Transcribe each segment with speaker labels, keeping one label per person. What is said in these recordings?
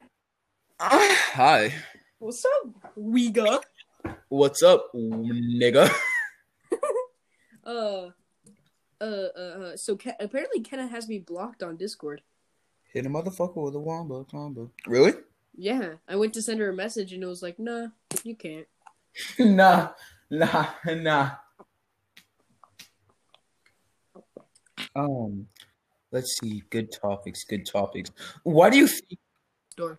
Speaker 1: Hi.
Speaker 2: What's up, Uyghur?
Speaker 1: What's up, nigga?
Speaker 2: Uh, uh, uh, uh, so Ke- apparently Kenna has me blocked on Discord.
Speaker 1: Hit a motherfucker with a wombo combo. Really?
Speaker 2: Yeah, I went to send her a message and it was like, nah, you can't.
Speaker 1: nah, nah, nah. Um, let's see. Good topics. Good topics. Why do you think?
Speaker 2: Door.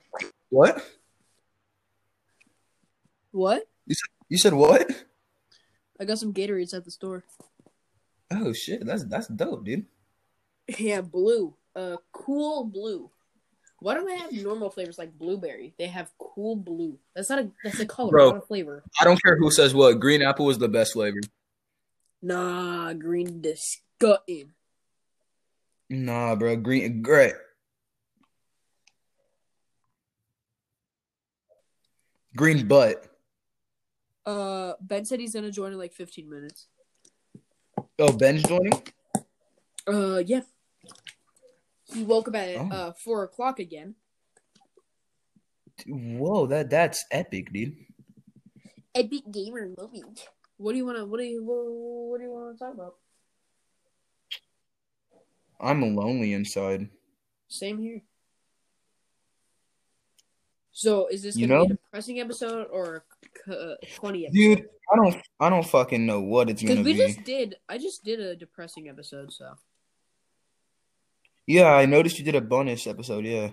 Speaker 1: What
Speaker 2: What?
Speaker 1: you said? What?
Speaker 2: I got some Gatorades at the store.
Speaker 1: Oh shit! That's that's dope, dude.
Speaker 2: Yeah, blue. Uh, cool blue. Why don't they have normal flavors like blueberry? They have cool blue. That's not a that's a color,
Speaker 1: Bro.
Speaker 2: not a flavor.
Speaker 1: I don't care who says what. Green apple is the best flavor.
Speaker 2: Nah, green disgusting.
Speaker 1: Nah, bro. Green, great. Green butt.
Speaker 2: Uh, Ben said he's gonna join in like 15 minutes.
Speaker 1: Oh, Ben's joining.
Speaker 2: Uh, yeah. He woke up at
Speaker 1: Oh.
Speaker 2: uh four o'clock again.
Speaker 1: Whoa, that that's epic, dude.
Speaker 2: A big gamer movie. What do you wanna? What do you? What, what do you wanna talk about?
Speaker 1: I'm lonely inside.
Speaker 2: Same here. So, is this
Speaker 1: You
Speaker 2: gonna be a depressing episode or a c- uh, funny episode?
Speaker 1: Dude, I don't I don't fucking know what it's gonna
Speaker 2: Because we
Speaker 1: be.
Speaker 2: just did. I just did a depressing episode, so
Speaker 1: Yeah, I noticed you did a bonus episode, yeah.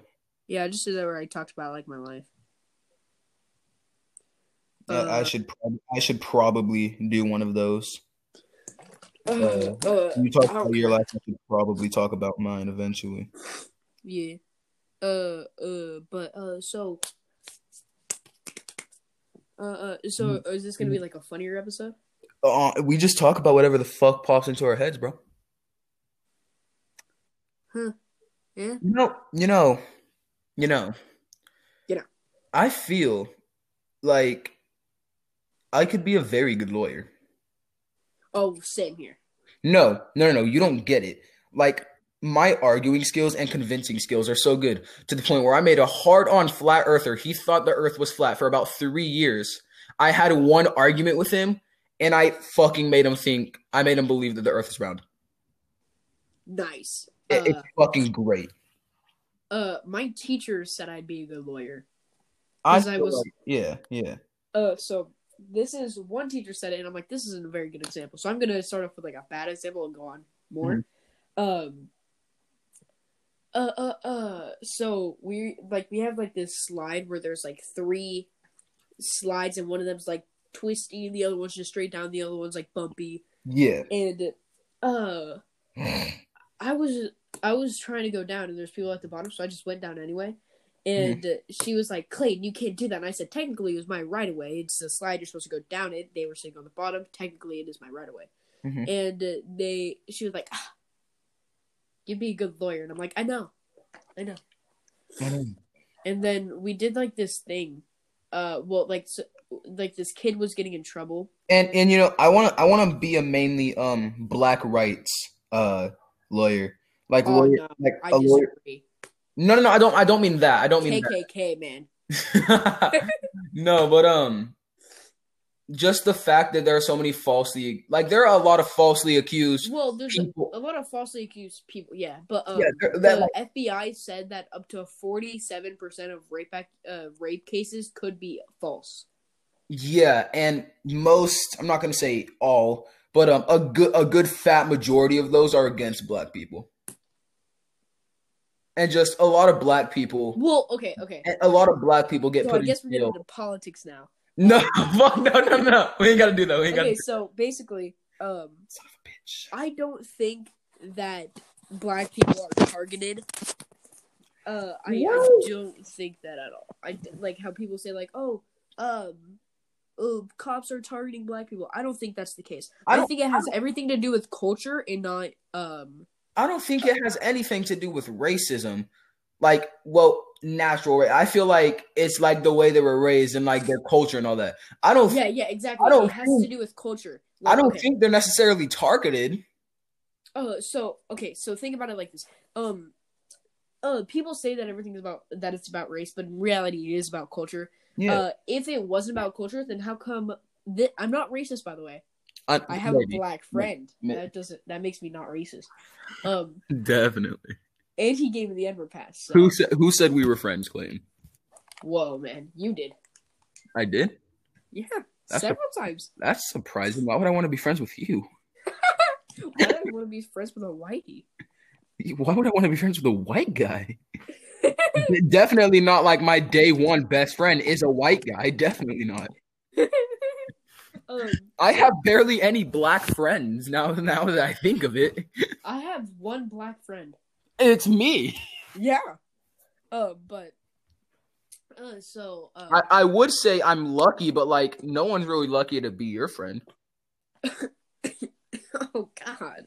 Speaker 2: yeah, I just did that where I talked about like my life.
Speaker 1: Yeah, I
Speaker 2: Uh,
Speaker 1: should prob- I should probably do one of those.
Speaker 2: uh, uh,
Speaker 1: You talk
Speaker 2: I don't
Speaker 1: about your life, I should probably talk about mine eventually.
Speaker 2: Yeah. Uh uh but uh so uh, uh so
Speaker 1: Mm.
Speaker 2: is this gonna be like a funnier episode?
Speaker 1: Uh, we just talk about whatever the fuck pops into our heads, bro.
Speaker 2: Yeah.
Speaker 1: You know, you know, you know.
Speaker 2: You know.
Speaker 1: I feel like I could be a very good lawyer.
Speaker 2: Oh, same here.
Speaker 1: No, no, no, no. You don't get it. Like, my arguing skills and convincing skills are so good to the point where I made a hard on flat earther. He thought the earth was flat for about three years. I had one argument with him and I fucking made him think, I made him believe that the earth is round.
Speaker 2: Nice.
Speaker 1: It-
Speaker 2: uh,
Speaker 1: it's fucking great.
Speaker 2: uh my teacher said I'd be a good lawyer.
Speaker 1: I,
Speaker 2: 'cause I
Speaker 1: feel
Speaker 2: was-
Speaker 1: like- yeah, yeah.
Speaker 2: Uh so this is one teacher said it and I'm like, this isn't a very good example. So I'm gonna start off with like a bad example and go on more. Um uh uh uh so we like we have like this slide where there's like three slides and one of them's like twisty the other one's just straight down the other one's like bumpy
Speaker 1: Yeah.
Speaker 2: and uh i was i was trying to go down and there's people at the bottom so i just went down anyway
Speaker 1: Mm-hmm.
Speaker 2: and she was like clayton you can't do that and i said technically it was my right of way it's the slide you're supposed to go down it they were sitting on the bottom technically it is my right of way
Speaker 1: Mhm.
Speaker 2: and uh, they she was like ah, you'd be a good lawyer and i'm like i know i know and then we did like this thing uh well like so, like this kid was getting in trouble
Speaker 1: And and you know, I want to I want to be a mainly um black rights uh lawyer. Like
Speaker 2: Oh,
Speaker 1: lawyer
Speaker 2: no,
Speaker 1: like
Speaker 2: i
Speaker 1: a lawyer.
Speaker 2: disagree
Speaker 1: No, no, no, I don't I don't mean that. I don't mean that.
Speaker 2: kkk man
Speaker 1: no, but um, just the fact that there are so many falsely, like there are a lot of falsely accused
Speaker 2: well there's a,
Speaker 1: people.
Speaker 2: a lot of falsely accused people yeah but um,
Speaker 1: Yeah, there- that,
Speaker 2: the
Speaker 1: like,
Speaker 2: fbi said that up to 47% of rape ac- uh, rape cases could be false
Speaker 1: yeah, and most, I'm not gonna say all, but um, a good a good fat majority of those are against black people, and just a lot of black people,
Speaker 2: well okay okay
Speaker 1: and a lot of black people get
Speaker 2: so i
Speaker 1: put
Speaker 2: guess
Speaker 1: in
Speaker 2: we're
Speaker 1: jail.
Speaker 2: getting into politics now
Speaker 1: No, fuck, no, no, no, we ain't gotta do that. We ain't
Speaker 2: okay
Speaker 1: gotta.
Speaker 2: so basically um
Speaker 1: Son of a bitch.
Speaker 2: I don't think that black people are targeted. Uh, I, I
Speaker 1: No.
Speaker 2: don't think that at all. I d- like how people say like, oh, um, oh, cops are targeting black people. I don't think that's the case.
Speaker 1: I
Speaker 2: I,
Speaker 1: don't-
Speaker 2: think it has everything to do with culture and not um.
Speaker 1: I don't think it has anything to do with racism. Like, well, natural. ra- I feel like it's like the way they were raised and like their culture and all that. I don't.
Speaker 2: Yeah, yeah, exactly.
Speaker 1: I don't
Speaker 2: it has
Speaker 1: think-
Speaker 2: to do with culture.
Speaker 1: I don't
Speaker 2: okay. Uh,
Speaker 1: think they're necessarily targeted.
Speaker 2: Oh, so okay, so think about it like this. Um, uh, people say that everything is about that it's about race, but in reality, it is about culture.
Speaker 1: Yeah,
Speaker 2: Uh, if it wasn't about culture, then how come? Th- I'm not racist, by the way.
Speaker 1: I-
Speaker 2: Uh, I have
Speaker 1: maybe.
Speaker 2: a black friend.
Speaker 1: Maybe.
Speaker 2: That doesn't. That makes me not racist. Um,
Speaker 1: definitely.
Speaker 2: and he gave me the N-word pass. So.
Speaker 1: Who said who said we were friends? Clayton.
Speaker 2: Whoa, man, you did.
Speaker 1: I did.
Speaker 2: Yeah,
Speaker 1: That's
Speaker 2: several times.
Speaker 1: That's surprising. Why would I want to be friends with you?
Speaker 2: Why do I want to be friends with a whitey?
Speaker 1: Why would I want to be friends with a white guy? Definitely not like my day one best friend is a white guy. Definitely not.
Speaker 2: Um,
Speaker 1: I have barely any black friends now. Now that I think of it,
Speaker 2: I have one black friend.
Speaker 1: it's me.
Speaker 2: Yeah. Uh, but. Uh, so. Uh,
Speaker 1: I, I would say I'm lucky, but like no one's really lucky to be your friend.
Speaker 2: oh god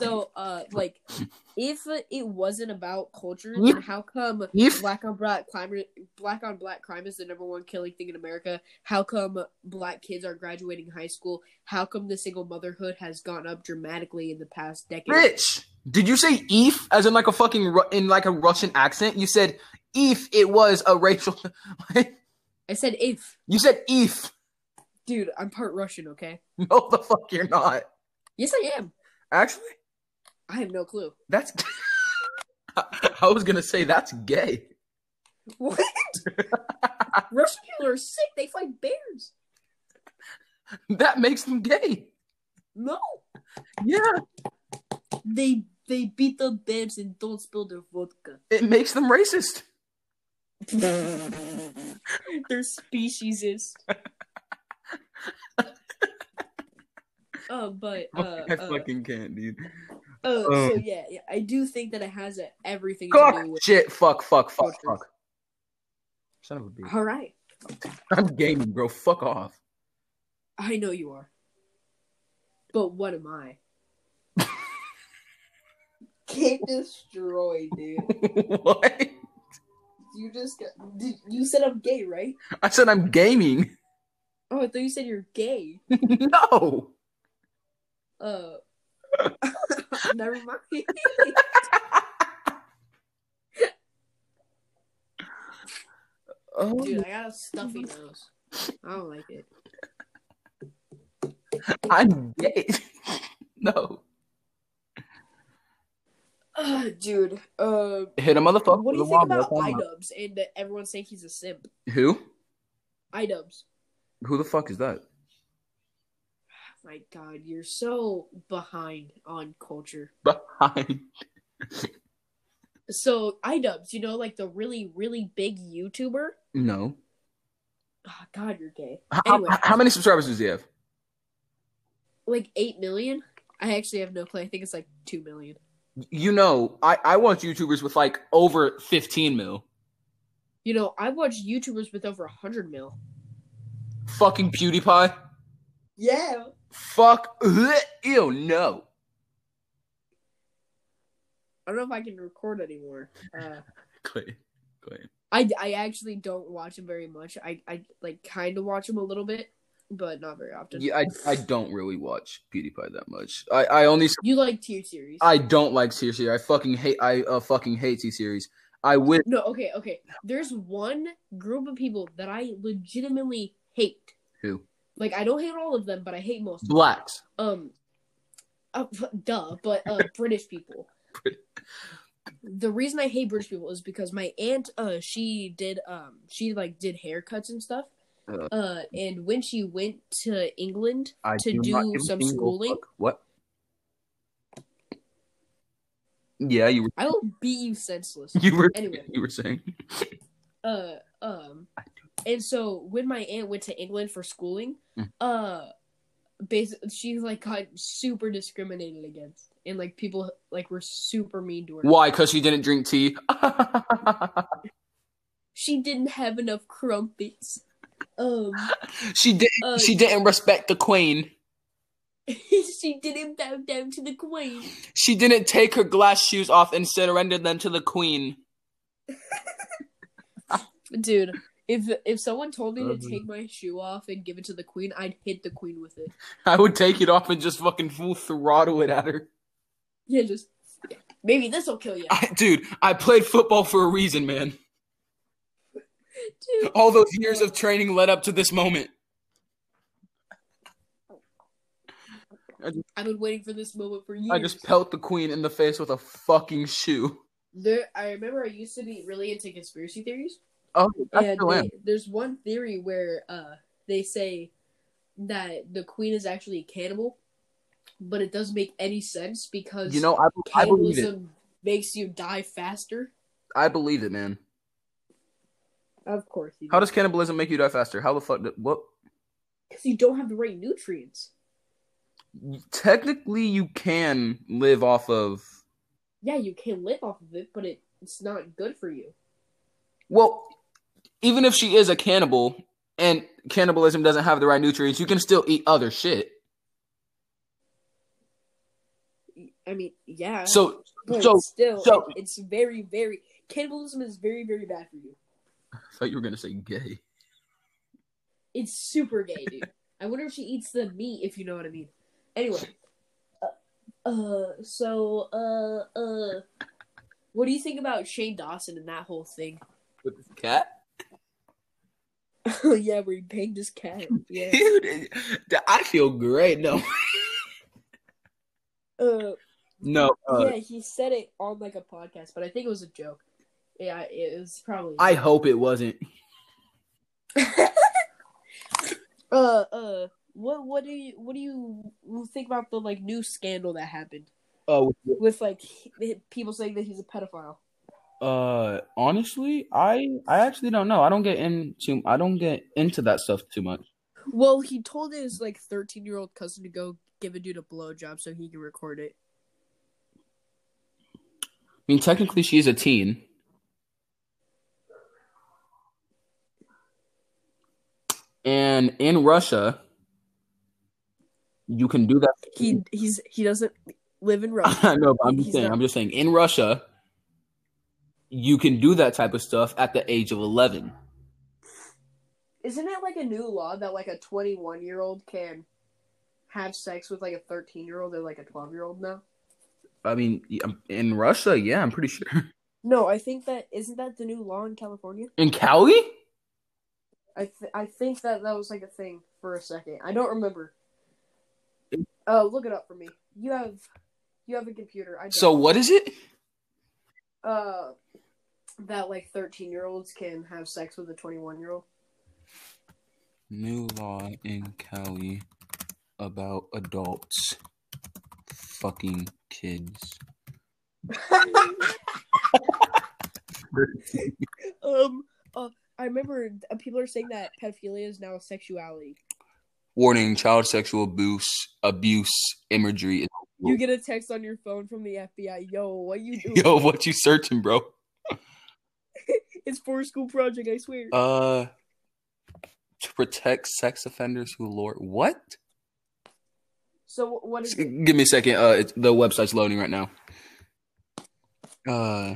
Speaker 2: so uh like if it wasn't about culture then how come
Speaker 1: If
Speaker 2: black on black crime black on black crime is the number one killing thing in america how come black kids are graduating high school how come the single motherhood has gone up dramatically in the past decade
Speaker 1: bitch, did you say if as in like a fucking Ru- in like a Russian accent? You said if it was a racial.
Speaker 2: i said if
Speaker 1: you said if.
Speaker 2: dude i'm part russian okay
Speaker 1: No, the fuck you're not.
Speaker 2: yes i am
Speaker 1: Actually,
Speaker 2: i have no clue
Speaker 1: that's. I I was gonna say that's gay.
Speaker 2: what russian people are sick they fight bears
Speaker 1: That makes them gay.
Speaker 2: no
Speaker 1: Yeah,
Speaker 2: they they beat the bears and don't spill their vodka
Speaker 1: it makes them racist.
Speaker 2: Their species is. uh, but uh,
Speaker 1: I
Speaker 2: uh,
Speaker 1: fucking can't, dude.
Speaker 2: uh,
Speaker 1: uh.
Speaker 2: so yeah, yeah, I do think that it has a, everything to
Speaker 1: Fuck,
Speaker 2: do with.
Speaker 1: shit, fuck, fuck, fuck,
Speaker 2: Culture.
Speaker 1: fuck. Son of a bitch.
Speaker 2: All right,
Speaker 1: I'm gaming, bro. Fuck off.
Speaker 2: I know you are, but what am I? Get destroyed, dude.
Speaker 1: what?
Speaker 2: You just got, did, you said I'm gay, right?
Speaker 1: I said I'm gaming.
Speaker 2: Oh, I thought you said you're gay.
Speaker 1: no.
Speaker 2: Uh, never mind.
Speaker 1: Oh,
Speaker 2: Dude, I got a stuffy nose. I don't like it.
Speaker 1: I'm gay. no.
Speaker 2: Uh, dude, uh,
Speaker 1: Hit a motherfucker.
Speaker 2: what do you
Speaker 1: with a
Speaker 2: think
Speaker 1: wall,
Speaker 2: about
Speaker 1: bro. Come on.
Speaker 2: iDubbbz and that everyone saying he's a simp?
Speaker 1: Who?
Speaker 2: iDubbbz.
Speaker 1: Who the fuck is that?
Speaker 2: My God, you're so behind on culture.
Speaker 1: Behind.
Speaker 2: So iDubbbz, you know, like the really, really big YouTuber.
Speaker 1: No.
Speaker 2: Oh, God, you're gay.
Speaker 1: How,
Speaker 2: Anyway.
Speaker 1: how- how many subscribers does he have?
Speaker 2: Like eight million. I actually have no clue. I think it's like two million.
Speaker 1: You know, I, I watch YouTubers with like over 15 mil.
Speaker 2: You know, I watch YouTubers with over a hundred mil.
Speaker 1: Fucking PewDiePie.
Speaker 2: Yeah.
Speaker 1: Fuck. Blech. Ew, no.
Speaker 2: I don't know if I can record anymore. Uh,
Speaker 1: Clay. Clay.
Speaker 2: I, I actually don't watch him very much. I, I like kind of watch him a little bit, but not very often.
Speaker 1: Yeah, I, I don't really watch PewDiePie that much. I, I only
Speaker 2: You like tier series.
Speaker 1: I don't like T series. I fucking hate I uh, fucking hate T series. I wish
Speaker 2: No, okay, okay. There's one group of people that I legitimately hate.
Speaker 1: Who?
Speaker 2: Like I don't hate all of them, but I hate most. of them.
Speaker 1: blacks.
Speaker 2: Um, uh, duh, but uh, British people. The reason I hate British people is because my aunt, uh, she did, um, she like did haircuts and stuff.
Speaker 1: Uh.
Speaker 2: Uh, and when she went to England,
Speaker 1: I
Speaker 2: To
Speaker 1: not
Speaker 2: do
Speaker 1: give a
Speaker 2: some
Speaker 1: single
Speaker 2: schooling?
Speaker 1: fuck. What? Yeah, you were
Speaker 2: I will beat you senseless.
Speaker 1: you were
Speaker 2: Anyway.
Speaker 1: you were saying.
Speaker 2: uh um and so when my aunt went to england for schooling
Speaker 1: Mm.
Speaker 2: uh basically she like got super discriminated against and like people like were super mean to her
Speaker 1: Why? Because she didn't drink tea.
Speaker 2: she didn't have enough crumpets um
Speaker 1: she did.
Speaker 2: uh,
Speaker 1: She
Speaker 2: she,
Speaker 1: didn't respect the queen.
Speaker 2: didn't bow down to the queen
Speaker 1: She didn't take her glass shoes off and surrender them to the queen.
Speaker 2: dude if if someone told me to
Speaker 1: Mhm.
Speaker 2: take my shoe off and give it to the queen i'd hit the queen with it
Speaker 1: I would take it off and just fucking full throttle it at her.
Speaker 2: yeah just Maybe this will kill you.
Speaker 1: I, dude, I played football for a reason, man.
Speaker 2: Dude.
Speaker 1: All those years of training led up to this moment.
Speaker 2: I've been waiting for this moment for years.
Speaker 1: I just pelt the queen in the face with a fucking shoe.
Speaker 2: there, I remember I used to be really into conspiracy theories.
Speaker 1: Oh, I
Speaker 2: and
Speaker 1: still am.
Speaker 2: they- there's one theory where uh, they say that the queen is actually a cannibal, but it doesn't make any sense because
Speaker 1: You know, I, I believe it.
Speaker 2: cannibalism makes you die faster.
Speaker 1: I believe it, man.
Speaker 2: Of course, you
Speaker 1: How does cannibalism make you die faster? How the fuck? do- What?
Speaker 2: because you don't have the right nutrients.
Speaker 1: Technically, you can live off of.
Speaker 2: Yeah, you can live off of it, but it, it's not good for you.
Speaker 1: Well, even if she is a cannibal and cannibalism doesn't have the right nutrients, you can still eat other shit.
Speaker 2: I mean, yeah.
Speaker 1: So,
Speaker 2: but
Speaker 1: so-
Speaker 2: still,
Speaker 1: so-
Speaker 2: it- it's very, very cannibalism is very, very bad for you.
Speaker 1: I thought you were gonna say gay.
Speaker 2: It's super gay, dude. I wonder if she eats the meat, if you know what I mean. Anyway, uh, uh so, uh, uh, what do you think about Shane Dawson and that whole thing?
Speaker 1: With this cat?
Speaker 2: yeah, where he banged his cat. Yeah.
Speaker 1: Dude, I feel great. No,
Speaker 2: Uh,
Speaker 1: no. Uh,
Speaker 2: yeah, he said it on like a podcast, but I think it was a joke. Yeah, it was probably.
Speaker 1: I hope it wasn't.
Speaker 2: uh, uh, what, what do you, what do you think about the like new scandal that happened
Speaker 1: Oh,
Speaker 2: with like h- people saying that he's a pedophile?
Speaker 1: uh, honestly, I I actually don't know. I don't get into I don't get into that stuff too much.
Speaker 2: Well, he told his like thirteen year old cousin to go give a dude a blowjob so he can record it.
Speaker 1: I mean, technically, she's a teen. And in Russia, you can do that.
Speaker 2: He he's he doesn't live in Russia.
Speaker 1: I know, but I'm just
Speaker 2: He's
Speaker 1: saying.
Speaker 2: not-
Speaker 1: I'm just saying. In Russia, you can do that type of stuff at the age of 11.
Speaker 2: Isn't it like a new law that like a twenty one year old can have sex with like a thirteen year old or like a twelve year old now?
Speaker 1: I mean, y- um, in Russia, yeah, I'm pretty sure.
Speaker 2: No, I think that isn't that the new law in California.
Speaker 1: In Cali?
Speaker 2: I th- I think that that was like a thing for a second. I don't remember. Uh, look it up for me. You have you have a computer. I don't.
Speaker 1: So what is it?
Speaker 2: uh that like 13 year olds can have sex with a 21 year old
Speaker 1: New law in Cali about adults fucking kids.
Speaker 2: um uh, i remember uh, people are saying that pedophilia is now a sexuality
Speaker 1: Warning: Child sexual abuse, abuse imagery. is-
Speaker 2: you get a text on your phone from the fbi yo what you doing
Speaker 1: Yo, what you searching, bro?
Speaker 2: it's for a school project i swear
Speaker 1: Uh, to protect sex offenders who lure. What?
Speaker 2: so what
Speaker 1: S-
Speaker 2: is it?
Speaker 1: Give me a second. Uh, it's, the website's loading right now. Uh,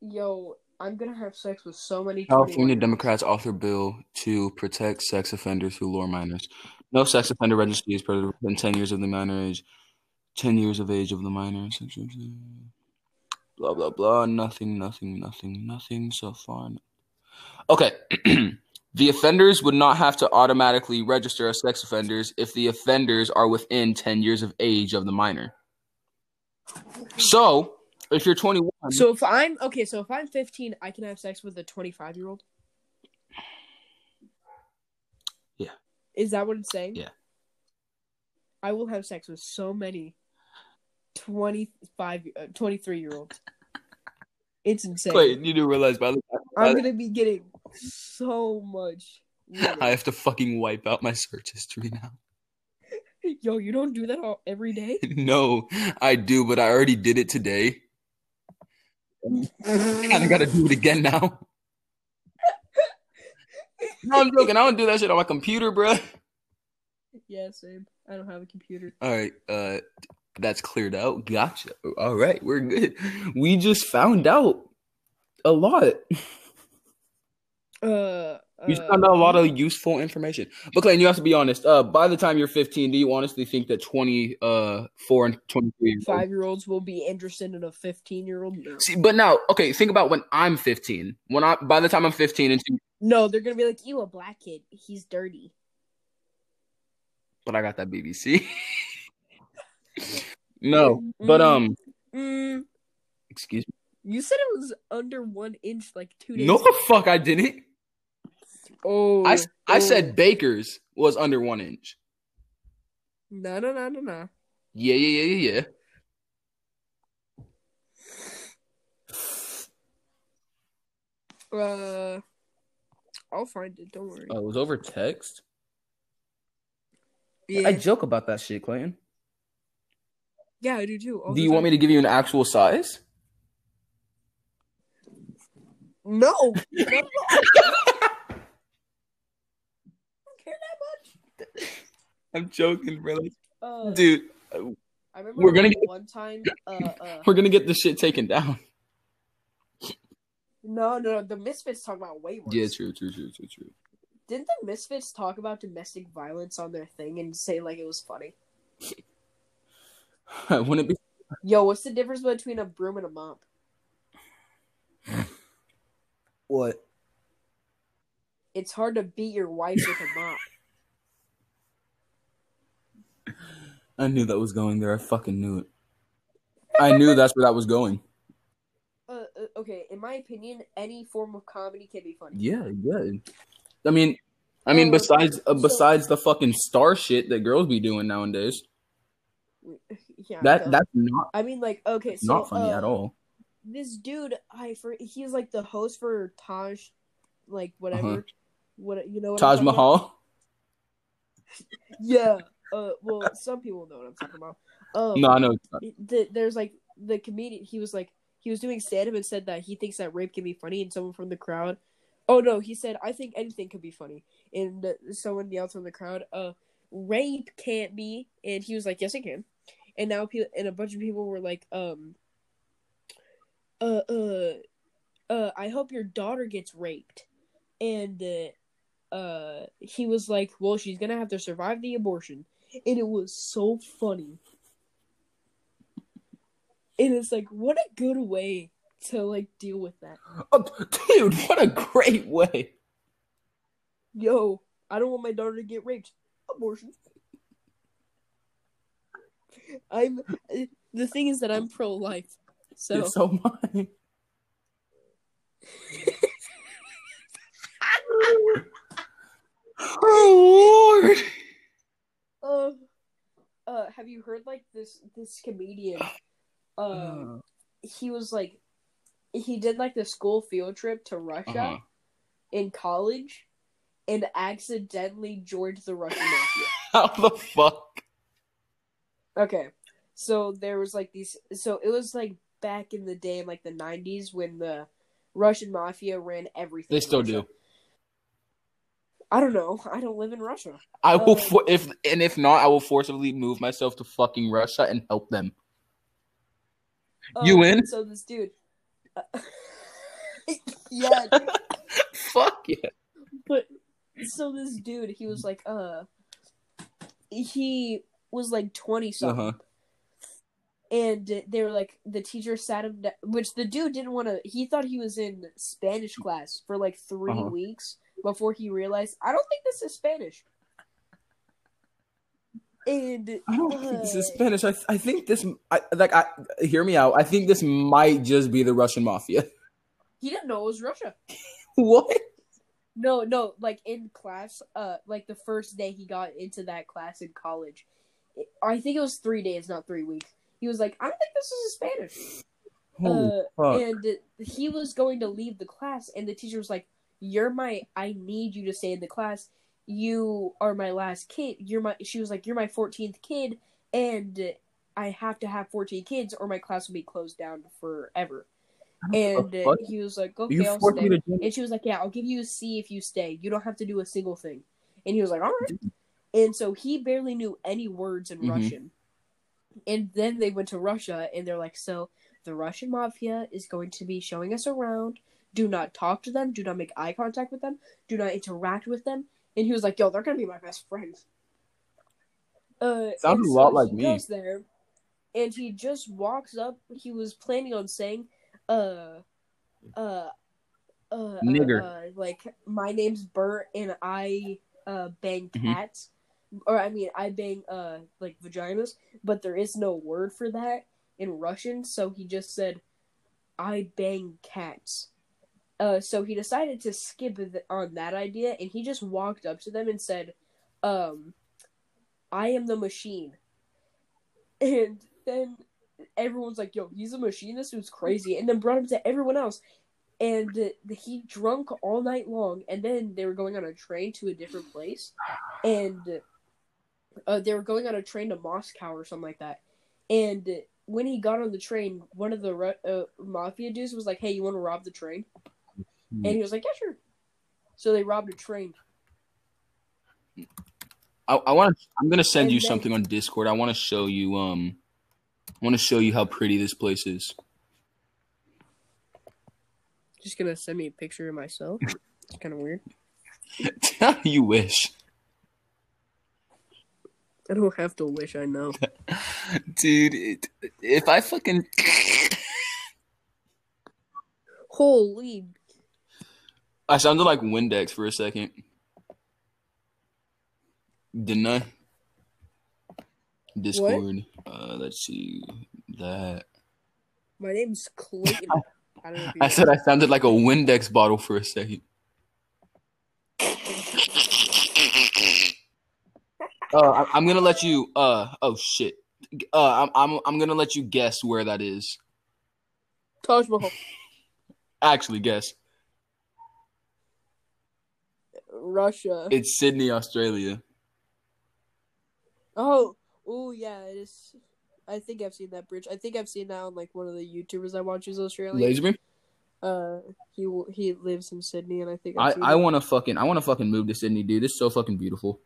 Speaker 2: yo i'm gonna have sex with so many
Speaker 1: California
Speaker 2: 21
Speaker 1: Democrats author bill to protect sex offenders who lure minors. No sex offender registry is present within 10 years of the minor age, 10 years of age of the minor. Blah, blah, blah. Nothing, nothing, nothing, nothing so far. Okay. the offenders would not have to automatically register as sex offenders if the offenders are within 10 years of age of the minor. So, if you're 21,
Speaker 2: so if i'm okay so if i'm 15 i can have sex with a 25 year old
Speaker 1: Yeah.
Speaker 2: is that what it's saying
Speaker 1: Yeah.
Speaker 2: i will have sex with so many 25 uh, 23 year olds it's insane
Speaker 1: wait, uh, you didn't realize by the
Speaker 2: i'm gonna be getting so much women.
Speaker 1: I have to fucking wipe out my search history now.
Speaker 2: yo you don't do that all, every day
Speaker 1: no, I do, but I already did it today. I gotta do it again now. no, I'm joking. I don't do that shit on my computer, bruh.
Speaker 2: yeah same i don't have a computer
Speaker 1: All right, uh, that's cleared out. Gotcha. All right, we're good. We just found out a lot.
Speaker 2: uh Uh,
Speaker 1: You just found out a lot of useful information. But Clayton, you have to be honest. Uh, by the time you're 15, do you honestly think that 24 and 23 years old-
Speaker 2: five year olds uh, will be interested in a fifteen year old. No.
Speaker 1: See, but now, okay, think about when I'm 15. When I by the time I'm 15 and see-
Speaker 2: no, they're gonna be like, "You a black kid? He's dirty."
Speaker 1: but I got that BBC. no,
Speaker 2: Mm-hmm.
Speaker 1: but um,
Speaker 2: Mm,
Speaker 1: excuse me.
Speaker 2: you said it was under one inch, like two days.
Speaker 1: No, the fuck, I didn't.
Speaker 2: Oh,
Speaker 1: I, I
Speaker 2: oh.
Speaker 1: said Baker's was under one inch.
Speaker 2: no, no, no, no, no.
Speaker 1: Yeah, yeah, yeah, yeah, yeah.
Speaker 2: Uh, I'll find it. Don't worry.
Speaker 1: Oh, it was over text.
Speaker 2: yeah,
Speaker 1: I joke about that shit, Clayton.
Speaker 2: yeah, I do too.
Speaker 1: Do you want me to give you an actual size?
Speaker 2: No, not at all. I don't care
Speaker 1: I'm joking, really,
Speaker 2: that much. Uh,
Speaker 1: dude.
Speaker 2: I remember
Speaker 1: we're gonna
Speaker 2: one time. Uh, uh,
Speaker 1: We're gonna get this shit taken down.
Speaker 2: no, no, no, the Misfits talk about way worse.
Speaker 1: Yeah, true, true, true, true, true.
Speaker 2: Didn't the Misfits talk about domestic violence on their thing and say like it was funny?
Speaker 1: Wouldn't it be?
Speaker 2: Yo, what's the difference between a broom and a mop?
Speaker 1: What?
Speaker 2: It's hard to beat your wife with a mop.
Speaker 1: I knew that was going there. I fucking knew it. I knew that's where that was going.
Speaker 2: Uh, uh, okay, in my opinion, any form of comedy can be funny.
Speaker 1: Yeah, yeah. I mean, I mean,
Speaker 2: Um,
Speaker 1: besides uh,
Speaker 2: so-
Speaker 1: besides the fucking star shit that girls be doing nowadays,
Speaker 2: Yeah,
Speaker 1: that
Speaker 2: duh.
Speaker 1: that's not
Speaker 2: I mean, like, okay, so
Speaker 1: not funny
Speaker 2: uh,
Speaker 1: at all.
Speaker 2: This dude, I for he's like the host for Taj, like whatever,
Speaker 1: Uh-huh.
Speaker 2: what you know, what I'm
Speaker 1: Taj
Speaker 2: talking about?
Speaker 1: Mahal.
Speaker 2: Yeah. Uh, well, some people know what I'm talking about. Um,
Speaker 1: No, I know. it's not.
Speaker 2: the, there's like the comedian. He was like he was doing stand up and said that he thinks that rape can be funny, and someone from the crowd, oh no, he said I think anything can be funny, and uh, someone yelled from the crowd, uh, rape can't be, and he was like yes it can, and now people and a bunch of people were like um, uh uh, uh I hope your daughter gets raped, and uh, uh he was like well she's gonna have to survive the abortion, and it was so funny and it's like what a good way to like deal with that
Speaker 1: Oh, dude, what a great way.
Speaker 2: yo i don't want my daughter to get raped abortion i'm the thing is that i'm pro-life so,
Speaker 1: It's so mine. oh Lord.
Speaker 2: uh, uh have you heard like this this comedian
Speaker 1: Mm.
Speaker 2: uh he was like he did like the school field trip to russia
Speaker 1: Uh-huh.
Speaker 2: in college and accidentally joined the russian mafia
Speaker 1: How the fuck?
Speaker 2: Okay. So there was like these so it was like back in the day in like the 90s when the Russian mafia ran everything.
Speaker 1: They
Speaker 2: in
Speaker 1: still
Speaker 2: Russia.
Speaker 1: do.
Speaker 2: I don't know. I don't live in Russia.
Speaker 1: I will
Speaker 2: Uh,
Speaker 1: for- if and if not, I will forcibly move myself to fucking Russia and help them. You in?
Speaker 2: Um, So this dude uh, Yeah. dude.
Speaker 1: Fuck yeah.
Speaker 2: But so this dude, he was like uh he was like 20 something
Speaker 1: Uh-huh.
Speaker 2: and they were like the teacher sat him down which the dude didn't want to he thought he was in spanish class for like 3
Speaker 1: Uh-huh.
Speaker 2: weeks before he realized i don't think this is spanish and
Speaker 1: I don't think this is
Speaker 2: uh,
Speaker 1: Spanish. I, I think this I, like I hear me out. I think this might just be the Russian mafia.
Speaker 2: he didn't know it was russia
Speaker 1: what?
Speaker 2: no no like in class uh like the first day he got into that class in college it- i think it was three days not three weeks he was like i don't think this is spanish
Speaker 1: Holy
Speaker 2: uh,
Speaker 1: fuck.
Speaker 2: and he was going to leave the class and the teacher was like you're my i need you to stay in the class you are my last kid you're my she was like you're my 14th kid and i have to have 14 kids or my class will be closed down forever and
Speaker 1: the fuck?
Speaker 2: he was like
Speaker 1: you
Speaker 2: okay i'll
Speaker 1: forced me
Speaker 2: stay
Speaker 1: to join
Speaker 2: and she was like yeah i'll give you a c if you stay you don't have to do a single thing and he was like all right
Speaker 1: Mm-hmm.
Speaker 2: and so he barely knew any words in
Speaker 1: Mhm.
Speaker 2: russian and then they went to russia and they're like so the Russian mafia is going to be showing us around, do not talk to them, do not make eye contact with them, do not interact with them. And he was like, yo, they're gonna be my best friends. Uh,
Speaker 1: Sounds
Speaker 2: and
Speaker 1: a lot like
Speaker 2: he
Speaker 1: me.
Speaker 2: goes there, and he just walks up. He was planning on saying, uh, uh, uh, uh,
Speaker 1: Nigger.
Speaker 2: uh, like my name's Bert, and I uh bang
Speaker 1: Mhm.
Speaker 2: cats, or I mean, I bang uh like vaginas, but there is no word for that in Russian, so he just said, I bang cats. Uh, so he decided to skip th- on that idea, and he just walked up to them and said, um, I am the machine. And then everyone's like, yo, he's a machine. This dude's crazy. And then brought him to everyone else. And uh, he drunk all night long. And then they were going on a train to a different place. And uh, they were going on a train to Moscow or something like that. And when he got on the train, one of the Ru- uh, mafia dudes was like, hey, you want to rob the train? And he was like, yeah, sure. So they robbed a train.
Speaker 1: I, I want. to. I'm gonna send
Speaker 2: And
Speaker 1: you
Speaker 2: then-
Speaker 1: something on Discord. I want to show you. Um, I want to show you how pretty this place is.
Speaker 2: Just gonna send me a picture of myself. It's kind of weird.
Speaker 1: you wish,
Speaker 2: I don't have to wish. I know.
Speaker 1: dude. It, if I fucking,
Speaker 2: Holy!
Speaker 1: I sounded like Windex for a second. Didn't I? Discord. Uh, let's see that.
Speaker 2: My name's Clayton. I don't know. If you
Speaker 1: I said I sounded like a Windex bottle for a second. Uh, I- I'm gonna let you. Uh, oh shit. Uh, I'm, I'm I'm gonna let you guess where that is.
Speaker 2: Taj Mahal,
Speaker 1: Actually, guess
Speaker 2: Russia.
Speaker 1: it's Sydney, Australia.
Speaker 2: Oh, oh yeah, it is. I think I've seen that bridge. I think I've seen that on like one of the YouTubers I watch who's Australian.
Speaker 1: Laserbeam.
Speaker 2: Uh, he w- he lives in Sydney, and I think
Speaker 1: I
Speaker 2: I've
Speaker 1: I want to fucking I want to fucking move to Sydney, dude. It's so fucking beautiful.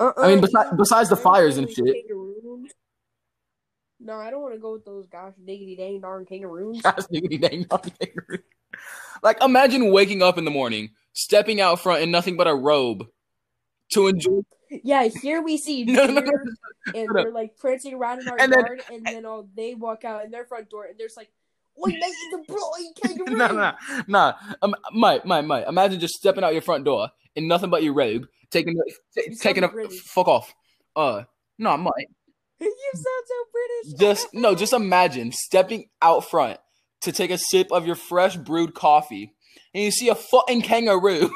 Speaker 2: uh
Speaker 1: I mean, besides besides the fires and shit.
Speaker 2: No, I don't want to go with those gosh diggity dang darn kangaroos.
Speaker 1: like imagine waking up in the morning, stepping out front in nothing but a robe to enjoy
Speaker 2: Yeah, here we see
Speaker 1: No, no, no,
Speaker 2: deer, and
Speaker 1: no.
Speaker 2: they're like prancing around in our
Speaker 1: And then-
Speaker 2: yard, and then all they walk out in their front door, and there's like, "Wait, mate, it's a blowing kangaroo!"
Speaker 1: no, no, no. Um, might, might, might. Imagine just stepping out your front door in nothing but your robe, taking, t-
Speaker 2: You sound
Speaker 1: taking a
Speaker 2: British.
Speaker 1: fuck off. Uh, no, might.
Speaker 2: You sound so British.
Speaker 1: Just no, just imagine stepping out front to take a sip of your fresh brewed coffee, and you see a fucking kangaroo.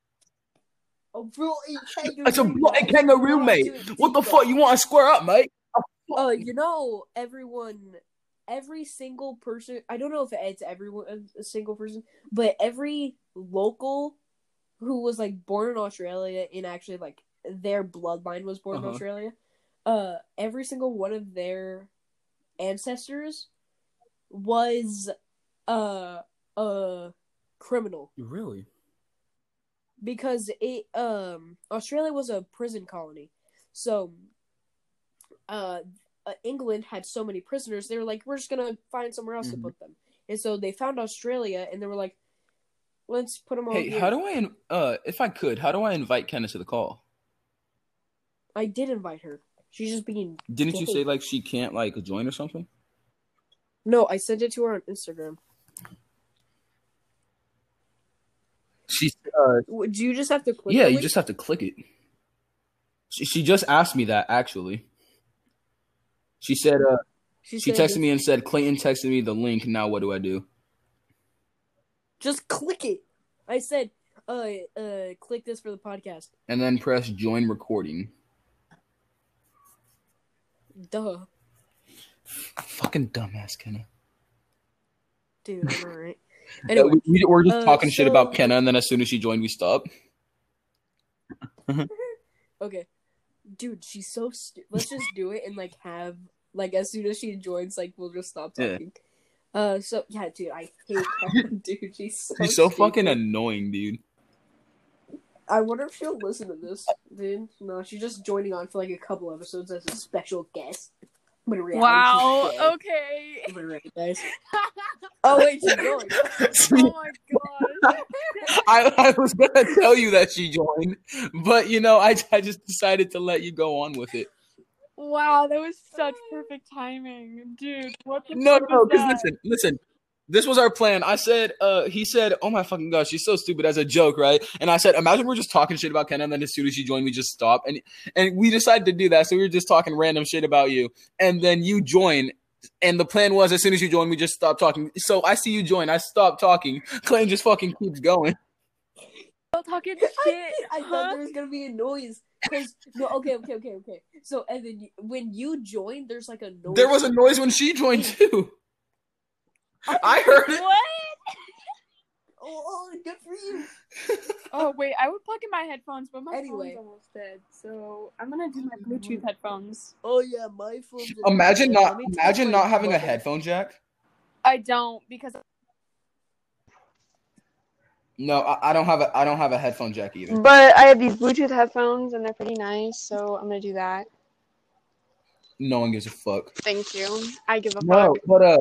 Speaker 2: a blowing kangaroo.
Speaker 1: It's a bloody kangaroo, mate. What the fuck? You want to square up, mate?
Speaker 2: Oh, you know, everyone, every single person. I don't know if it's everyone, a single person, but every local who was like born in Australia and actually like their bloodline was born
Speaker 1: Uh-huh.
Speaker 2: in Australia. Uh, every single one of their ancestors was uh a criminal
Speaker 1: Really?
Speaker 2: because it um Australia was a prison colony, so uh, uh, England had so many prisoners they were like we're just gonna find somewhere else
Speaker 1: Mhm.
Speaker 2: to put them, and so they found Australia and they were like, let's put them all.
Speaker 1: Hey,
Speaker 2: here.
Speaker 1: how do I? In- uh, if I could, how do I invite Kenneth to the call?
Speaker 2: I did invite her. She's just being
Speaker 1: Didn't you say like she can't like join or something?
Speaker 2: no. I sent it to her on Instagram.
Speaker 1: She uh,
Speaker 2: Would you just have to click?
Speaker 1: yeah,
Speaker 2: the
Speaker 1: you
Speaker 2: link?
Speaker 1: just have to click it. She, she just asked me that actually. She said uh, she
Speaker 2: said,
Speaker 1: texted me and said Clayton texted me the link. Now what do I do?
Speaker 2: Just click it. I said, uh, uh, click this for the podcast.
Speaker 1: And then press join recording.
Speaker 2: Duh,
Speaker 1: Fucking dumbass Kenna.
Speaker 2: dude. I'm alright.
Speaker 1: Yeah,
Speaker 2: Anyway,
Speaker 1: we- we, are just
Speaker 2: uh,
Speaker 1: talking shit about
Speaker 2: so-
Speaker 1: Kenna, and then as soon as she joined, we stopped.
Speaker 2: Okay. Dude, she's so stu- let's just do it and like have like as soon as she joins, like we'll just stop
Speaker 1: Yeah.
Speaker 2: talking. Uh so yeah, dude, I hate Catherine, dude. She's so
Speaker 1: She's so
Speaker 2: stupid.
Speaker 1: fucking annoying, dude.
Speaker 2: I wonder if she'll listen to this, dude. No, she's just joining on for like a couple episodes as a special guest. I'm gonna reality
Speaker 3: Wow.
Speaker 2: check.
Speaker 3: Okay.
Speaker 2: I'm gonna reality, guys.
Speaker 3: oh
Speaker 2: Oh wait, she's going.
Speaker 3: my god.
Speaker 1: I, I was gonna tell you that she joined, but you know, I, I just decided to let you go on with it.
Speaker 3: Wow, that was such perfect timing, dude. What the
Speaker 1: No,
Speaker 3: fuck
Speaker 1: no,
Speaker 3: is
Speaker 1: because
Speaker 3: that?
Speaker 1: listen, listen. This was our plan. I said, uh, he said, oh my fucking gosh, she's so stupid as a joke, right? And I said, imagine we're just talking shit about Kenna, and then as soon as she joined, we just stop. And and we decided to do that, so we were just talking random shit about you, and then you join. And the plan was, as soon as you join, we just stop talking. So I see you join, I stop talking. Clayton just fucking keeps going.
Speaker 3: Still talking
Speaker 2: I,
Speaker 3: shit.
Speaker 2: did- I
Speaker 3: huh?
Speaker 2: thought there was gonna be a noise. 'cause- no, okay, okay, okay, okay. So Evan, you- when you joined, there's like a noise.
Speaker 1: There was a noise when she joined too. I heard it.
Speaker 3: What?
Speaker 2: Oh, oh, good for you.
Speaker 3: Oh wait, I would plug in my headphones, but my
Speaker 2: Anyway.
Speaker 3: phone's almost dead, so I'm gonna do my Bluetooth headphones.
Speaker 2: Oh yeah, my phone.
Speaker 1: Imagine not imagine not having a headphone jack.
Speaker 3: I don't because
Speaker 1: No, I, I don't have a I don't have a headphone jack either.
Speaker 3: But I have these Bluetooth headphones and they're pretty nice, so I'm gonna do that.
Speaker 1: No one gives a fuck.
Speaker 3: Thank you. I give a
Speaker 1: No,
Speaker 3: fuck.
Speaker 1: but uh,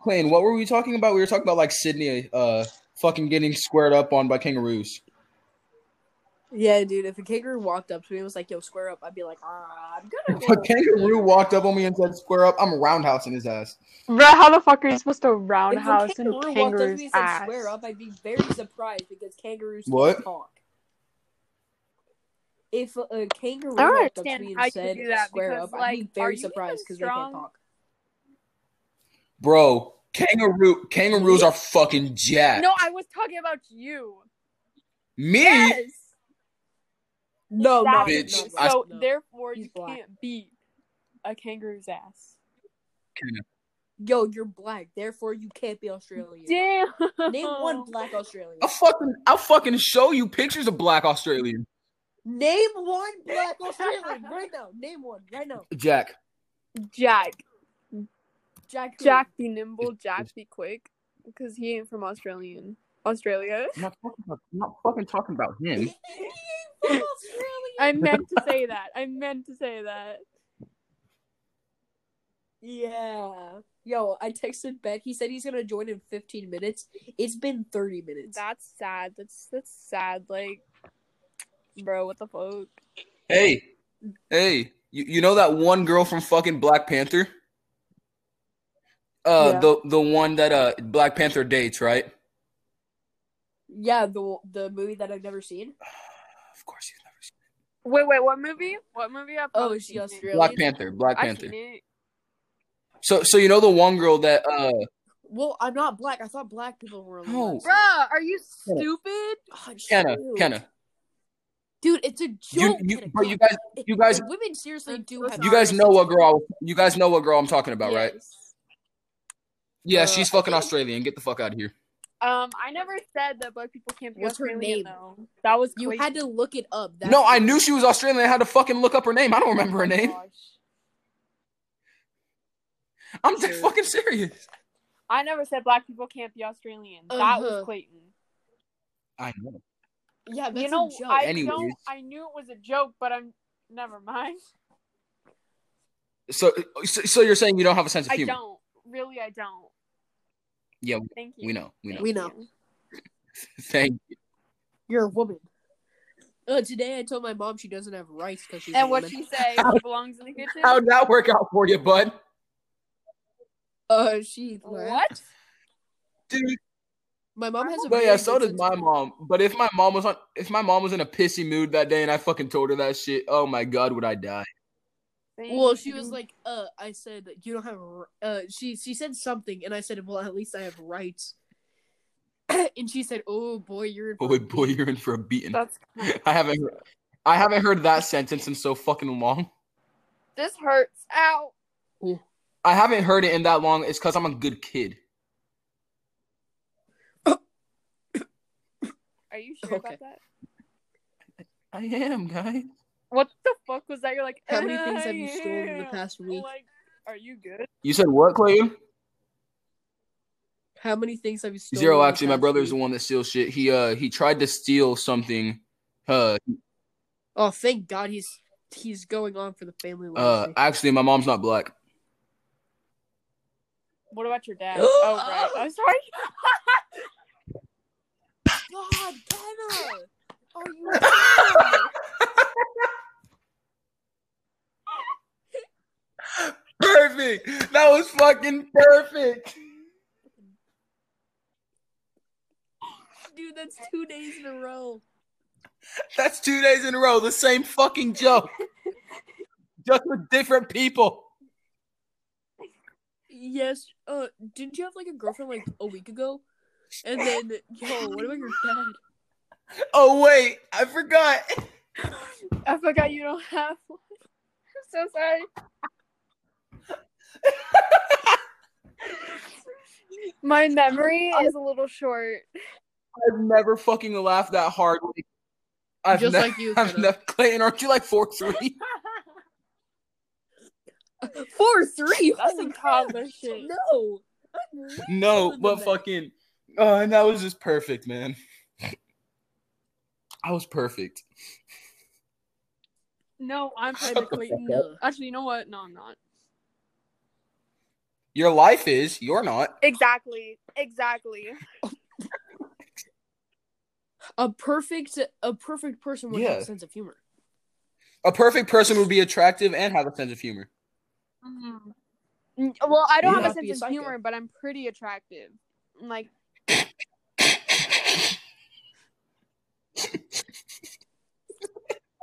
Speaker 1: Clayton, what were we talking about? We were talking about like Sydney, uh, fucking getting squared up on by kangaroos.
Speaker 2: Yeah, dude. If a kangaroo walked up to me and was like, "Yo, square up," I'd be like, "Ah, I'm gonna."
Speaker 1: If a kangaroo walked up on me and said "square up," I'm roundhousing his ass.
Speaker 3: Bro, how the fuck are you supposed to
Speaker 2: If a
Speaker 3: roundhouse and
Speaker 2: kangaroo walked up to me
Speaker 3: kangaroo's
Speaker 2: and said,
Speaker 3: ass?
Speaker 2: Swear up, I'd be very surprised because kangaroos
Speaker 1: What?
Speaker 2: can talk. If a, a kangaroo
Speaker 3: I don't
Speaker 2: walked up to
Speaker 3: understand
Speaker 2: me
Speaker 3: how you
Speaker 2: and said
Speaker 3: do that
Speaker 2: square
Speaker 3: because,
Speaker 2: up, I'd be
Speaker 3: like, are
Speaker 2: very
Speaker 3: you
Speaker 2: surprised
Speaker 3: even
Speaker 2: because they can't
Speaker 3: strong?
Speaker 2: talk.
Speaker 1: Bro, kangaroo kangaroos are fucking jacked.
Speaker 3: No, I was talking about you.
Speaker 1: me.
Speaker 3: Yes.
Speaker 2: No, no,
Speaker 3: That-
Speaker 1: Bitch,
Speaker 2: no,
Speaker 1: I-
Speaker 3: so
Speaker 2: no.
Speaker 3: therefore,
Speaker 2: He's
Speaker 3: you
Speaker 2: black.
Speaker 3: can't beat a kangaroo's ass.
Speaker 2: yo, you're black, therefore you can't be Australian.
Speaker 3: Damn.
Speaker 2: Name one black Australian.
Speaker 1: I'll fucking I'll fucking show you pictures of black Australian
Speaker 2: Name one black Australian right now. Name one right now.
Speaker 1: Jack.
Speaker 3: Jack.
Speaker 2: Jack. who?
Speaker 3: Jack be nimble. Jack be quick. Because he ain't from Australian. Australia.
Speaker 1: I'm not, fucking, I'm not fucking talking about
Speaker 2: He
Speaker 1: him.
Speaker 2: ain't from Australia.
Speaker 3: I meant to say that. I meant to say that.
Speaker 2: Yeah. Yo, I texted Beck. He said he's gonna join in 15 minutes. It's been 30 minutes.
Speaker 3: That's sad. That's that's sad. Like, bro, what the fuck?
Speaker 1: Hey, hey, you, you know that one girl from fucking Black Panther? Uh,
Speaker 2: Yeah.
Speaker 1: the the one that uh Black Panther dates, right?
Speaker 2: yeah, the the movie that I've never seen.
Speaker 1: Of course, you've never seen
Speaker 3: Wait, wait, what movie? What movie? I've
Speaker 2: Oh,
Speaker 3: probably
Speaker 2: is she
Speaker 3: seen it.
Speaker 2: Australian?
Speaker 1: Black Panther. Black
Speaker 3: I've
Speaker 1: Panther.
Speaker 3: seen it.
Speaker 1: So, so you know the one girl that uh,
Speaker 2: Well, I'm not black. I thought black people were. on the
Speaker 1: No.
Speaker 2: list.
Speaker 3: Bruh, are you stupid?
Speaker 2: Oh,
Speaker 1: Kenna,
Speaker 2: shoot.
Speaker 1: Kenna.
Speaker 2: Dude, it's a
Speaker 1: You,
Speaker 2: joke.
Speaker 1: you,
Speaker 2: Kenna,
Speaker 1: but
Speaker 2: come
Speaker 1: you
Speaker 2: on.
Speaker 1: guys, you guys,
Speaker 2: women seriously
Speaker 3: I'm
Speaker 2: do
Speaker 3: so
Speaker 2: have.
Speaker 3: sorry.
Speaker 1: you guys know what girl? I was, you guys know what girl I'm talking about, right?
Speaker 3: Yes.
Speaker 1: Yeah,
Speaker 2: Uh,
Speaker 1: she's fucking Australian. Get the fuck out of here.
Speaker 3: Um, I never said that black people can't be
Speaker 2: What's her
Speaker 3: Australian,
Speaker 2: name?
Speaker 3: though. That was
Speaker 2: You
Speaker 3: crazy.
Speaker 2: had to look it up. That's-
Speaker 1: No, I knew she was Australian. I had to fucking look up her name. I don't remember
Speaker 2: Oh
Speaker 1: her name.
Speaker 3: Gosh.
Speaker 1: I'm dead
Speaker 2: Dude.
Speaker 1: fucking serious.
Speaker 3: I never said black people can't be Australian. That was
Speaker 2: Uh-huh.
Speaker 3: Clayton.
Speaker 1: I know.
Speaker 2: Yeah, that's
Speaker 3: you know,
Speaker 2: a joke.
Speaker 3: I
Speaker 1: Anyways.
Speaker 3: don't. I knew it was a joke, but I'm. Never mind.
Speaker 1: So, so, so you're saying you don't have a sense of
Speaker 3: I
Speaker 1: humor?
Speaker 3: don't. Really, I don't.
Speaker 1: Yeah,
Speaker 3: Thank you.
Speaker 1: we know. We know.
Speaker 2: We know.
Speaker 1: Thank you.
Speaker 2: You're a woman. Uh, today I told my mom she doesn't have rice because she's a
Speaker 3: And what
Speaker 2: woman.
Speaker 3: she say?
Speaker 1: How-
Speaker 3: She belongs in the kitchen.
Speaker 1: How'd that work out for you, bud?
Speaker 2: uh, she
Speaker 1: Oh.
Speaker 3: What?
Speaker 1: Dude,
Speaker 2: My mom has a.
Speaker 1: but yeah,
Speaker 2: very
Speaker 1: so
Speaker 2: good
Speaker 1: does
Speaker 2: sense
Speaker 1: my
Speaker 2: of-
Speaker 1: mom. But if my mom was on, if my mom was in a pissy mood that day and I fucking told her that shit, oh my god, would I die?
Speaker 2: Well, she was like, "Uh, I said you don't have." r- Uh, she she said something, and I said, "Well, at least I have rights." and she said, "Oh boy, you're in."
Speaker 1: Boy, boy, you're in for a beating.
Speaker 3: "That's
Speaker 1: I haven't, heard- I haven't heard that sentence in so fucking long.
Speaker 3: this hurts." Ow.
Speaker 1: I haven't heard it in that long. It's because I'm a good kid.
Speaker 3: Are you sure
Speaker 2: Okay.
Speaker 3: about that?
Speaker 1: I am, guy.
Speaker 3: What the fuck was that? You're like,
Speaker 2: How many things have you
Speaker 3: "Uh,
Speaker 2: stolen in the
Speaker 3: yeah."
Speaker 2: past
Speaker 3: I'm
Speaker 2: week?
Speaker 3: Like, are you good?
Speaker 1: You said what, Clayton?
Speaker 2: How many things have you stolen? in
Speaker 1: Zero.
Speaker 2: the
Speaker 1: Actually, my
Speaker 2: past
Speaker 1: brother's the
Speaker 2: week?
Speaker 1: one that steals shit. He uh, he tried to steal something. Uh,
Speaker 2: Oh, thank God, he's he's going on for the family.
Speaker 1: uh.
Speaker 2: legacy.
Speaker 1: Actually, my mom's not black.
Speaker 3: What about your dad? oh, right. I'm sorry.
Speaker 2: God, Kenna! Are you okay?
Speaker 4: Perfect. That was fucking perfect.
Speaker 2: Dude, that's two days in a row.
Speaker 1: That's two days in a row. The same fucking joke. Just with different people.
Speaker 2: Yes. Uh, didn't you have like a girlfriend like a week ago? And then, yo, what about your dad?
Speaker 1: Oh, wait. I forgot.
Speaker 3: I forgot you don't have one. I'm so sorry. My memory is a little short.
Speaker 1: I've never fucking laughed that hard. I've
Speaker 2: Just
Speaker 1: ne-
Speaker 2: like you.
Speaker 1: I've
Speaker 2: Kenna.
Speaker 1: never, Clayton, aren't you like 4 3?
Speaker 2: Four three.
Speaker 3: That's
Speaker 2: holy
Speaker 3: some toddler
Speaker 2: crap.
Speaker 3: shit.
Speaker 2: No.
Speaker 1: no, but
Speaker 2: that.
Speaker 1: fucking. Oh, and that was just perfect, man. I was perfect.
Speaker 3: No, I'm
Speaker 1: Shut
Speaker 3: Tyler
Speaker 1: the
Speaker 3: Clayton.
Speaker 4: fuck
Speaker 3: Actually, you know what? No, I'm not.
Speaker 1: Your life is, you're not.
Speaker 3: Exactly. Exactly.
Speaker 2: A perfect, a perfect person would have
Speaker 1: Yeah.
Speaker 2: a sense of humor.
Speaker 1: A perfect person would be attractive and have a sense of humor.
Speaker 3: Mm, Mm-hmm. Well, I don't
Speaker 4: You
Speaker 3: have a
Speaker 2: might be a
Speaker 3: sense of
Speaker 2: psycho.
Speaker 3: humor, but I'm pretty attractive. I'm Like,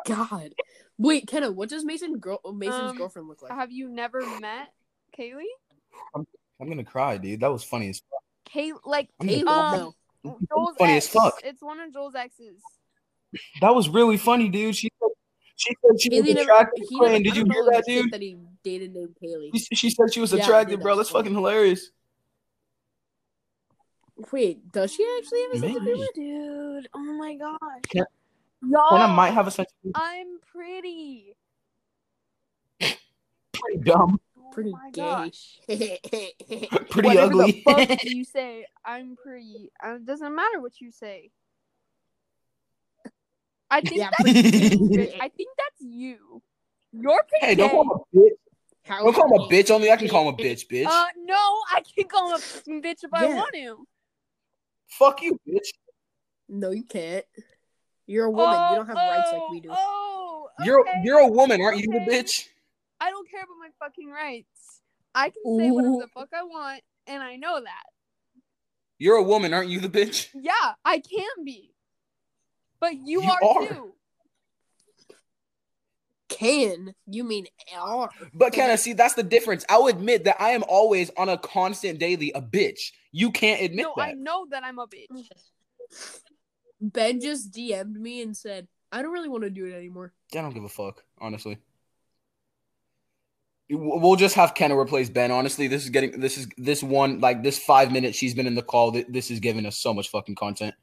Speaker 2: God. Wait, Kenna, what does Mason girl Mason's
Speaker 3: Um,
Speaker 2: girlfriend look like?
Speaker 3: have you never met Kaylee?
Speaker 1: I'm gonna cry, dude. That was funny as fuck.
Speaker 3: Kay, like
Speaker 1: I'm
Speaker 2: Hey,
Speaker 1: gonna-
Speaker 3: um,
Speaker 2: no.
Speaker 3: Joel's
Speaker 1: Funny
Speaker 3: ex.
Speaker 1: as fuck.
Speaker 3: It's one of Joel's exes.
Speaker 1: That was really funny, dude. She said she, said she
Speaker 2: Kaylee
Speaker 1: was
Speaker 2: never-
Speaker 1: attractive.
Speaker 2: he
Speaker 1: Clayton,
Speaker 2: never-
Speaker 1: did
Speaker 2: I
Speaker 1: you
Speaker 2: don't
Speaker 1: hear
Speaker 2: know
Speaker 1: that,
Speaker 2: the chick
Speaker 1: dude?
Speaker 2: That he dated named Kaylee.
Speaker 1: She, she said she was
Speaker 2: Yeah, I
Speaker 1: attractive,
Speaker 2: did.
Speaker 1: bro. That's fucking hilarious.
Speaker 2: Wait, does she actually have a sense of
Speaker 1: Maybe.
Speaker 2: humor?
Speaker 3: Dude, oh my gosh.
Speaker 1: Can-
Speaker 3: Y'all,
Speaker 1: Clayton might have a sense of
Speaker 3: I'm pretty.
Speaker 1: pretty dumb,
Speaker 3: Oh
Speaker 2: Pretty
Speaker 3: my
Speaker 2: gay.
Speaker 3: gosh.
Speaker 1: pretty
Speaker 3: Whatever
Speaker 1: ugly.
Speaker 3: The fuck you say I'm pretty. Uh, It doesn't matter what you say. I think
Speaker 2: Yeah,
Speaker 3: that's
Speaker 1: pretty-
Speaker 3: I think that's you. You're pretty.
Speaker 1: hey, don't
Speaker 3: gay.
Speaker 1: call him a bitch.
Speaker 2: How
Speaker 1: Don't call him a bitch. Only I can call him a bitch, bitch.
Speaker 3: Uh, no, I can call him a fucking bitch if I
Speaker 2: Yeah.
Speaker 3: want to.
Speaker 1: fuck you, bitch.
Speaker 2: No, you can't. You're a woman. you don't have rights like we do.
Speaker 3: Oh,
Speaker 1: You're
Speaker 3: okay.
Speaker 1: you're a woman, aren't you,
Speaker 3: okay.
Speaker 1: bitch?
Speaker 3: I don't care about my fucking rights. I can say whatever the
Speaker 2: Ooh.
Speaker 3: fuck I want, and I know that.
Speaker 1: You're a woman, aren't you, the bitch?
Speaker 3: Yeah, I can be. But you,
Speaker 1: You
Speaker 3: are,
Speaker 1: are.
Speaker 3: too.
Speaker 2: Can you mean are?
Speaker 1: But can I see? That's the difference. I'll admit that I am always on a constant daily a bitch. You can't admit
Speaker 3: No,
Speaker 1: that.
Speaker 3: I know that I'm a bitch.
Speaker 2: Ben just DM'd me and said, "I don't really want to do it anymore."
Speaker 1: I don't give a fuck, honestly. W- We'll just have Kenna replace Ben. Honestly, this is getting this is this one like this five minutes she's been in the call. th- This is giving us so much fucking content.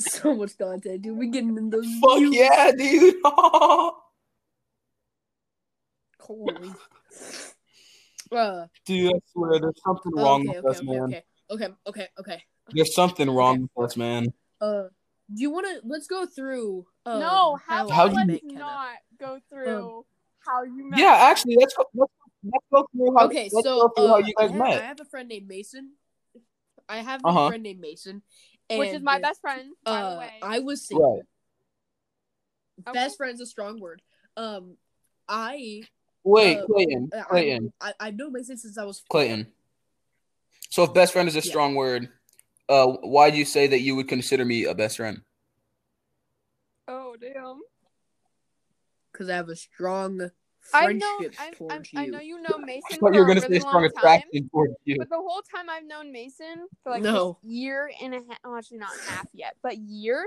Speaker 2: So much content, dude. We getting in those
Speaker 1: Fuck
Speaker 2: views.
Speaker 1: yeah, dude!
Speaker 2: Holy. Uh,
Speaker 1: dude, I swear, there's something wrong
Speaker 2: okay, okay,
Speaker 1: with us,
Speaker 2: okay,
Speaker 1: man.
Speaker 2: okay, okay, okay, okay.
Speaker 1: There's something wrong with us, man.
Speaker 2: Uh, do you want to? Let's go through. Uh,
Speaker 3: no,
Speaker 1: how
Speaker 3: how, how
Speaker 1: do
Speaker 2: I
Speaker 1: you-
Speaker 3: let's
Speaker 2: met Kenna.
Speaker 3: not go through how you met.
Speaker 1: Yeah, actually, let's go. Let's, let's go through how.
Speaker 2: Okay,
Speaker 1: let's go
Speaker 2: so
Speaker 1: through how
Speaker 2: uh,
Speaker 1: you guys
Speaker 2: I, have, I
Speaker 1: met.
Speaker 2: have a friend named Mason. I have
Speaker 1: Uh-huh.
Speaker 2: a friend named Mason,
Speaker 3: which is
Speaker 2: and,
Speaker 3: my
Speaker 2: uh,
Speaker 3: best friend, by the
Speaker 2: Uh,
Speaker 3: way.
Speaker 2: I was single.
Speaker 1: Right.
Speaker 2: Best friend's a strong word. Um, I
Speaker 1: Wait,
Speaker 2: uh,
Speaker 1: Clayton.
Speaker 2: Uh,
Speaker 1: Clayton.
Speaker 2: I, I, I've known Mason since I was
Speaker 1: Clayton. So, if best friend is a
Speaker 2: Yeah.
Speaker 1: strong word, uh, why do you say that you would consider me a best friend?
Speaker 3: oh damn!
Speaker 2: because I have a strong
Speaker 3: I know,
Speaker 2: friendship
Speaker 3: I, I,
Speaker 2: towards you.
Speaker 3: I know you know Mason.
Speaker 1: But
Speaker 3: for
Speaker 1: you're
Speaker 3: a
Speaker 1: gonna
Speaker 3: really
Speaker 1: say strong
Speaker 3: long time,
Speaker 1: attraction towards you.
Speaker 3: But the whole time I've known Mason for like
Speaker 2: No.
Speaker 3: this year and a half, well, actually not half yet, but year.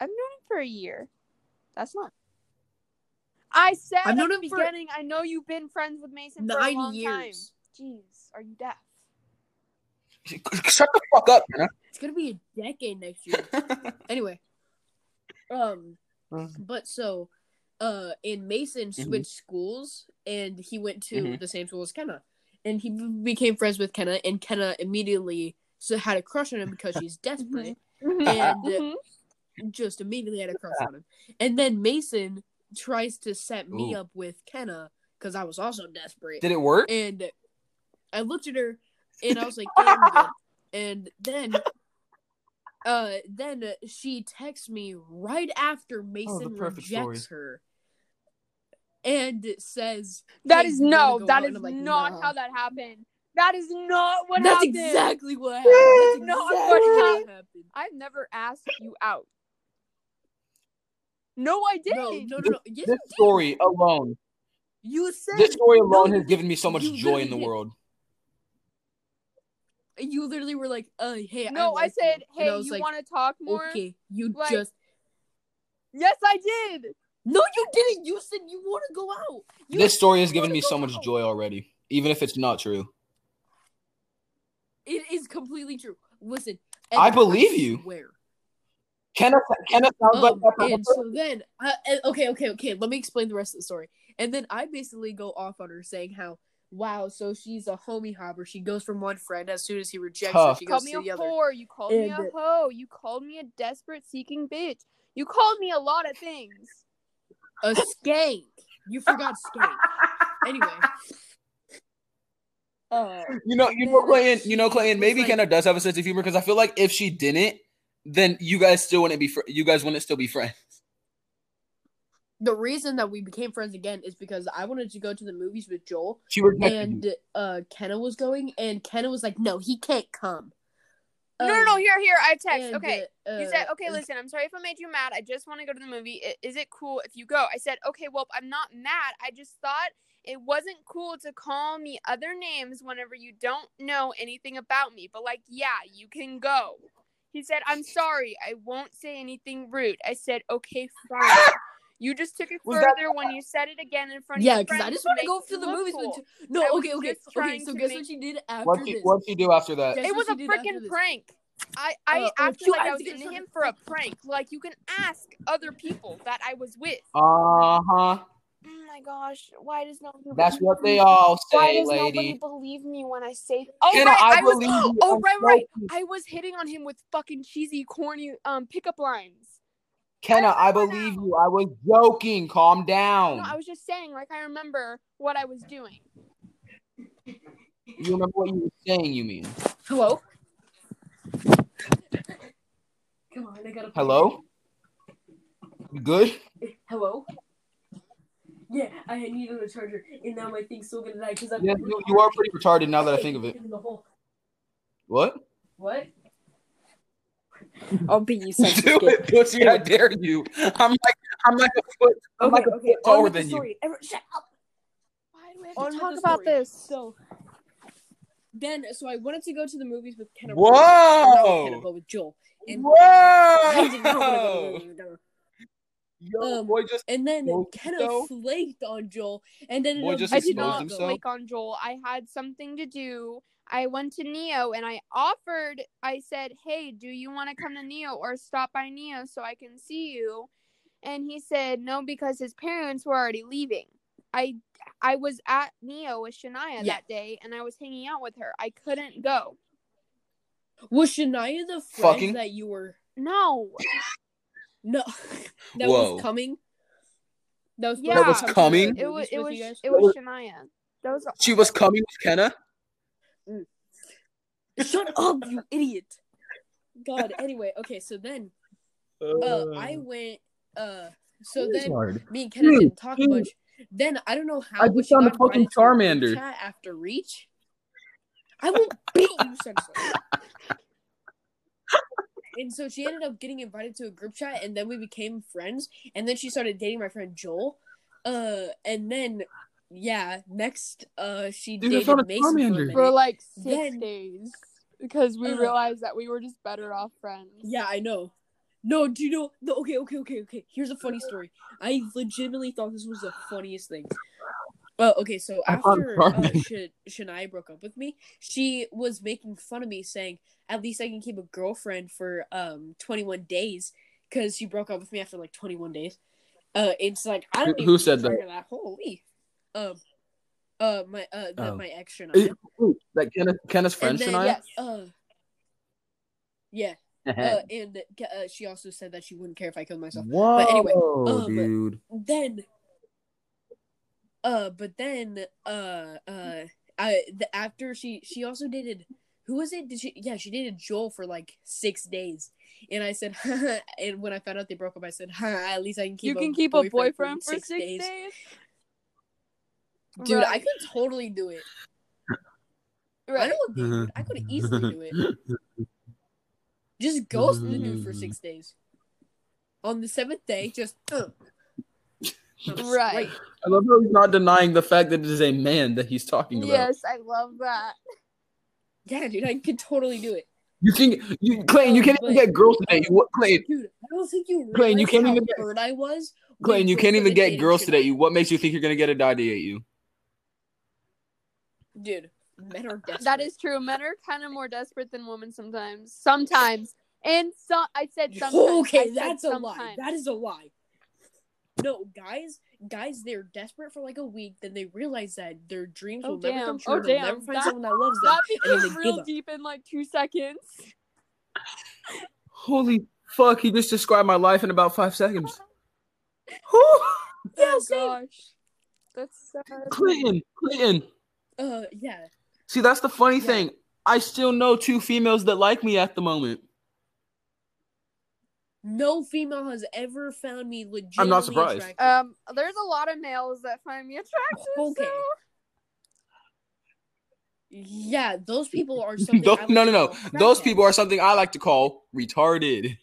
Speaker 3: I've known him for a year. That's not. I said
Speaker 2: I've known
Speaker 3: at the
Speaker 2: him for-
Speaker 3: beginning. I know you've been friends with Mason for a
Speaker 2: Nine
Speaker 3: long
Speaker 2: years.
Speaker 3: time. Jeez, are you deaf?
Speaker 1: Shut the fuck up, man.
Speaker 2: It's gonna be a decade next year. anyway, um,
Speaker 1: Mhm.
Speaker 2: but so, uh, and Mason
Speaker 1: Mhm.
Speaker 2: switched schools and he went to
Speaker 1: Mhm.
Speaker 2: the same school as Kenna, and he b- became friends with Kenna, and Kenna immediately so had a crush on him because she's desperate. And, uh,
Speaker 3: Mhm.
Speaker 2: just immediately had a crush on him. And then Mason tries to set me
Speaker 1: Ooh.
Speaker 2: up with Kenna, because I was also desperate.
Speaker 1: Did it work?
Speaker 2: And I looked at her and I was like, "Damn, good." And then, uh, then she texts me right after Mason
Speaker 1: Oh, perfect
Speaker 2: rejects her, and says,
Speaker 3: That
Speaker 2: Hey,
Speaker 3: is
Speaker 2: you wanna
Speaker 3: no.
Speaker 2: go
Speaker 3: That
Speaker 2: out? And
Speaker 3: is
Speaker 2: I'm like,
Speaker 3: not
Speaker 2: nah.
Speaker 3: how that happened. That is not what
Speaker 2: "That's
Speaker 3: happened.
Speaker 2: exactly what happened."
Speaker 3: No,
Speaker 2: That's exactly
Speaker 3: unfortunately-
Speaker 2: what happened.
Speaker 3: I've never asked you out. No, I
Speaker 2: No,
Speaker 3: didn't.
Speaker 2: no, no, no. Yes,
Speaker 1: This story alone,
Speaker 2: you said
Speaker 1: this story alone
Speaker 2: No,
Speaker 1: has given me so much
Speaker 2: you
Speaker 1: joy
Speaker 2: really
Speaker 1: in the
Speaker 2: did.
Speaker 1: world.
Speaker 2: you literally were like, "Uh, hey,
Speaker 3: No, I
Speaker 2: like you."
Speaker 3: said,
Speaker 2: And
Speaker 3: hey,
Speaker 2: I was
Speaker 3: you
Speaker 2: like,
Speaker 3: want to talk more?
Speaker 2: Okay, you
Speaker 3: Like-
Speaker 2: just
Speaker 3: Yes, I did.
Speaker 2: no, you didn't. You said you want to go out. You
Speaker 1: This story has
Speaker 2: you
Speaker 1: given
Speaker 2: wanna
Speaker 1: me
Speaker 2: go
Speaker 1: so much
Speaker 2: out.
Speaker 1: joy already, even if it's not true.
Speaker 2: It is completely true. Listen,
Speaker 1: I
Speaker 2: Evan,
Speaker 1: believe you.
Speaker 2: Where?
Speaker 1: Kenneth, Kenneth sounds like
Speaker 2: Um,
Speaker 1: that. person.
Speaker 2: and so then, I, and- okay, okay, okay. Let me explain the rest of the story. And then I basically go off on her saying how, wow, so she's a homie hopper. She goes from one friend as soon as he rejects
Speaker 1: Tough.
Speaker 2: her, she
Speaker 3: You called
Speaker 2: goes
Speaker 3: me
Speaker 2: to the
Speaker 3: a
Speaker 2: other.
Speaker 3: whore. You called me a
Speaker 2: And-
Speaker 3: hoe. You called me a desperate seeking bitch. You called me a lot of things.
Speaker 2: A skank. You forgot skank. Anyway. Uh,
Speaker 1: You know, you know,
Speaker 2: Yeah,
Speaker 1: Clayton. You know,
Speaker 2: she
Speaker 1: Clayton.
Speaker 2: was
Speaker 1: Maybe
Speaker 2: like-
Speaker 1: Kenna does have a sense of humor because I feel like if she didn't, then you guys still wouldn't be. Fr- you guys wouldn't still be friends.
Speaker 2: the reason that we became friends again is because I wanted to go to the movies with Joel,
Speaker 1: She rejected you.
Speaker 2: and uh, Kenna was going, and Kenna was like, "No, he can't come."
Speaker 3: no, no, no.
Speaker 2: Um,
Speaker 3: Here, here. I have text.
Speaker 2: and,
Speaker 3: okay.
Speaker 2: uh,
Speaker 3: You said, okay,
Speaker 2: uh,
Speaker 3: listen, I'm sorry if I made you mad. I just want to go to the movie. I- Is it cool if you go? I said, okay, well, I'm not mad. I just thought it wasn't cool to call me other names whenever you don't know anything about me. But, like, yeah, you can go. He said, I'm sorry. I won't say anything rude. I said, okay, fine. You just took it
Speaker 1: Was
Speaker 3: further
Speaker 1: that-
Speaker 3: when you said it again in front
Speaker 2: Yeah,
Speaker 3: of your
Speaker 2: because I
Speaker 3: friends
Speaker 2: just want
Speaker 3: make
Speaker 2: to go
Speaker 3: you
Speaker 2: to the
Speaker 3: look
Speaker 2: movies.
Speaker 3: cool.
Speaker 2: With t- no,
Speaker 3: I was
Speaker 2: okay, okay,
Speaker 3: just
Speaker 2: okay.
Speaker 3: trying
Speaker 2: So
Speaker 3: to
Speaker 2: guess
Speaker 3: make-
Speaker 2: what she did after
Speaker 1: What'd she,
Speaker 2: this?
Speaker 1: what'd she do after that?
Speaker 2: Guess
Speaker 3: It
Speaker 2: what
Speaker 3: was
Speaker 2: she
Speaker 3: a
Speaker 2: did after
Speaker 3: freaking
Speaker 2: this?
Speaker 3: prank. I I
Speaker 2: Uh, oh,
Speaker 3: acted
Speaker 2: shoot,
Speaker 3: like
Speaker 2: I
Speaker 3: I
Speaker 2: was
Speaker 3: was
Speaker 2: gonna
Speaker 3: into
Speaker 2: say-
Speaker 3: him for a prank. Like you can ask other people that I was with.
Speaker 1: Uh huh.
Speaker 3: Oh my gosh, why does nobody?
Speaker 1: That's
Speaker 3: believe
Speaker 1: what they
Speaker 3: me?
Speaker 1: all
Speaker 3: Why
Speaker 1: say,
Speaker 3: does nobody
Speaker 1: lady.
Speaker 3: believe me when I say? Oh
Speaker 1: Kenna,
Speaker 3: right, I, was.
Speaker 1: believe you.
Speaker 3: Oh
Speaker 1: I'm
Speaker 3: right,
Speaker 1: so
Speaker 3: right.
Speaker 1: cute.
Speaker 3: I was hitting on him with fucking cheesy, corny um pickup lines.
Speaker 1: Kenna, I
Speaker 3: remember
Speaker 1: believe
Speaker 3: now.
Speaker 1: you. I was joking. Calm down.
Speaker 3: No, I was just saying. Like I remember what I was doing.
Speaker 1: You remember what you were saying? You mean?
Speaker 2: Hello. Come on, I gotta.
Speaker 1: Hello. You good?
Speaker 2: Hello. Yeah, I needed a charger, and now my thing's still gonna die because I'm.
Speaker 1: Yeah, you, you are pretty retarded now that I think of it. What?
Speaker 2: What? I'll beat you, son.
Speaker 1: Do it, pussy! I dare you. I'm like, I'm like a foot. I'm like a foot
Speaker 2: oh,
Speaker 1: taller than you.
Speaker 2: shut up.
Speaker 3: Why do we have
Speaker 2: On
Speaker 3: to
Speaker 2: with
Speaker 3: talk
Speaker 2: the
Speaker 3: about
Speaker 2: story.
Speaker 3: this?
Speaker 2: So then, so I wanted to go to the movies with Kenna.
Speaker 1: Whoa!
Speaker 2: Not with Kenna, but with Joel. And I did not want
Speaker 1: Whoa!
Speaker 2: to go to the movies with her.
Speaker 1: Yo,
Speaker 2: Um,
Speaker 1: boy, just
Speaker 2: And then
Speaker 1: Well,
Speaker 2: Kenna
Speaker 1: so-
Speaker 2: flaked on Joel, and then
Speaker 1: Boy just
Speaker 3: I did not
Speaker 1: exposed himself.
Speaker 3: flake on Joel. I had something to do. I went to Neo and I offered, I said, Hey, do you want to come to Neo or stop by Neo so I can see you? And he said no because his parents were already leaving. I I was at Neo with Shania
Speaker 2: Yeah.
Speaker 3: that day and I was hanging out with her. I couldn't go.
Speaker 2: Was Shania the friend
Speaker 1: Fucking-
Speaker 2: that you were?
Speaker 3: No.
Speaker 2: No, that
Speaker 1: Whoa.
Speaker 2: was coming. That was
Speaker 3: Yeah.
Speaker 2: supposed to
Speaker 3: That
Speaker 2: come
Speaker 1: was
Speaker 2: to
Speaker 1: coming?
Speaker 2: the
Speaker 3: It was
Speaker 2: movies
Speaker 3: it
Speaker 2: with
Speaker 3: was
Speaker 2: you guys?
Speaker 3: it was Shania. That was
Speaker 1: she was coming with Kenna.
Speaker 2: Shut up, you idiot! God. Anyway, okay. So then, uh, I went. Uh, so then me and Kenna
Speaker 1: Dude,
Speaker 2: didn't talk
Speaker 1: dude.
Speaker 2: much. Then I don't know how.
Speaker 1: I just
Speaker 2: but she
Speaker 1: found a
Speaker 2: got
Speaker 1: fucking
Speaker 2: invited to group
Speaker 1: Charmander.
Speaker 2: chat after Reach. I will beat you, Sensei. and so she ended up getting invited to a group chat, and then we became friends. And then she started dating my friend Joel. Uh, and then yeah, next uh, she
Speaker 1: Dude, I
Speaker 2: dated
Speaker 1: found a
Speaker 2: Mason for a
Speaker 1: Charmander.
Speaker 2: minute.
Speaker 3: for like six
Speaker 2: Then-
Speaker 3: days. Because we
Speaker 2: Uh.
Speaker 3: realized that we were just better off friends.
Speaker 2: Yeah, I know. No, do you know? No, okay, okay, okay, okay. Here's a funny story. I legitimately thought this was the funniest thing. Uh, okay, so
Speaker 1: I found
Speaker 2: after
Speaker 1: it
Speaker 2: uh,
Speaker 1: funny.
Speaker 2: Sh- Shania broke up with me, she was making fun of me, saying, "At least I can keep a girlfriend for um 21 days," because she broke up with me after like 21 days. Uh, it's like I don't.
Speaker 1: Who-
Speaker 2: even
Speaker 1: who said
Speaker 2: remember that? Holy. Um. Uh, my uh, the,
Speaker 1: Oh.
Speaker 2: my ex Shania.
Speaker 1: Like Kenna, Kenna's friend
Speaker 2: And then,
Speaker 1: Shania.
Speaker 3: yes.
Speaker 2: Uh. Yeah. Uh, and uh, she also said that she uh, wouldn't care if I killed myself.
Speaker 1: Whoa,
Speaker 2: anyway, um,
Speaker 1: dude.
Speaker 2: Then, uh, Uh, but then uh uh I the, after she she also dated who was it? Did she? Yeah, she dated Joel for like six days, and I said, and when I found out they broke up, I said, at least I can keep
Speaker 3: you can keep a boyfriend for
Speaker 2: six days. Dude,
Speaker 3: Right.
Speaker 2: I could totally do it. I
Speaker 3: Right.
Speaker 2: know, dude. I could easily do it. Just ghost the dude for six days. On the seventh day, just uh,
Speaker 3: Right.
Speaker 1: I love how he's not denying the fact that it is a man that he's talking about.
Speaker 3: Yes, I love that.
Speaker 2: yeah, dude, I could totally do it,
Speaker 1: You can, you Clayton, you can't even get girls to date. You what, Clayton?
Speaker 2: dude. I don't think you.
Speaker 1: Clayton, you
Speaker 2: realize
Speaker 1: can't
Speaker 2: how
Speaker 1: even get-
Speaker 2: hurt I was. when
Speaker 1: Clayton, you
Speaker 2: Joel
Speaker 1: can't even
Speaker 2: started
Speaker 1: get
Speaker 2: dating
Speaker 1: girls to
Speaker 2: Chanel.
Speaker 1: date you. What makes you think you're gonna get a guy to date you?
Speaker 2: dude. Men are desperate.
Speaker 3: That is true. Men are kind of more desperate than women sometimes. Sometimes. And so I said sometimes. I
Speaker 2: okay.
Speaker 3: said
Speaker 2: That's a lie.
Speaker 3: sometimes.
Speaker 2: That is a lie. No, guys, guys, they're desperate for like a week. Then they realize that their dreams
Speaker 3: Oh,
Speaker 2: will never
Speaker 3: damn.
Speaker 2: come true.
Speaker 3: Oh,
Speaker 2: they'll
Speaker 3: damn.
Speaker 2: never find
Speaker 3: That-
Speaker 2: someone that loves them.
Speaker 3: That
Speaker 2: and then
Speaker 3: became
Speaker 2: they give
Speaker 3: real
Speaker 2: up.
Speaker 3: deep in like two seconds.
Speaker 1: Holy fuck! He just described my life in about five seconds.
Speaker 2: Yeah,
Speaker 3: oh
Speaker 2: same.
Speaker 3: gosh. That's sad.
Speaker 1: Clayton, Clayton.
Speaker 2: Uh, yeah.
Speaker 1: See, that's the funny
Speaker 2: Yeah.
Speaker 1: thing. I still know two females that like me at the moment.
Speaker 2: No female has ever found me legit.
Speaker 1: surprised.
Speaker 3: Um, there's a lot of males that find me attractive.
Speaker 2: Okay.
Speaker 3: Uh, so-
Speaker 2: yeah, those people are something.
Speaker 1: Those,
Speaker 2: I would
Speaker 1: no, no, no.
Speaker 2: call
Speaker 1: Those
Speaker 2: crackheads.
Speaker 1: people are something I like to call retarded.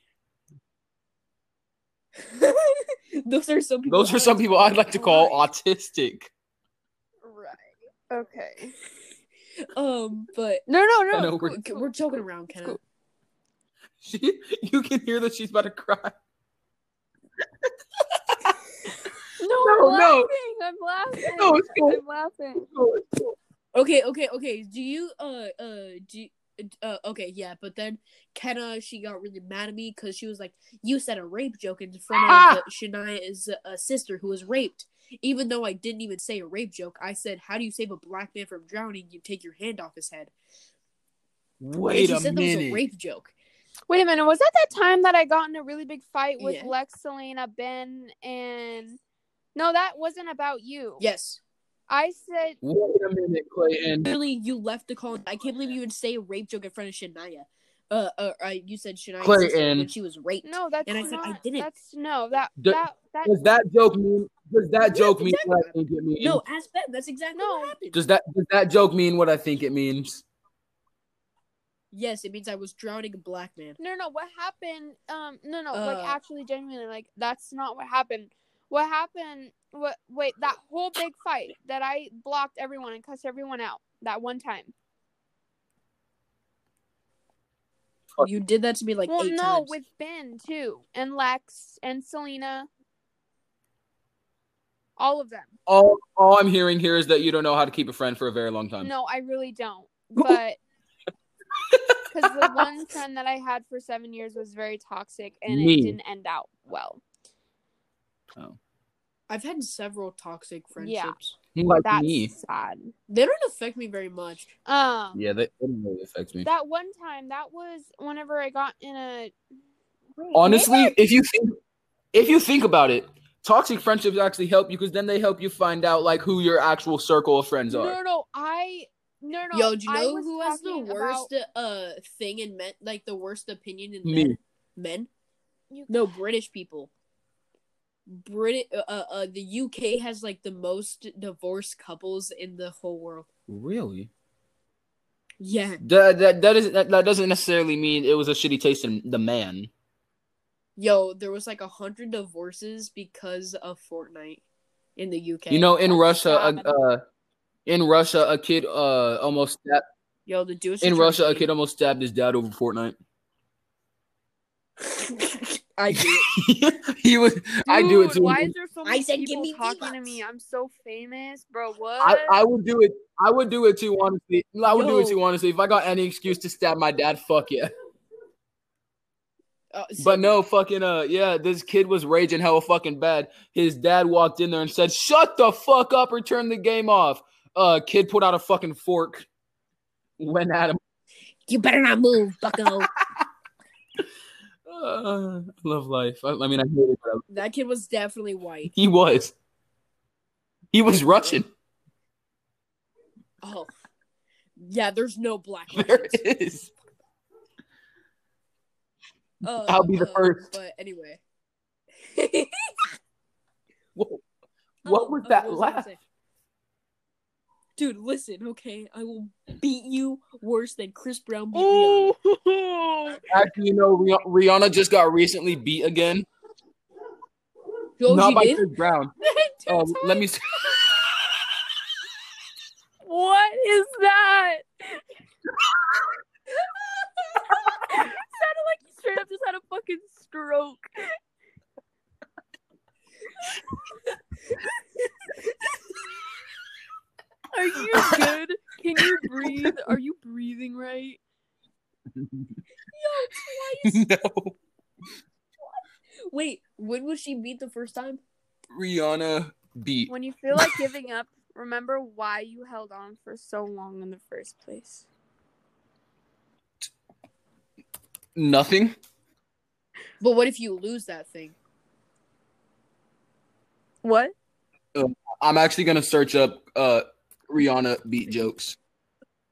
Speaker 2: those are some. People
Speaker 1: Those are some people I'd like to call autistic.
Speaker 3: Right. Okay.
Speaker 2: Um, but
Speaker 3: No, no, no.
Speaker 1: I know
Speaker 3: it's
Speaker 1: we're-
Speaker 3: cool, it's
Speaker 2: okay,
Speaker 3: cool.
Speaker 2: we're joking around, Kenna.
Speaker 3: cool.
Speaker 1: She, you can hear that she's about to cry.
Speaker 3: No,
Speaker 1: No,
Speaker 3: I'm
Speaker 1: no.
Speaker 3: laughing. I'm laughing.
Speaker 1: No, it's cool.
Speaker 3: I'm laughing.
Speaker 2: Okay, okay, okay. Do you uh uh do you, uh okay yeah, but then Kenna she got really mad at me because she was like, "You said a rape joke in front
Speaker 1: Ah!
Speaker 2: of the, Shania's uh, sister who was raped." Even though I didn't even say a rape joke, I said, "How do you save a black man from drowning? You take your hand off his head." And
Speaker 1: Wait
Speaker 2: she
Speaker 1: a
Speaker 2: said that was a
Speaker 1: minute.
Speaker 2: rape joke.
Speaker 3: Wait a minute. Was that that time that I got in a really big fight with
Speaker 2: Yeah.
Speaker 3: Lex, Selena, Ben, and no, that wasn't about you.
Speaker 2: Yes,
Speaker 3: I said
Speaker 1: Wait a minute, Clayton.
Speaker 2: really, you left the call. I can't believe you would say a rape joke in front of Shania. Uh, uh, uh you said Shania's sister
Speaker 1: Clayton.
Speaker 2: when she was raped.
Speaker 3: no. That's
Speaker 2: And I
Speaker 3: not,
Speaker 2: said I didn't.
Speaker 3: That's no. That
Speaker 1: D-
Speaker 3: that that.
Speaker 1: Does that joke mean? Does that joke mean
Speaker 2: exactly.
Speaker 1: what I think it means?
Speaker 2: No, ask Ben. That's exactly
Speaker 3: No.
Speaker 2: what happened.
Speaker 1: Does that does that joke mean what I think it means?
Speaker 2: Yes, it means I was drowning a black man.
Speaker 3: No, no. What happened? Um, no, no.
Speaker 2: Uh.
Speaker 3: like actually, genuinely, like that's not what happened. What happened? What? Wait, that whole big fight that I blocked everyone and cussed everyone out that one time.
Speaker 1: Fuck.
Speaker 2: You did that to me like
Speaker 3: well,
Speaker 2: eight
Speaker 3: no,
Speaker 2: times.
Speaker 3: with Ben too, and Lex and Selena. All of them.
Speaker 1: All all I'm hearing here is that you don't know how to keep a friend for a very long time.
Speaker 3: No, I really don't. But because the one friend that I had for seven years was very toxic and
Speaker 1: Me.
Speaker 3: it didn't end out well.
Speaker 2: I've had several toxic friendships.
Speaker 3: Yeah.
Speaker 1: Like
Speaker 3: That's
Speaker 1: me.
Speaker 3: sad.
Speaker 2: They don't affect me very much.
Speaker 3: Um,
Speaker 1: Yeah, that it really affects me.
Speaker 3: that one time, that was whenever I got in a. Wait,
Speaker 1: Honestly, if you think if you think about it, toxic friendships actually help you because then they help you find out like who your actual circle of friends
Speaker 3: no,
Speaker 1: are.
Speaker 3: no, no, I no, no.
Speaker 2: Yo, do you
Speaker 3: I
Speaker 2: know
Speaker 3: was
Speaker 2: who has the
Speaker 3: talking
Speaker 2: worst
Speaker 3: about-
Speaker 2: uh thing in men? Like the worst opinion in
Speaker 1: Me.
Speaker 2: men? Men?
Speaker 3: You-
Speaker 2: No, British people. Brit uh, uh uh, the UK has like the most divorced couples in the whole world.
Speaker 1: Really?
Speaker 2: Yeah,
Speaker 1: That that that is that, that doesn't necessarily mean it was a shitty taste in the man.
Speaker 2: yo, there was like a hundred divorces because of Fortnite in the UK.
Speaker 1: You know, in
Speaker 3: That's
Speaker 1: Russia,
Speaker 3: sad.
Speaker 1: a, uh, in Russia, a kid uh almost stabbed,
Speaker 2: yo, the Jewish
Speaker 1: in
Speaker 2: attorney-
Speaker 1: Russia, a kid almost stabbed his dad over Fortnite.
Speaker 2: I do. it.
Speaker 1: he was. I do it
Speaker 3: Dude,
Speaker 1: too.
Speaker 3: Why is there so many
Speaker 2: said, "Give
Speaker 3: people
Speaker 2: me
Speaker 3: talking to
Speaker 2: V-Bucks."
Speaker 3: me? I'm so famous, bro. What?
Speaker 1: I, I would do it. I would do it too. Honestly, I would do it
Speaker 2: Yo.
Speaker 1: too. Honestly, if I got any excuse to stab my dad, fuck yeah.
Speaker 2: Uh, so-
Speaker 1: But no, fucking uh, yeah. This kid was raging hell fucking bad. His dad walked in there and said, "Shut the fuck up or turn the game off." Uh, kid pulled out a fucking fork. Went at him.
Speaker 2: You better not move, Bucko.
Speaker 1: Uh, love life. I, I mean, I hate it. But I-
Speaker 2: that kid was definitely white.
Speaker 1: he was. He was Russian.
Speaker 2: Oh, yeah. There's no black.
Speaker 1: There
Speaker 2: Russians.
Speaker 1: it is.
Speaker 2: Uh,
Speaker 1: I'll be the
Speaker 2: uh,
Speaker 1: first.
Speaker 2: But anyway.
Speaker 1: Whoa. What
Speaker 2: Oh,
Speaker 1: was
Speaker 2: uh,
Speaker 1: that
Speaker 2: I gonna
Speaker 1: laugh?
Speaker 2: say? Dude, listen, okay? I will beat you worse than Chris Brown beat
Speaker 1: Mm,
Speaker 2: Rihanna.
Speaker 3: Oh,
Speaker 1: Actually, you know, Rih- Rihanna just got recently beat again.
Speaker 2: Oh,
Speaker 1: Not
Speaker 2: she
Speaker 1: by
Speaker 2: did?
Speaker 1: Chris Brown.
Speaker 3: Two
Speaker 1: Um, let me.
Speaker 3: What is that? Sounded like you straight up just had a fucking stroke. Are you good? Can you breathe? Are you breathing right?
Speaker 2: Yo, twice.
Speaker 1: no.
Speaker 2: Wait, when was she beat the first time?
Speaker 1: Rihanna beat.
Speaker 3: When you feel like giving up, remember why you held on for so long in the first place.
Speaker 1: Nothing.
Speaker 2: But what if you lose that thing?
Speaker 3: What?
Speaker 1: I'm actually going to search up uh, Rihanna beat jokes.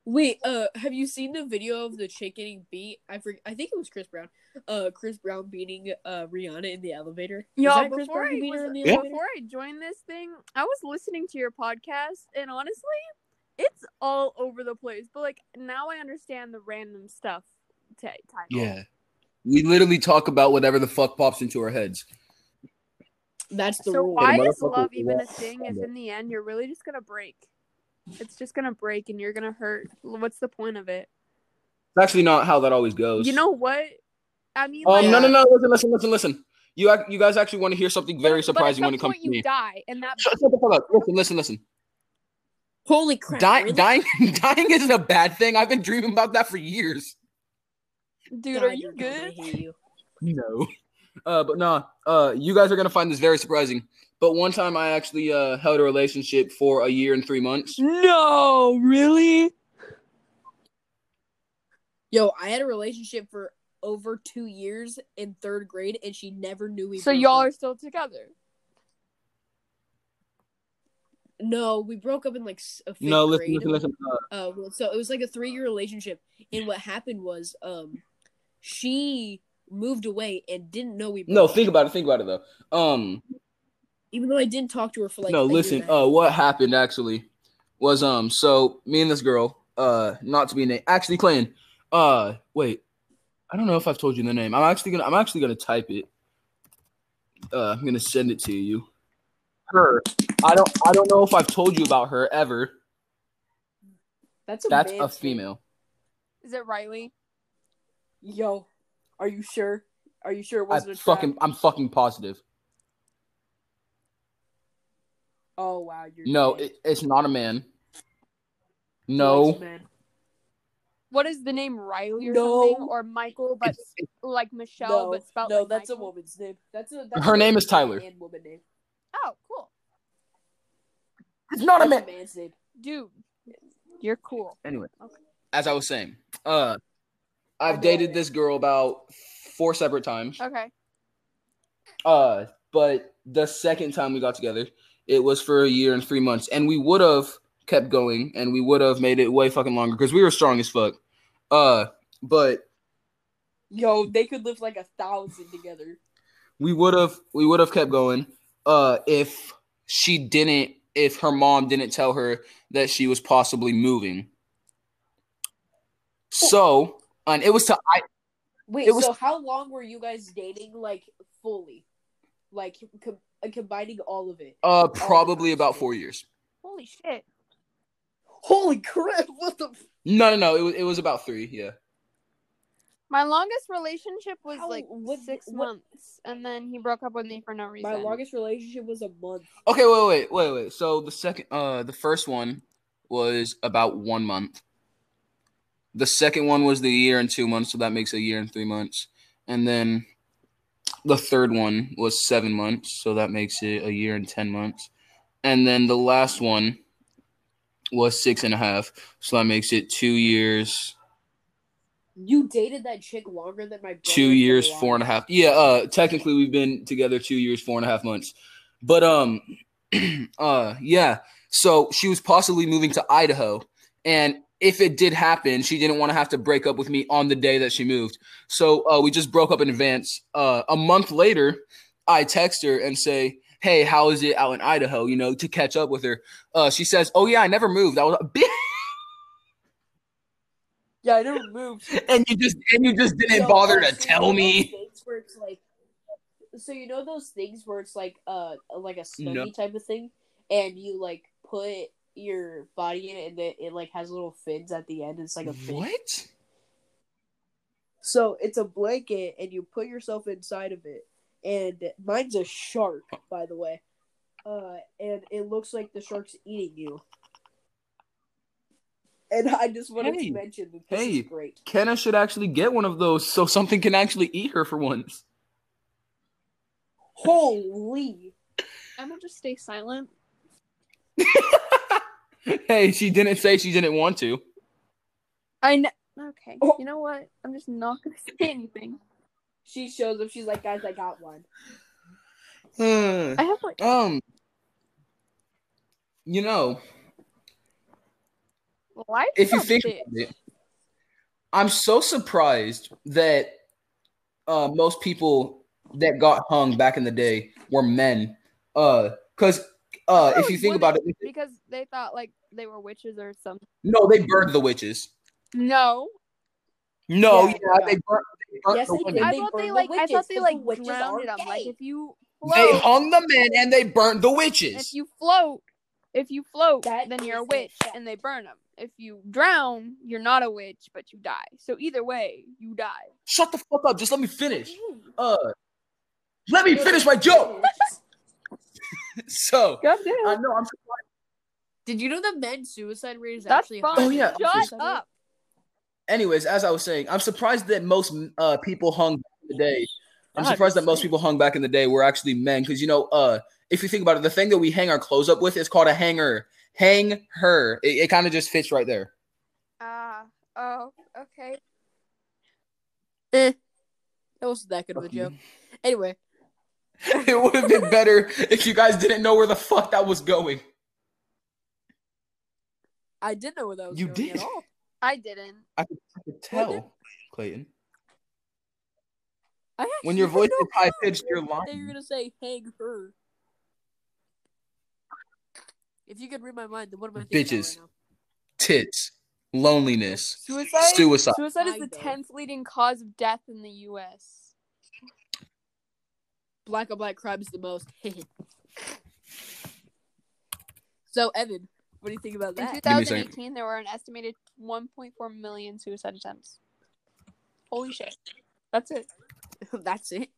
Speaker 2: Wait, uh, have you seen the video of the chick getting beat? I for- I think it was Chris Brown. Uh, Chris Brown beating uh Rihanna in the elevator. Was
Speaker 3: Y'all,
Speaker 2: that Chris
Speaker 3: before
Speaker 2: Brown who
Speaker 3: I
Speaker 2: beat her
Speaker 3: was-
Speaker 2: in the
Speaker 1: Yeah.
Speaker 2: elevator?
Speaker 3: before I joined this thing, I was listening to your podcast, and honestly, it's all over the place. But like now, I understand the random stuff. T- title.
Speaker 1: Yeah. We literally talk about whatever the fuck pops into our heads.
Speaker 2: That's the
Speaker 3: So
Speaker 2: rule.
Speaker 3: why
Speaker 1: Yeah, the
Speaker 3: is
Speaker 1: motherfucker
Speaker 3: love even a
Speaker 1: won't
Speaker 3: thing
Speaker 1: stand
Speaker 3: if
Speaker 1: it.
Speaker 3: in the end you're really just gonna break? It's just gonna break, and you're gonna hurt. What's the point of it?
Speaker 1: It's actually not how that always goes.
Speaker 3: You know what? I mean,
Speaker 1: Um,
Speaker 3: like,
Speaker 1: no, no, no. Listen, listen, listen, listen. You, ac- you guys actually want to hear something
Speaker 3: but- but
Speaker 1: very
Speaker 3: at
Speaker 1: surprising
Speaker 3: some
Speaker 1: when it comes
Speaker 3: point
Speaker 1: to
Speaker 3: You
Speaker 1: me.
Speaker 3: die, and that
Speaker 1: Shut, shut the fuck up. Listen, listen, listen.
Speaker 2: Holy crap!
Speaker 1: Dy-
Speaker 2: really?
Speaker 1: dying, dying isn't a bad thing. I've been dreaming about that for years.
Speaker 3: dude,
Speaker 2: God,
Speaker 3: are you
Speaker 2: you're dumb, I
Speaker 3: good?
Speaker 2: hate you.
Speaker 1: No. Uh, but nah, uh, you guys are gonna find this very surprising. But one time I actually uh, held a relationship for a year and three months.
Speaker 3: No, really?
Speaker 2: Yo, I had a relationship for over two years in third grade, and she never knew we.
Speaker 3: So
Speaker 2: broke
Speaker 3: y'all
Speaker 2: up.
Speaker 3: are still together?
Speaker 2: no, we broke up in like s- a fifth
Speaker 1: No,
Speaker 2: grade.
Speaker 1: listen, listen, listen. Uh,
Speaker 2: Uh, well, so it was like a three year relationship, and what happened was, um, she moved away and didn't know we. Broke
Speaker 1: no,
Speaker 2: up,
Speaker 1: think about it. Think about it though. Um,
Speaker 2: even though I didn't talk to her for like.
Speaker 1: no,
Speaker 2: a year
Speaker 1: listen.
Speaker 2: and a half.
Speaker 1: Uh, what happened actually was um, so me and this girl, uh, not to be named, actually Clayton. Uh, wait, I don't know if I've told you the name. I'm actually gonna, I'm actually gonna type it. Uh, I'm gonna send it to you. Her, I don't, I don't know if I've told you about her ever.
Speaker 2: that's a
Speaker 1: That's a
Speaker 2: man's name.
Speaker 1: female.
Speaker 3: Is it Riley?
Speaker 2: Yo, are you sure? Are you sure it
Speaker 1: I
Speaker 2: wasn't a trap?
Speaker 1: fucking, I'm fucking positive.
Speaker 2: Oh wow, you're
Speaker 1: No,
Speaker 2: dead.
Speaker 1: it, it's not a man.
Speaker 2: Wise
Speaker 1: No,
Speaker 2: man.
Speaker 3: what is the name Riley or
Speaker 2: No.
Speaker 3: something or Michael, but
Speaker 1: It's- it's-
Speaker 3: like Michelle, but spelled
Speaker 2: no,
Speaker 3: like
Speaker 2: that's a
Speaker 3: Michael?
Speaker 2: woman's name. That's a that's
Speaker 1: Her
Speaker 2: a
Speaker 1: name is
Speaker 2: man's
Speaker 1: Tyler.
Speaker 2: And woman name.
Speaker 3: Oh, cool,
Speaker 1: it's not a
Speaker 2: That's
Speaker 1: man.
Speaker 2: a man's name.
Speaker 3: dude, you're cool.
Speaker 1: Anyway,
Speaker 3: Okay.
Speaker 1: as I was saying, uh,
Speaker 2: I
Speaker 1: I've dated this girl about four separate times.
Speaker 3: Okay,
Speaker 1: Uh, but the second time we got together, it was for a year and three months, and we would have kept going, and we would have made it way fucking longer because we were strong as fuck. Uh, but
Speaker 2: Yo, they could live like a thousand together.
Speaker 1: we would have we would have kept going. Uh, if she didn't, if her mom didn't tell her that she was possibly moving, so and it was to I
Speaker 2: Wait,
Speaker 1: It was-
Speaker 2: so how long were you guys dating, like fully, like com- uh, combining all of it?
Speaker 1: uh probably about four years.
Speaker 3: holy shit.
Speaker 2: Holy crap! What the? F-
Speaker 1: No, no, no. It was it was about three. Yeah.
Speaker 3: My longest relationship was
Speaker 2: How-
Speaker 3: like
Speaker 2: what-
Speaker 3: six
Speaker 2: what-
Speaker 3: months, and then he broke up with me for no reason.
Speaker 2: My longest relationship was a month.
Speaker 1: Okay, wait, wait, wait, wait. So the second, uh, the first one was about one month. The second one was the year and two months, so that makes a year and three months. And then the third one was seven months, so that makes it a year and ten months. And then the last one was six and a half, so that makes it two years,
Speaker 2: You dated that chick longer than my brother
Speaker 1: two
Speaker 2: for
Speaker 1: years,
Speaker 2: a while.
Speaker 1: four and a half. Yeah, uh, technically we've been together two years, four and a half months. But um, uh, yeah. So she was possibly moving to Idaho, and if it did happen, she didn't want to have to break up with me on the day that she moved. So uh, we just broke up in advance. Uh, a month later, I text her and say, "Hey, how is it out in Idaho?" You know, to catch up with her. Uh, she says, "Oh yeah, I never moved. I was a bitch."
Speaker 2: Yeah, I never moved.
Speaker 1: and you just and you just didn't
Speaker 2: So,
Speaker 1: bother to
Speaker 2: uh, so you
Speaker 1: tell
Speaker 2: know
Speaker 1: me.
Speaker 2: those things where it's like- so you know those things where it's like uh like a study
Speaker 1: No.
Speaker 2: type of thing, and you like put your body in it, and it, it like has little fins at the end. It's like a fin.
Speaker 1: What?
Speaker 2: So it's a blanket, and you put yourself inside of it. And mine's a shark, by the way. Uh, and it looks like the shark's eating you. And I just wanted
Speaker 1: Hey.
Speaker 2: to mention that this
Speaker 1: Hey.
Speaker 2: is great.
Speaker 1: Kenna should actually get one of those so something can actually eat her for once.
Speaker 2: Holy!
Speaker 3: I'm gonna just stay silent.
Speaker 1: hey, she didn't say she didn't want to.
Speaker 3: I know. Okay.
Speaker 2: Oh.
Speaker 3: You know what? I'm just not gonna say anything.
Speaker 2: She shows up. She's like, guys, I got one. Hmm.
Speaker 1: Uh,
Speaker 3: I have like
Speaker 1: um, you know, Oh,
Speaker 3: life.
Speaker 1: if you think about it, I'm so surprised that uh, most people that got hung back in the day were men. Uh, cause uh, if you think about it,
Speaker 3: because they thought like they were witches or something.
Speaker 1: no, they burned the witches.
Speaker 3: No,
Speaker 1: No, yeah,
Speaker 2: Yeah, yeah.
Speaker 1: they burnt, they burnt
Speaker 2: Yes,
Speaker 1: the
Speaker 2: they did.
Speaker 1: women.
Speaker 3: I
Speaker 2: they
Speaker 3: thought
Speaker 2: burn
Speaker 3: they
Speaker 2: the
Speaker 3: like I
Speaker 2: witches
Speaker 3: thought they
Speaker 2: 'cause
Speaker 3: like
Speaker 2: the witches
Speaker 3: drowned
Speaker 2: are
Speaker 3: them. Like
Speaker 2: gay.
Speaker 3: if you
Speaker 1: They
Speaker 3: float,
Speaker 1: hung the men and they burned the witches.
Speaker 3: if you float, if you float,
Speaker 2: That
Speaker 3: then you're
Speaker 2: is
Speaker 3: a
Speaker 2: a
Speaker 3: witch,
Speaker 2: fact.
Speaker 3: and they burn them. If you drown, you're not a witch, but you die. So either way, you die.
Speaker 1: Shut the fuck up. Just let me finish. Uh, let me finish my joke. So
Speaker 3: God
Speaker 1: I know I'm.
Speaker 2: Did you know the men's suicide rate is
Speaker 3: That's
Speaker 2: actually
Speaker 3: fun.
Speaker 2: higher
Speaker 1: Oh, yeah.
Speaker 2: than
Speaker 3: Shut
Speaker 2: suicide rate?
Speaker 3: up.
Speaker 1: Anyways, as I was saying, I'm surprised that most uh, people hung back in the day. I'm
Speaker 2: God.
Speaker 1: surprised that most people hung back in the day were actually men, because you know, uh, if you think about it, the thing that we hang our clothes up with is called a hanger. Hang her. It, it kind of just fits right there.
Speaker 3: Ah. oh. Okay.
Speaker 2: Eh. That wasn't that good of a
Speaker 1: Fuck you.
Speaker 2: joke. Anyway,
Speaker 1: it would have been better if you guys didn't know where the fuck that was going.
Speaker 2: I didn't know where that was
Speaker 1: You
Speaker 2: going
Speaker 1: did.
Speaker 2: at all.
Speaker 3: I didn't.
Speaker 1: I could, I could tell, Clayton.
Speaker 2: I
Speaker 1: When
Speaker 2: actually
Speaker 1: your
Speaker 2: had
Speaker 1: voice
Speaker 2: no
Speaker 1: is high
Speaker 2: clue.
Speaker 1: pitched, you're
Speaker 2: I thought you were
Speaker 1: lying.
Speaker 2: gonna say hang her. If you could read my mind, then what am I thinking
Speaker 1: Bitches.
Speaker 2: About right
Speaker 1: Tits, loneliness,
Speaker 3: Suicide.
Speaker 1: Suicide.
Speaker 3: Suicide is
Speaker 2: I
Speaker 3: the
Speaker 2: know.
Speaker 3: tenth leading cause of death in the U.S.
Speaker 2: now? Black on black crime is the most. so Evan, what do you think about
Speaker 3: In
Speaker 2: that?
Speaker 1: Give me a second.
Speaker 3: 2018, there were an estimated 1.4 million suicide attempts. Holy shit. That's it.
Speaker 2: That's it.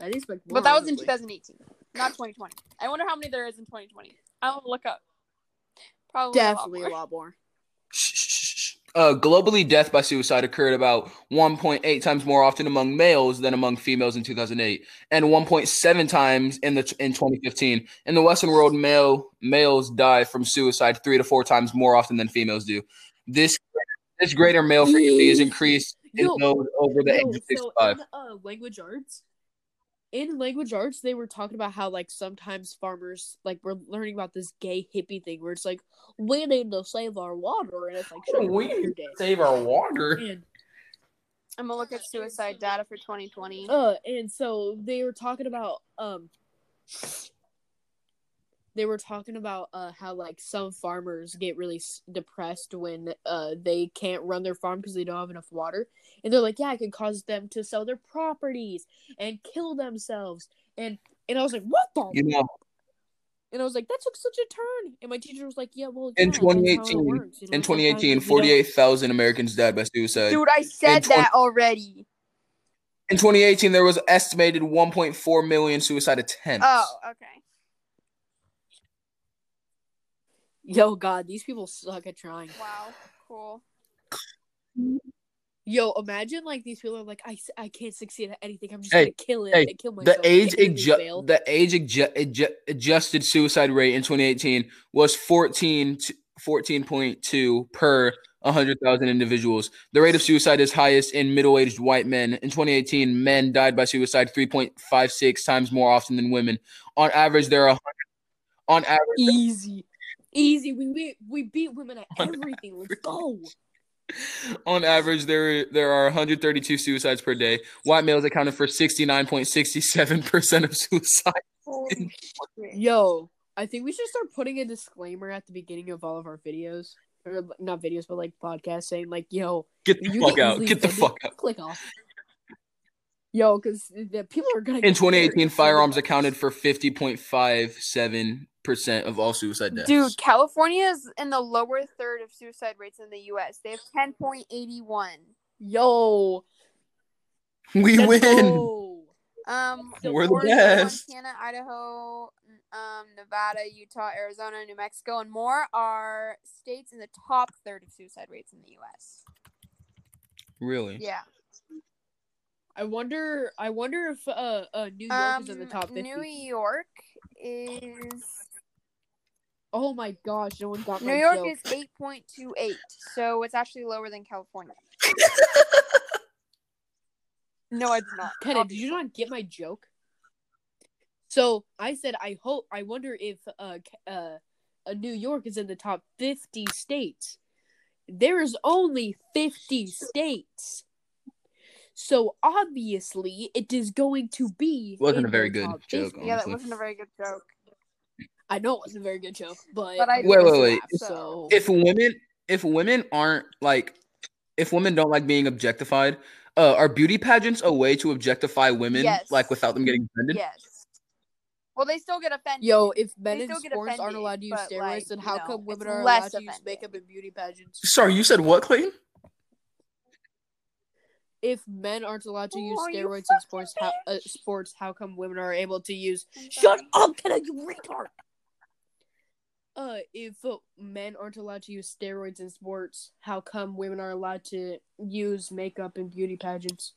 Speaker 2: I didn't expect more,
Speaker 3: But that was in
Speaker 2: honestly.
Speaker 3: 2018, not 2020. I wonder how many there is in 2020. I'll look up. Probably
Speaker 2: Definitely
Speaker 3: a
Speaker 2: a
Speaker 3: lot.
Speaker 2: lot more.
Speaker 1: Shh, shh, shh. Uh, globally, death by suicide occurred about 1.8 times more often among males than among females in 2008, and 1.7 times in the in 2015. In the Western world, male males die from suicide three to four times more often than females do. This this greater male frequency is increased in
Speaker 2: Yo,
Speaker 1: those over the
Speaker 2: No,
Speaker 1: age of
Speaker 2: so
Speaker 1: 65.
Speaker 2: in uh, language arts, in language arts, they were talking about how like sometimes farmers like were learning about this gay hippie thing where it's like we need to save our water, and it's like shut
Speaker 1: Oh, We
Speaker 2: up,
Speaker 1: need
Speaker 2: you're dead.
Speaker 1: Save our water.
Speaker 2: And
Speaker 3: I'm gonna look at suicide data for 2020.
Speaker 2: uh, and so they were talking about um, they were talking about uh how like some farmers get really s- depressed when uh they can't run their farm because they don't have enough water, and they're like, yeah, it could cause them to sell their properties and kill themselves, and and I was like, what the
Speaker 1: You know,
Speaker 2: And I was like, that took such a turn. And my teacher was like, yeah, well,
Speaker 1: In
Speaker 2: yeah, that's how it
Speaker 1: 2018
Speaker 2: works, you know,
Speaker 1: in
Speaker 2: sometimes
Speaker 1: 2018,
Speaker 2: if you don't-
Speaker 1: 48,000 Americans died by suicide.
Speaker 3: Dude, I said
Speaker 1: In 20
Speaker 3: that already.
Speaker 1: In 2018, there was estimated 1.4 million suicide attempts.
Speaker 3: Oh, okay.
Speaker 2: Yo, God, these people suck at trying.
Speaker 3: Wow. Cool.
Speaker 2: Yo, imagine like these people are like, I, s- I can't succeed at anything. I'm just
Speaker 1: Hey,
Speaker 2: gonna kill it
Speaker 1: hey,
Speaker 2: and kill myself.
Speaker 1: The age
Speaker 2: and completely fail."
Speaker 1: adju- the age adju- adju- adjusted suicide rate in 2018 was 14 to- 14.2 per 100,000 individuals. The rate of suicide is highest in middle-aged white men. In 2018, men died by suicide 3.56 times more often than women. On average, there are 100- on average.
Speaker 2: Easy. Easy. We, we we beat women at everything. Let's go.
Speaker 1: On average, there there are 132 suicides per day. White males accounted for 69.67 percent of suicide.
Speaker 3: Holy shit.
Speaker 2: Yo, I think we should start putting a disclaimer at the beginning of all of our videos. Or not videos, but like podcasts saying like, yo,
Speaker 1: Get the
Speaker 2: you
Speaker 1: fuck
Speaker 2: get
Speaker 1: out!
Speaker 2: easily
Speaker 1: Get the
Speaker 2: offended,
Speaker 1: fuck out!
Speaker 2: click off. Yo, because the people are gonna
Speaker 1: In
Speaker 2: get
Speaker 1: 2018,
Speaker 2: scared.
Speaker 1: firearms accounted for 50.57 percent of all suicide deaths.
Speaker 3: Dude, California is in the lower third of suicide rates in the U.S. They have 10.81.
Speaker 2: Yo,
Speaker 1: we
Speaker 2: let's
Speaker 1: win.
Speaker 2: go.
Speaker 3: Um,
Speaker 1: We're the
Speaker 3: Oregon,
Speaker 1: best.
Speaker 3: Montana, Idaho, um, Nevada, Utah, Arizona, New Mexico, and more are states in the top third of suicide rates in the U.S.
Speaker 1: Really?
Speaker 3: Yeah.
Speaker 2: I wonder. I wonder if uh, uh New York is in the
Speaker 3: Um,
Speaker 2: top fifty.
Speaker 3: New York is
Speaker 2: oh my gosh, no one got
Speaker 3: New
Speaker 2: my
Speaker 3: York
Speaker 2: joke.
Speaker 3: is 8.28, so it's actually lower than California. no, I did not.
Speaker 2: Kenna, did you not get my joke? So I said, I hope. I wonder if uh, K- uh, uh, New York is in the top fifty states. There is only fifty states, so obviously it is going to be.
Speaker 1: Wasn't
Speaker 2: in
Speaker 1: a very
Speaker 2: the
Speaker 1: good
Speaker 2: top
Speaker 1: joke,
Speaker 2: 50.
Speaker 3: Yeah, that
Speaker 1: honestly.
Speaker 3: wasn't a very good joke.
Speaker 2: I know it wasn't a very good joke, but
Speaker 3: But I
Speaker 1: Wait,
Speaker 3: did
Speaker 1: wait, wait.
Speaker 3: laugh,
Speaker 2: so
Speaker 1: If women, if women aren't like, if women don't like being objectified, uh, are beauty pageants a way to objectify women,
Speaker 3: Yes.
Speaker 1: like without them getting offended?
Speaker 3: Yes. Well, they still get offended.
Speaker 2: Yo, if men
Speaker 3: They
Speaker 2: in
Speaker 3: still get
Speaker 2: sports aren't
Speaker 3: offended,
Speaker 2: allowed to use
Speaker 3: but,
Speaker 2: steroids,
Speaker 3: like,
Speaker 2: then
Speaker 3: you
Speaker 2: how
Speaker 3: know,
Speaker 2: come women
Speaker 3: it's
Speaker 2: are allowed
Speaker 3: less
Speaker 2: to use
Speaker 3: offending.
Speaker 2: makeup and beauty pageants?
Speaker 1: Sorry, you said what, Clayton?
Speaker 2: If men aren't allowed to use
Speaker 3: Oh, you
Speaker 2: steroids in
Speaker 3: fucking
Speaker 2: sports, how uh, sports how come women are able to use?
Speaker 3: Shut
Speaker 2: up, Kenna, you retard. Uh, if uh, men aren't allowed to use steroids in sports, how come women are allowed to use makeup and beauty pageants?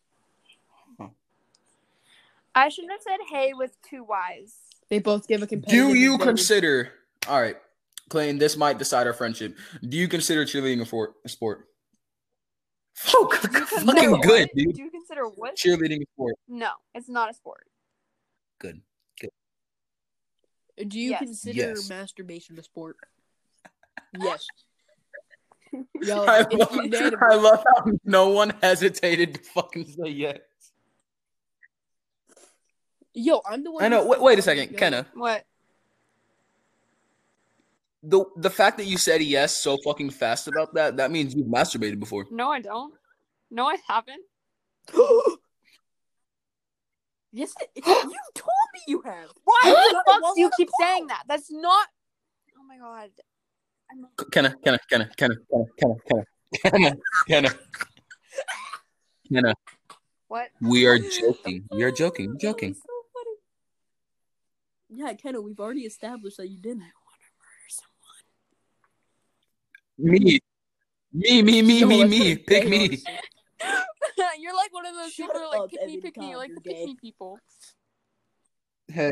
Speaker 3: I shouldn't have said hey with two Y's.
Speaker 2: They both give a competitive.
Speaker 1: Do you
Speaker 2: advantage.
Speaker 1: consider? All right, Clayton. This might decide our friendship. Do you consider cheerleading a, for, a sport? Fuck,
Speaker 3: Do you consider
Speaker 1: fucking good,
Speaker 3: what?
Speaker 1: dude.
Speaker 3: Do you consider what?
Speaker 1: Cheerleading a sport.
Speaker 3: No, it's not a sport.
Speaker 1: Good.
Speaker 2: Uh, Do you
Speaker 3: Yes.
Speaker 2: consider
Speaker 1: Yes.
Speaker 2: masturbation a sport? Yes. Yo,
Speaker 1: I
Speaker 2: it's
Speaker 1: love,
Speaker 2: unanimous.
Speaker 1: I love how no one hesitated to fucking say yes.
Speaker 2: Yo, I'm the one.
Speaker 1: I know.
Speaker 2: who
Speaker 1: Wait,
Speaker 2: said
Speaker 1: wait a
Speaker 2: yes.
Speaker 1: second,
Speaker 2: Yo,
Speaker 1: Kenna.
Speaker 3: What?
Speaker 1: The the fact that you said yes so fucking fast about that that means you've masturbated before.
Speaker 3: No, I don't. No, I haven't.
Speaker 2: yes, it- you told me you have.
Speaker 3: Why the
Speaker 2: Why
Speaker 3: fuck do you
Speaker 2: would I
Speaker 3: keep saying that? That's not. Oh my god. I'm not-
Speaker 1: Kenna, Kenna, Kenna, Kenna, Kenna, Kenna, Kenna, Kenna, Kenna.
Speaker 3: What?
Speaker 1: We are joking. We are joking. We're joking.
Speaker 2: So funny. Yeah, Kenna, we've already established that you didn't.
Speaker 1: Me, me, me, me,
Speaker 2: Yo,
Speaker 1: me,
Speaker 2: that's
Speaker 1: me.
Speaker 2: pretty
Speaker 1: Pick
Speaker 2: gay,
Speaker 1: me.
Speaker 2: honestly.
Speaker 3: You're like one of those
Speaker 2: Shut
Speaker 3: people who are like
Speaker 2: up,
Speaker 3: pick me,
Speaker 2: Evan
Speaker 3: pick
Speaker 2: Todd,
Speaker 3: me. You're like
Speaker 2: you're
Speaker 3: the pick
Speaker 2: gay.
Speaker 3: me people.
Speaker 1: Hey,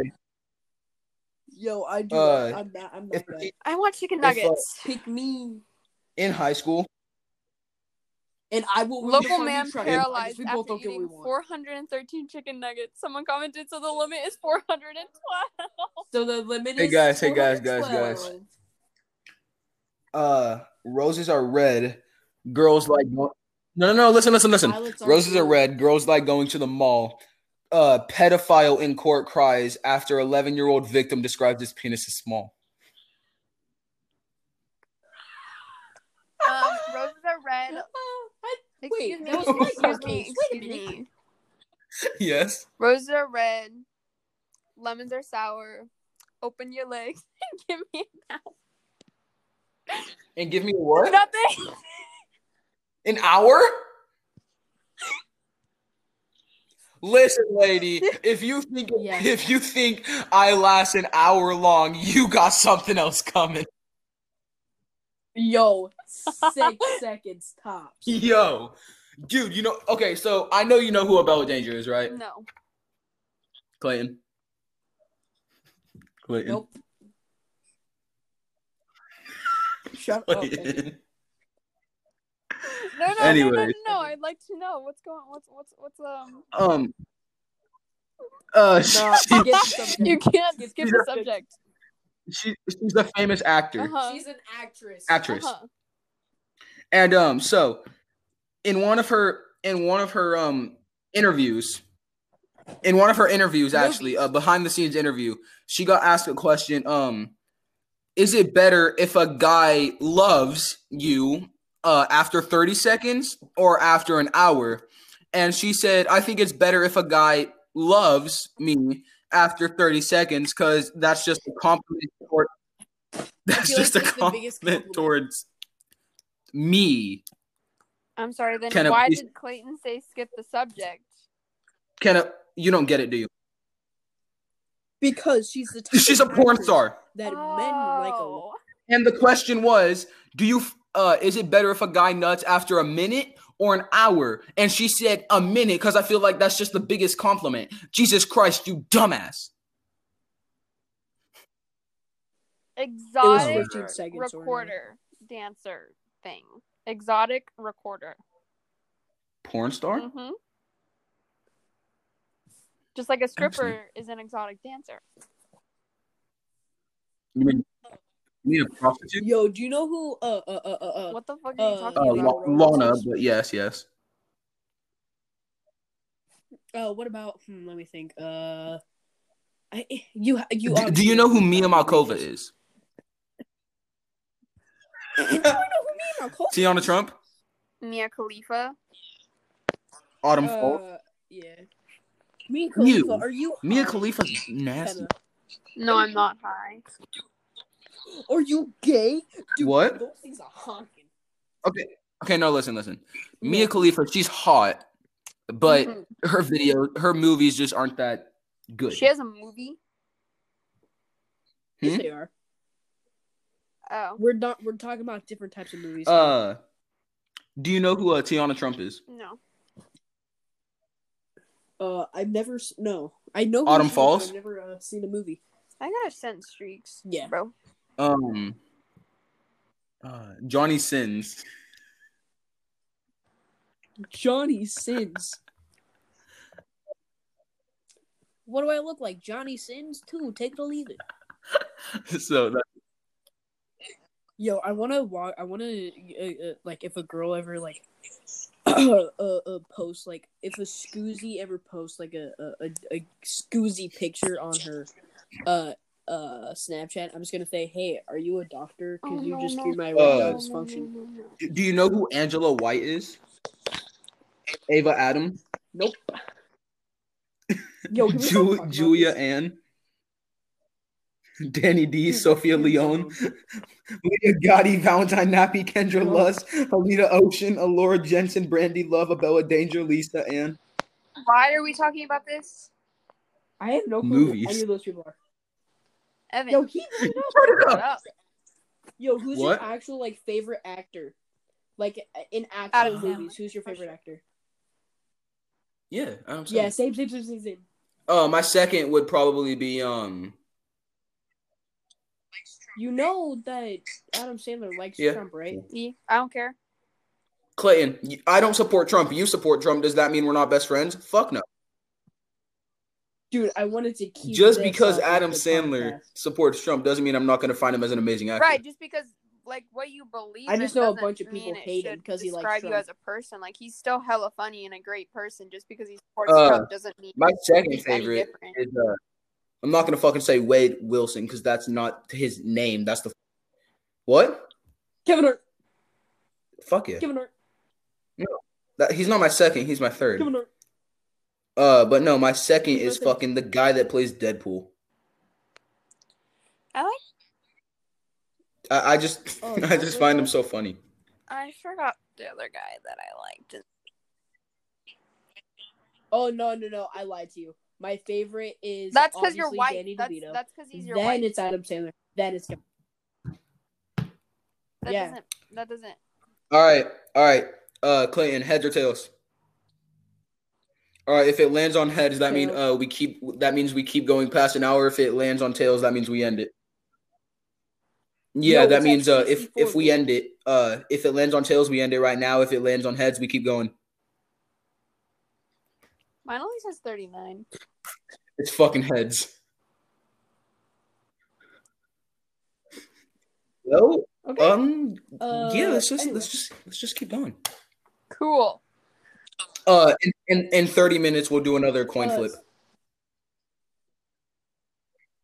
Speaker 2: Yo, I do.
Speaker 1: Uh,
Speaker 2: I'm not. I'm not.
Speaker 1: if-
Speaker 2: Gay.
Speaker 3: I want chicken
Speaker 1: If, uh,
Speaker 3: nuggets.
Speaker 2: Pick me,
Speaker 1: in high school,
Speaker 2: and I will. win the
Speaker 3: Local
Speaker 2: funny
Speaker 3: man
Speaker 2: truck.
Speaker 3: paralyzed
Speaker 2: We both
Speaker 3: after
Speaker 2: don't get what we
Speaker 3: eating
Speaker 2: want.
Speaker 3: 413 chicken nuggets. Someone commented, so the limit is 412.
Speaker 2: So the limit
Speaker 1: Hey,
Speaker 2: is.
Speaker 1: guys, hey, guys, guys,
Speaker 2: 412.
Speaker 1: uh, roses are red. Girls like no, no, no. Listen, listen, listen.
Speaker 2: Violets
Speaker 1: Roses are
Speaker 2: blue.
Speaker 1: red. Girls like going to the mall. Uh, pedophile in court cries after 11 year old victim describes his penis as small.
Speaker 3: Um, roses are
Speaker 2: Uh,
Speaker 3: red.
Speaker 2: I-
Speaker 3: Excuse
Speaker 2: Wait,
Speaker 3: me.
Speaker 2: that was
Speaker 1: my
Speaker 3: Excuse me.
Speaker 2: sentence. Wait a
Speaker 3: Excuse
Speaker 2: minute.
Speaker 3: me.
Speaker 1: Yes.
Speaker 3: Roses are red. Lemons are sour. Open your legs and give me
Speaker 1: And give me what?
Speaker 3: nothing.
Speaker 1: An hour? Listen, lady, if you think
Speaker 2: Yeah.
Speaker 1: if you think I last an hour long, you got something else coming.
Speaker 2: Yo, six seconds tops.
Speaker 1: Yo. Dude, you know okay, so I know you know who Abella Danger is, right?
Speaker 3: No.
Speaker 1: Clayton. Clayton.
Speaker 2: Nope. Shut up. Evan.
Speaker 1: Clayton.
Speaker 3: No, no, no, no, no,
Speaker 1: Anyways.
Speaker 3: no. I'd like to know what's going. What's what's what's um.
Speaker 1: Um. Uh,
Speaker 2: Nah,
Speaker 1: she-
Speaker 2: get the subject.
Speaker 3: You can't
Speaker 2: Skip
Speaker 3: skip
Speaker 2: the
Speaker 3: the subject.
Speaker 1: She, she's a famous actor.
Speaker 3: Uh-huh.
Speaker 2: She's an actress.
Speaker 1: Actress.
Speaker 3: Uh-huh.
Speaker 1: And um, so in one of her in one of her um interviews, in one of her interviews, actually, a behind the scenes interview, she got asked a question. Um, is it better if a guy loves you uh after 30 seconds or after an hour? And she said, I think it's better if a guy loves me after 30 seconds because that's just a compliment toward that's
Speaker 2: feel like
Speaker 1: just a
Speaker 2: that's the biggest
Speaker 1: compliment
Speaker 2: compliment.
Speaker 1: towards me.
Speaker 3: I'm sorry. Then
Speaker 1: Can I
Speaker 3: why
Speaker 1: please-
Speaker 3: did Clayton say skip the subject?
Speaker 1: Can I, you don't get it, do you?
Speaker 2: Because she's the type
Speaker 1: She's a
Speaker 2: of
Speaker 1: porn
Speaker 2: actress
Speaker 1: star.
Speaker 2: that men like a lot.
Speaker 3: Oh.
Speaker 1: And the question was, do you f- uh is it better if a guy nuts after a minute or an hour? And she said a minute cuz I feel like that's just the biggest compliment. Jesus Christ, you dumbass.
Speaker 2: It
Speaker 3: exotic
Speaker 2: was 15 seconds. or
Speaker 3: recorder dancer thing. Exotic recorder.
Speaker 1: Porn star?
Speaker 3: hmm Just like a stripper is an exotic dancer.
Speaker 2: Mm-hmm.
Speaker 1: You mean you mean a prostitute?
Speaker 2: Yo, do you know who? Uh, uh, uh, uh, uh
Speaker 3: What the fuck are you
Speaker 2: Uh,
Speaker 1: Uh,
Speaker 3: talking about?
Speaker 1: La- Lana, but yes, yes.
Speaker 2: uh, what about? Hmm, let me think. Uh, I you you.
Speaker 1: Do, do you know who Mia Malkova
Speaker 2: is?
Speaker 1: is?
Speaker 2: who Mia Malkova?
Speaker 1: Tiana Trump?
Speaker 3: Mia Khalifa.
Speaker 1: Autumn Fall?
Speaker 2: Uh, yeah. Mia
Speaker 1: You.
Speaker 2: Khalifa, are you?
Speaker 1: Mia
Speaker 2: high,
Speaker 1: Khalifa's nasty.
Speaker 2: Kenna?
Speaker 3: No, I'm not high.
Speaker 2: Are you gay?
Speaker 1: What?
Speaker 2: Those things are honking.
Speaker 1: Okay, no, listen, listen. Mia Khalifa, she's hot, but
Speaker 2: Mm-hmm.
Speaker 3: Mhm.
Speaker 1: her video, her movies just aren't that good.
Speaker 3: she has a movie.
Speaker 2: Yes,
Speaker 1: Hmm?
Speaker 2: they are.
Speaker 3: Oh
Speaker 2: We're not. We're talking about different types of movies.
Speaker 1: Uh, do you know who uh, Tiana Trump is?
Speaker 3: no,
Speaker 2: Uh, I've never. s- No, I know. who
Speaker 1: Autumn
Speaker 2: she is,
Speaker 1: Falls?
Speaker 2: but I've never uh, seen a movie.
Speaker 3: I gotta send streaks,
Speaker 2: Yeah.
Speaker 1: Uh,
Speaker 3: bro.
Speaker 1: Um, uh, Johnny Sins.
Speaker 2: Johnny Sins. What do I look like? Johnny Sins too. Take it or leave it.
Speaker 1: so that,
Speaker 2: Yo, I want to walk. I want to uh, uh, like if a girl ever like uh, uh, post like if a scoozy ever posts like a a, a, a scoozy picture on her uh uh Snapchat, I'm just gonna say, hey, are you a doctor? Because
Speaker 3: Oh,
Speaker 2: you
Speaker 3: no,
Speaker 2: just
Speaker 3: no.
Speaker 2: cured my
Speaker 1: Uh,
Speaker 2: erectile dysfunction.
Speaker 3: No, no, no, no.
Speaker 1: do- do you know who Angela White is? Ava Adam,
Speaker 2: Nope. Yo, Oh, can we
Speaker 1: Ju-
Speaker 2: stop talking about
Speaker 1: Julia
Speaker 2: this?
Speaker 1: Ann, Danny D,
Speaker 2: Dude,
Speaker 1: Sophia
Speaker 2: dude,
Speaker 1: Leone, Leah Gotti, Valentine Nappy, Kendra
Speaker 2: Wow.
Speaker 1: Lust, Alita Ocean, Alora Jensen, Brandy Love, Abella Danger, Lisa Ann.
Speaker 3: Why are we talking about this,
Speaker 2: I have no clue
Speaker 1: Movies.
Speaker 2: who any of those people are.
Speaker 3: Evan?
Speaker 2: Yo, he
Speaker 3: shut up.
Speaker 2: Yo, who's
Speaker 1: What?
Speaker 2: your actual like favorite actor? Like in actual
Speaker 3: Adam Sandler.
Speaker 2: movies, who's your favorite actor?
Speaker 1: Yeah, I'm
Speaker 2: Yeah, same, same, same, same, same.
Speaker 1: Uh, my second would probably be um.
Speaker 2: You know that Adam Sandler likes
Speaker 1: Yeah.
Speaker 2: Trump, right?
Speaker 3: E, I don't care.
Speaker 1: Clayton, y- I don't support Trump. You support Trump. Does that mean we're not best friends? Fuck no.
Speaker 2: Dude, I wanted to keep
Speaker 1: Just
Speaker 2: this
Speaker 1: because
Speaker 2: off of
Speaker 1: Adam
Speaker 2: the
Speaker 1: Sandler
Speaker 2: podcast.
Speaker 1: supports Trump doesn't mean I'm not going to find him as an amazing actor.
Speaker 3: Right, just because like what you believe.
Speaker 2: I just
Speaker 3: in
Speaker 2: know a
Speaker 3: doesn't
Speaker 2: bunch of
Speaker 3: mean
Speaker 2: people
Speaker 3: it
Speaker 2: hate him
Speaker 3: should
Speaker 2: 'cause he likes
Speaker 3: describe you
Speaker 2: Trump.
Speaker 3: as a person. Like he's still hella funny and a great person. Just because he supports
Speaker 1: Uh,
Speaker 3: Trump doesn't mean
Speaker 1: My second
Speaker 3: he's any
Speaker 1: favorite
Speaker 3: different.
Speaker 1: is uh, I'm not going to fucking say Wade Wilson because that's not his name. That's the what?
Speaker 2: Kevin Hart,
Speaker 1: Fuck yeah.
Speaker 2: Kevin Hart,
Speaker 1: That, he's not my second. He's my third.
Speaker 2: Kevin Hart.
Speaker 1: Uh, but no, my second
Speaker 2: Give him
Speaker 1: is
Speaker 2: a second.
Speaker 1: fucking the guy that plays Deadpool.
Speaker 3: I like.
Speaker 1: I, I just
Speaker 2: Oh,
Speaker 1: I just
Speaker 2: Deadpool?
Speaker 1: find him so funny.
Speaker 3: I forgot the other guy that I liked.
Speaker 2: Oh no, no, no! I lied to you. My favorite is
Speaker 3: That's because you're
Speaker 2: obviously
Speaker 3: white.
Speaker 2: Danny
Speaker 3: That's
Speaker 2: DeVito.
Speaker 3: that's because he's your
Speaker 2: then
Speaker 3: white.
Speaker 2: it's Adam Sandler. Then it's Kevin.
Speaker 3: that
Speaker 2: yeah.
Speaker 3: doesn't. That doesn't.
Speaker 1: All right, all right. Uh, Clayton, heads or tails? All right. If it lands on heads, that means uh, we keep. That means we keep going past an hour. If it lands on tails, that means we end it. Yeah,
Speaker 2: No,
Speaker 1: that
Speaker 2: it's
Speaker 1: means uh,
Speaker 2: actually
Speaker 1: if if we
Speaker 2: 64.
Speaker 1: end it, uh, if it lands on tails, we end it right now. If it lands on heads, we keep going.
Speaker 3: Mine only says thirty nine.
Speaker 1: It's fucking heads.
Speaker 4: So,
Speaker 2: Okay.
Speaker 4: um,
Speaker 2: Uh,
Speaker 4: yeah, let's just
Speaker 2: anyway.
Speaker 4: let's just let's just keep going.
Speaker 3: Cool.
Speaker 4: Uh, in, in, in thirty minutes, we'll do another coin
Speaker 2: Uh,
Speaker 4: flip.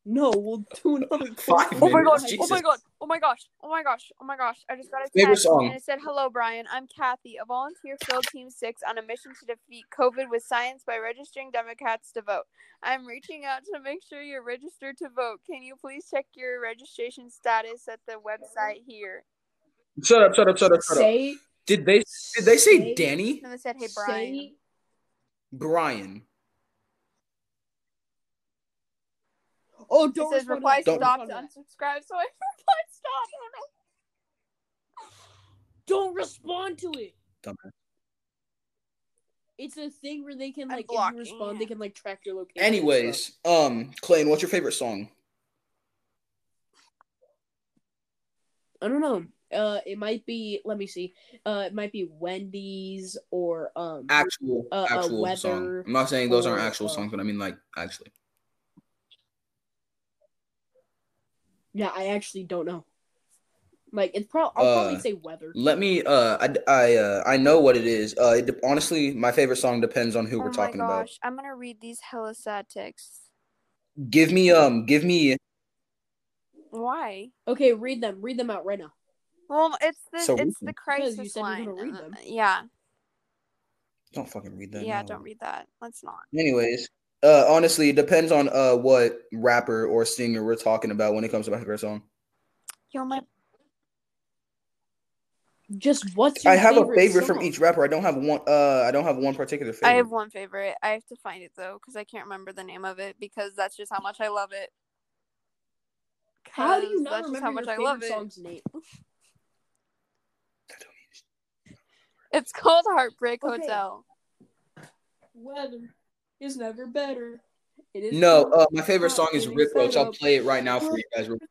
Speaker 2: No, we'll do another
Speaker 4: Five
Speaker 2: question.
Speaker 3: Oh my
Speaker 4: Minutes,
Speaker 3: gosh.
Speaker 4: Jesus.
Speaker 3: Oh my god. Oh my gosh. Oh my gosh. Oh my gosh. I just got a
Speaker 4: Favorite
Speaker 3: text
Speaker 4: song?
Speaker 3: and it said, "Hello, Brian. I'm Kathy, a volunteer field team six on a mission to defeat COVID with science by registering Democrats to vote. I'm reaching out to make sure you're registered to vote. Can you please check your registration status at the website here?"
Speaker 4: Shut up! Shut up! Shut up! Shut up!
Speaker 2: Say
Speaker 4: Did they did they say
Speaker 2: say-
Speaker 4: Danny
Speaker 3: And then it said, "Hey, Brian."
Speaker 2: Say,
Speaker 4: Brian?
Speaker 2: oh,
Speaker 3: It
Speaker 2: don't
Speaker 3: says
Speaker 2: respond
Speaker 3: reply
Speaker 2: to that.
Speaker 3: stop
Speaker 2: Don't
Speaker 3: to
Speaker 2: respond to
Speaker 3: unsubscribe. So I replied stop. I don't know.
Speaker 2: that. Don't respond to it.
Speaker 4: Dumbass.
Speaker 2: It's a thing where they can
Speaker 3: I'm
Speaker 2: like if you
Speaker 3: blocking
Speaker 2: respond,
Speaker 3: it.
Speaker 2: they can like track your location. and stuff.
Speaker 4: Anyways, um, Clayton, what's your favorite song?
Speaker 2: I don't know. Uh, it might be. Let me see. Uh, it might be Wendy's or um.
Speaker 4: Actual
Speaker 2: Uh, uh,
Speaker 4: actual
Speaker 2: Weather
Speaker 4: song. I'm not saying those aren't
Speaker 2: or,
Speaker 4: actual
Speaker 2: uh,
Speaker 4: songs, but I mean like actually.
Speaker 2: yeah, I actually don't know. Like it's probably. I'll probably
Speaker 4: Uh,
Speaker 2: say weather.
Speaker 4: Let me. Uh, I I uh, I know what it is. Uh, it, de- honestly, my favorite song depends on who we're
Speaker 3: oh
Speaker 4: talking
Speaker 3: my
Speaker 4: about.
Speaker 3: gosh. I'm gonna read these hella sad texts.
Speaker 4: Give me um, give me.
Speaker 3: Why?
Speaker 2: Okay, read them. Read them out right now.
Speaker 3: Well, it's the
Speaker 4: So
Speaker 3: it's
Speaker 4: recent.
Speaker 3: the
Speaker 2: Because
Speaker 3: crisis
Speaker 2: you said you were
Speaker 3: line.
Speaker 2: gonna read
Speaker 3: uh,
Speaker 2: them.
Speaker 3: Yeah,
Speaker 4: Don't fucking read that.
Speaker 3: yeah.
Speaker 4: no.
Speaker 3: Don't read that. Let's not.
Speaker 4: Anyways, uh, honestly, it depends on uh what rapper or singer we're talking about when it comes to my favorite song.
Speaker 3: Yo, my
Speaker 2: Just what's your
Speaker 4: I have a favorite from
Speaker 2: song?
Speaker 4: each rapper. I don't have one. Uh, I don't have one particular favorite.
Speaker 3: I have one favorite. I have to find it though, because I can't remember the name of it. Because that's just how much I love it.
Speaker 2: How do you
Speaker 3: 'Cause
Speaker 2: not
Speaker 3: that's just
Speaker 2: remember
Speaker 3: how much
Speaker 2: your
Speaker 3: I love
Speaker 2: favorite
Speaker 3: it.
Speaker 2: song's name?
Speaker 3: It's called Heartbreak
Speaker 2: Okay.
Speaker 3: Hotel.
Speaker 2: Weather is never better. It is
Speaker 4: No,
Speaker 2: better.
Speaker 4: uh, my favorite song is
Speaker 2: It
Speaker 4: Rip Roach. I'll
Speaker 2: better.
Speaker 4: play it right now for you guys.
Speaker 2: Oh, this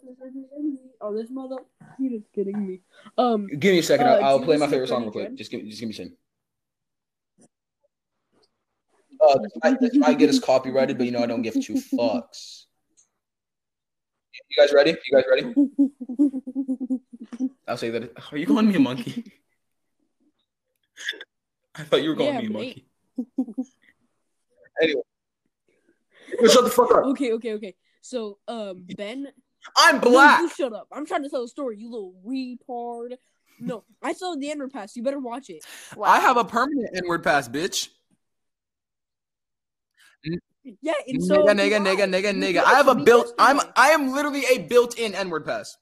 Speaker 2: is representing me. Oh, this mother. He just kidding me. Um,
Speaker 4: Give me a second.
Speaker 2: Uh,
Speaker 4: I'll, I'll
Speaker 2: do you
Speaker 4: play my
Speaker 2: listen to
Speaker 4: favorite song real
Speaker 2: Freddie
Speaker 4: quick.
Speaker 2: Gibbs?
Speaker 4: Just give me, just give me a second. Uh, this might, this might get us copyrighted, but you know I don't give two fucks. You guys ready? You guys ready? I'll say that. Are you calling me a monkey? I thought you were calling
Speaker 2: Yeah,
Speaker 4: me a
Speaker 2: mate.
Speaker 4: monkey. anyway, Yo, shut the fuck up.
Speaker 2: okay, okay, okay. So, um, Ben,
Speaker 4: I'm
Speaker 2: No,
Speaker 4: black.
Speaker 2: you shut up. I'm trying to tell a story. You little retard. No, I saw the underpass. You better watch it.
Speaker 3: Wow.
Speaker 1: I have a permanent N-word pass, bitch.
Speaker 2: Yeah, and so
Speaker 1: nigga,
Speaker 2: do
Speaker 1: nigga, nigga,
Speaker 2: I.
Speaker 1: nigga,
Speaker 2: You
Speaker 1: nigga.
Speaker 2: guys
Speaker 1: I have a
Speaker 2: should be
Speaker 1: built. I'm.
Speaker 2: listening.
Speaker 1: I am literally a built-in N-word pass.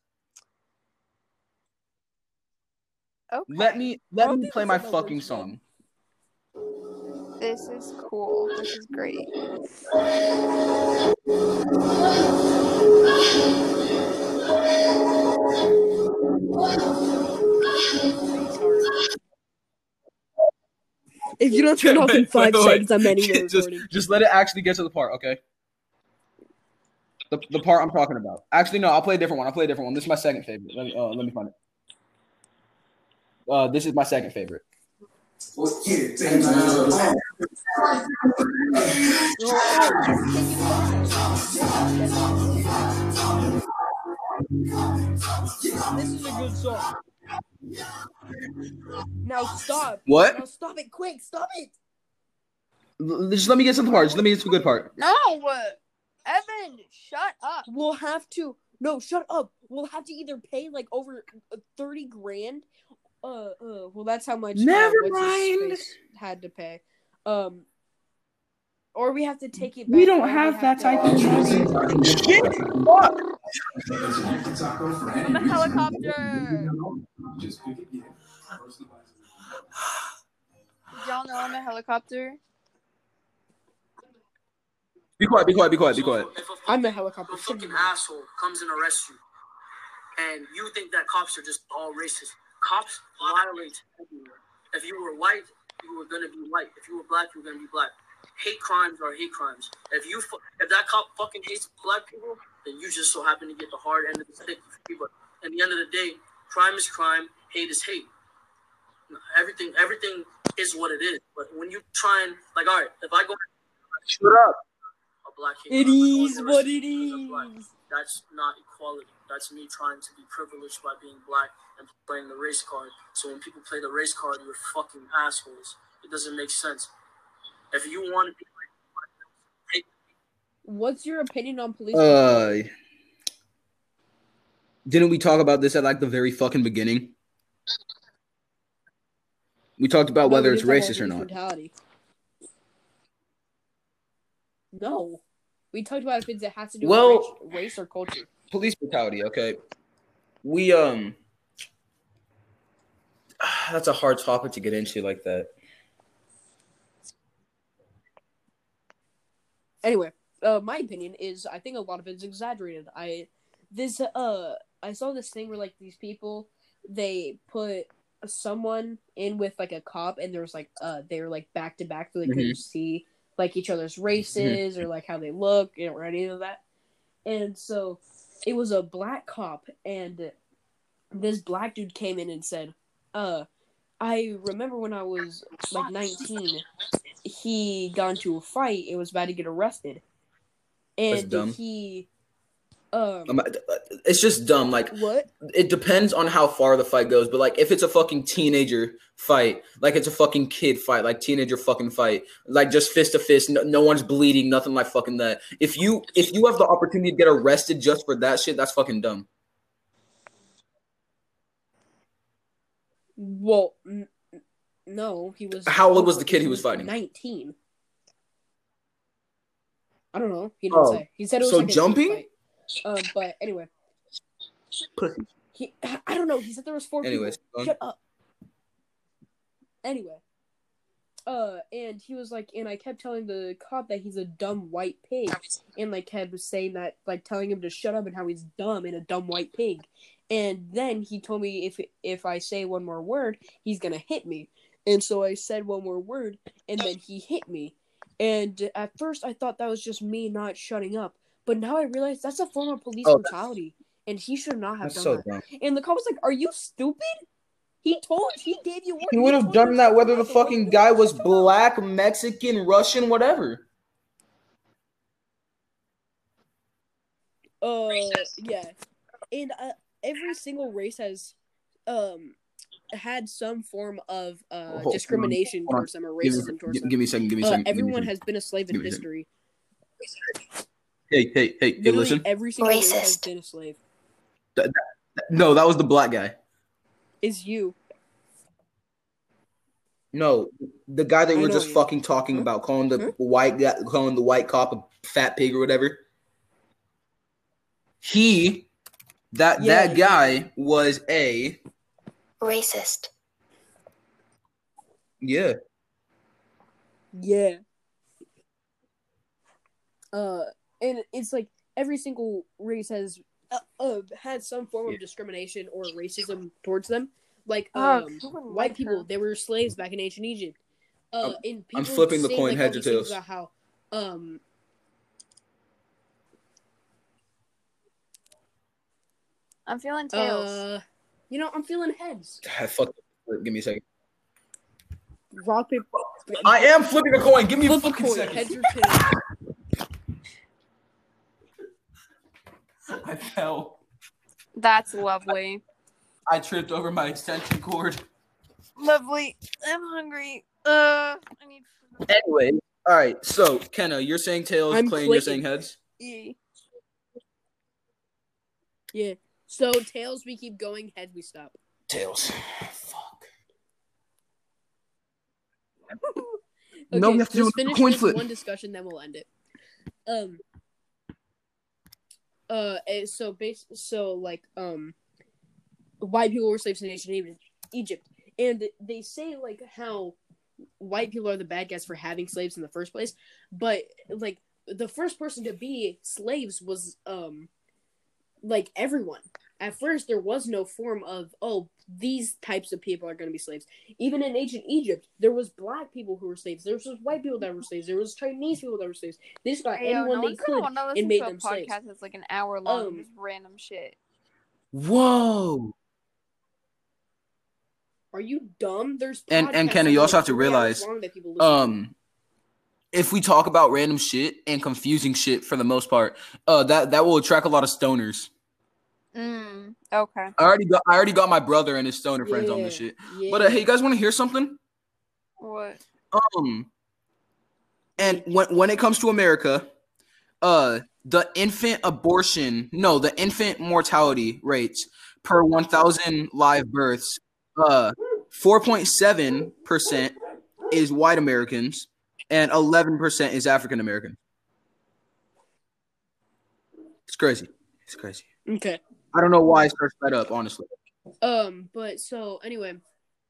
Speaker 3: Okay.
Speaker 1: Let me.
Speaker 2: I
Speaker 1: Let
Speaker 2: don't
Speaker 1: me
Speaker 2: think
Speaker 1: play
Speaker 2: it's
Speaker 1: my
Speaker 2: in the
Speaker 1: fucking
Speaker 2: words, though.
Speaker 1: song.
Speaker 3: This is cool. This is great.
Speaker 2: If you don't turn off in
Speaker 1: Wait,
Speaker 2: five
Speaker 1: wait, wait.
Speaker 2: seconds, I'm ending the
Speaker 1: just,
Speaker 2: recording.
Speaker 1: just let it actually get to the part, okay? The, the part I'm talking about. Actually, no, I'll play a different one. I'll play a different one. This is my second favorite. Let me, uh, let me find it. Uh, this is my second favorite.
Speaker 2: This is a good song. Now stop.
Speaker 1: What?
Speaker 2: Now stop it quick. Stop it.
Speaker 1: L- just let me get to the part. Just let me get to the good part.
Speaker 3: No, Evan, shut up.
Speaker 2: We'll have to. No, shut up. We'll have to either pay like over uh, thirty grand. Uh, uh. Well, that's how much. uh,
Speaker 1: Never
Speaker 2: what's-his-face
Speaker 1: mind.
Speaker 2: Had to pay. Um. Or we have to take it. Back
Speaker 1: We don't
Speaker 2: or
Speaker 1: have that
Speaker 2: to-
Speaker 1: type of music. Shit, fuck.
Speaker 3: I'm a helicopter. Did y'all know I'm a helicopter?
Speaker 1: Be quiet. Be quiet. Be quiet. Be quiet.
Speaker 5: If a
Speaker 2: I'm a
Speaker 5: fucking-
Speaker 2: helicopter.
Speaker 5: if a fucking asshole comes and arrests you, and you think that cops are just all racist, cops violate everywhere. If you were white, you were gonna be white. If you were black, you were gonna be black. Hate crimes are hate crimes. If you fu- if that cop fucking hates black people, then you just so happen to get the hard end of the stick. But at the end of the day, crime is crime, hate is hate. Everything everything is what it is. But when you try and like, all right, if I go
Speaker 1: Shut up.
Speaker 5: a black kid.
Speaker 2: It
Speaker 5: cannot go
Speaker 2: is
Speaker 5: university
Speaker 2: what it
Speaker 5: because they're black.
Speaker 2: is.
Speaker 5: That's not equality. That's me trying to be privileged by being black and playing the race card. So when people play the race card, you're fucking assholes. It doesn't make sense. If you want to be
Speaker 2: What's your opinion on police?
Speaker 6: Uh, didn't we talk about this at like the very fucking beginning? We talked about
Speaker 2: No,
Speaker 6: whether
Speaker 2: we
Speaker 6: it's
Speaker 2: didn't talk
Speaker 6: racist or
Speaker 2: about police
Speaker 6: not.
Speaker 2: brutality. No, we talked about if it's, it has to do
Speaker 1: Well-
Speaker 2: with race, race or culture.
Speaker 1: police brutality. Okay, we um, that's a hard topic to get into like that.
Speaker 2: anyway, uh, my opinion is I think a lot of it's exaggerated. I this uh I saw this thing where like these people they put someone in with like a cop and there was like uh they were like back to back so they couldn't see like each other's races or like how they look you know, or any of that. And so it was a black cop and this black dude came in and said, uh I remember when I was like 19 he got into a fight and was about to get arrested.
Speaker 1: That's
Speaker 2: And
Speaker 1: dumb.
Speaker 2: he um
Speaker 1: Um, It's just dumb. Like
Speaker 2: what?
Speaker 1: it depends on how far the fight goes, but like if it's a fucking teenager fight, like it's a fucking kid fight, like teenager fucking fight, like just fist to fist, no, no one's bleeding, nothing like fucking that. If you if you have the opportunity to get arrested just for that shit, that's fucking dumb.
Speaker 2: Well, n- n- no, he was
Speaker 1: How old was the kid he was fighting?
Speaker 2: 19. I don't know. He didn't
Speaker 1: Oh,
Speaker 2: say. He said it was
Speaker 1: so
Speaker 2: like a team
Speaker 1: jumping?
Speaker 2: fight. Um, but anyway.
Speaker 1: Pussy.
Speaker 2: He, I don't know. He said there was four people.
Speaker 1: Anyways, um,
Speaker 2: Shut up. Anyway. Uh, and he was like, and I kept telling the cop that he's a dumb white pig, and like kept saying that, like telling him to shut up and how he's dumb and a dumb white pig, and then he told me if if I say one more word, he's gonna hit me, and so I said one more word, and then he hit me, and at first I thought that was just me not shutting up, but now I realize that's a form of police
Speaker 1: Oh, that's-
Speaker 2: brutality, and he should not have
Speaker 1: that's
Speaker 2: done
Speaker 1: so
Speaker 2: that.
Speaker 1: dumb.
Speaker 2: And the cop was like, "Are you stupid?" He told, he gave you.
Speaker 1: He would have
Speaker 2: told you
Speaker 1: done that whether the
Speaker 2: stupid.
Speaker 1: fucking guy was black, Mexican, Russian, whatever.
Speaker 2: Uh, yeah, and uh, every single race has, um, had some form of
Speaker 1: hold
Speaker 2: uh
Speaker 1: on,
Speaker 2: discrimination
Speaker 1: hold on.
Speaker 2: towards them or racism towards
Speaker 1: Give,
Speaker 2: them.
Speaker 1: give me a second. Give me a
Speaker 2: Uh,
Speaker 1: second. give me a
Speaker 2: everyone
Speaker 1: second.
Speaker 2: has been a slave in
Speaker 1: Give me a second.
Speaker 2: history.
Speaker 1: Hey, hey, hey, hey!
Speaker 2: Literally,
Speaker 1: Listen.
Speaker 2: every single race has
Speaker 7: Racist.
Speaker 2: been a slave.
Speaker 1: No, that was the black guy.
Speaker 2: Is you?
Speaker 1: No, the guy that
Speaker 2: I Hmm?
Speaker 1: we were
Speaker 2: know
Speaker 1: just
Speaker 2: you.
Speaker 1: fucking talking
Speaker 2: Huh?
Speaker 1: about, calling the
Speaker 2: Huh?
Speaker 1: white guy, calling the white cop a fat pig or whatever. He, that
Speaker 2: Yeah,
Speaker 1: that
Speaker 2: yeah.
Speaker 1: guy was a
Speaker 7: Racist.
Speaker 1: yeah.
Speaker 2: Yeah. Uh, and it's like every single race has uh, uh had some form of discrimination or racism towards them. Like
Speaker 3: Oh,
Speaker 2: um,
Speaker 3: you wouldn't
Speaker 2: white
Speaker 3: like
Speaker 2: people,
Speaker 3: her.
Speaker 2: they were slaves back in ancient Egypt. Uh, and people
Speaker 1: I'm flipping the
Speaker 2: say,
Speaker 1: coin,
Speaker 2: like,
Speaker 1: heads
Speaker 2: all
Speaker 1: or
Speaker 2: these things
Speaker 1: tails.
Speaker 2: About how um.
Speaker 3: I'm feeling tails.
Speaker 2: Uh, you know, I'm feeling heads.
Speaker 1: Ah, Fuck. Give me a second.
Speaker 2: Rock paper.
Speaker 1: I am flipping a coin. Give me a
Speaker 2: flip a
Speaker 1: fucking
Speaker 2: coin.
Speaker 1: second.
Speaker 2: Heads or tails.
Speaker 1: I fell.
Speaker 3: That's lovely.
Speaker 1: I tripped over my extension cord.
Speaker 3: Lovely. I'm hungry. Uh, I need. food.
Speaker 1: Anyway, all right. So Kenna, you're saying tails.
Speaker 2: I'm
Speaker 1: Clayton, you're saying
Speaker 2: clicking.
Speaker 1: heads.
Speaker 3: Yeah.
Speaker 2: So tails, we keep going. Heads, we stop.
Speaker 1: Tails. Fuck.
Speaker 2: Okay,
Speaker 1: No, we have to do
Speaker 2: just
Speaker 1: a
Speaker 2: finish
Speaker 1: coin
Speaker 2: this
Speaker 1: flip.
Speaker 2: One discussion, then we'll end it. Um. Uh, eh, so base, so like, um, white people were slaves in ancient Egypt- Egypt, and they say like how white people are the bad guys for having slaves in the first place, but like the first person to be slaves was um, like everyone. At first, there was no form of oh, these types of people are going to be slaves even in ancient Egypt, there was black people who were slaves. There was white people that were slaves. There was Chinese people that were slaves. They just got
Speaker 3: Hey, yo,
Speaker 2: anyone
Speaker 3: no
Speaker 2: they
Speaker 3: one's gonna
Speaker 2: could.
Speaker 3: wanna listen
Speaker 2: and made
Speaker 3: to a
Speaker 2: them slaves.
Speaker 3: podcast that's like an hour long,
Speaker 2: Um,
Speaker 3: just random shit.
Speaker 1: Whoa.
Speaker 2: Are you dumb? There's
Speaker 1: And- and
Speaker 2: podcasts
Speaker 1: Kenny, you
Speaker 2: that are
Speaker 1: also have to
Speaker 2: three hours
Speaker 1: realize,
Speaker 2: long that people listen to.
Speaker 1: Um. if we talk about random shit and confusing shit for the most part, uh, that that will attract a lot of stoners.
Speaker 3: Mm, okay.
Speaker 1: I already got I already got my brother and his stoner friends on this
Speaker 2: Yeah,
Speaker 1: shit.
Speaker 2: Yeah.
Speaker 1: But uh, hey, you guys want to hear something?
Speaker 3: What?
Speaker 1: Um, and when when it comes to America, uh, the infant abortion, no, the infant mortality rates per one thousand live births, uh, four point seven percent is white Americans, and eleven percent is African American. It's crazy. It's crazy.
Speaker 2: okay.
Speaker 1: I don't know why I started that up, honestly.
Speaker 2: Um, but so anyway,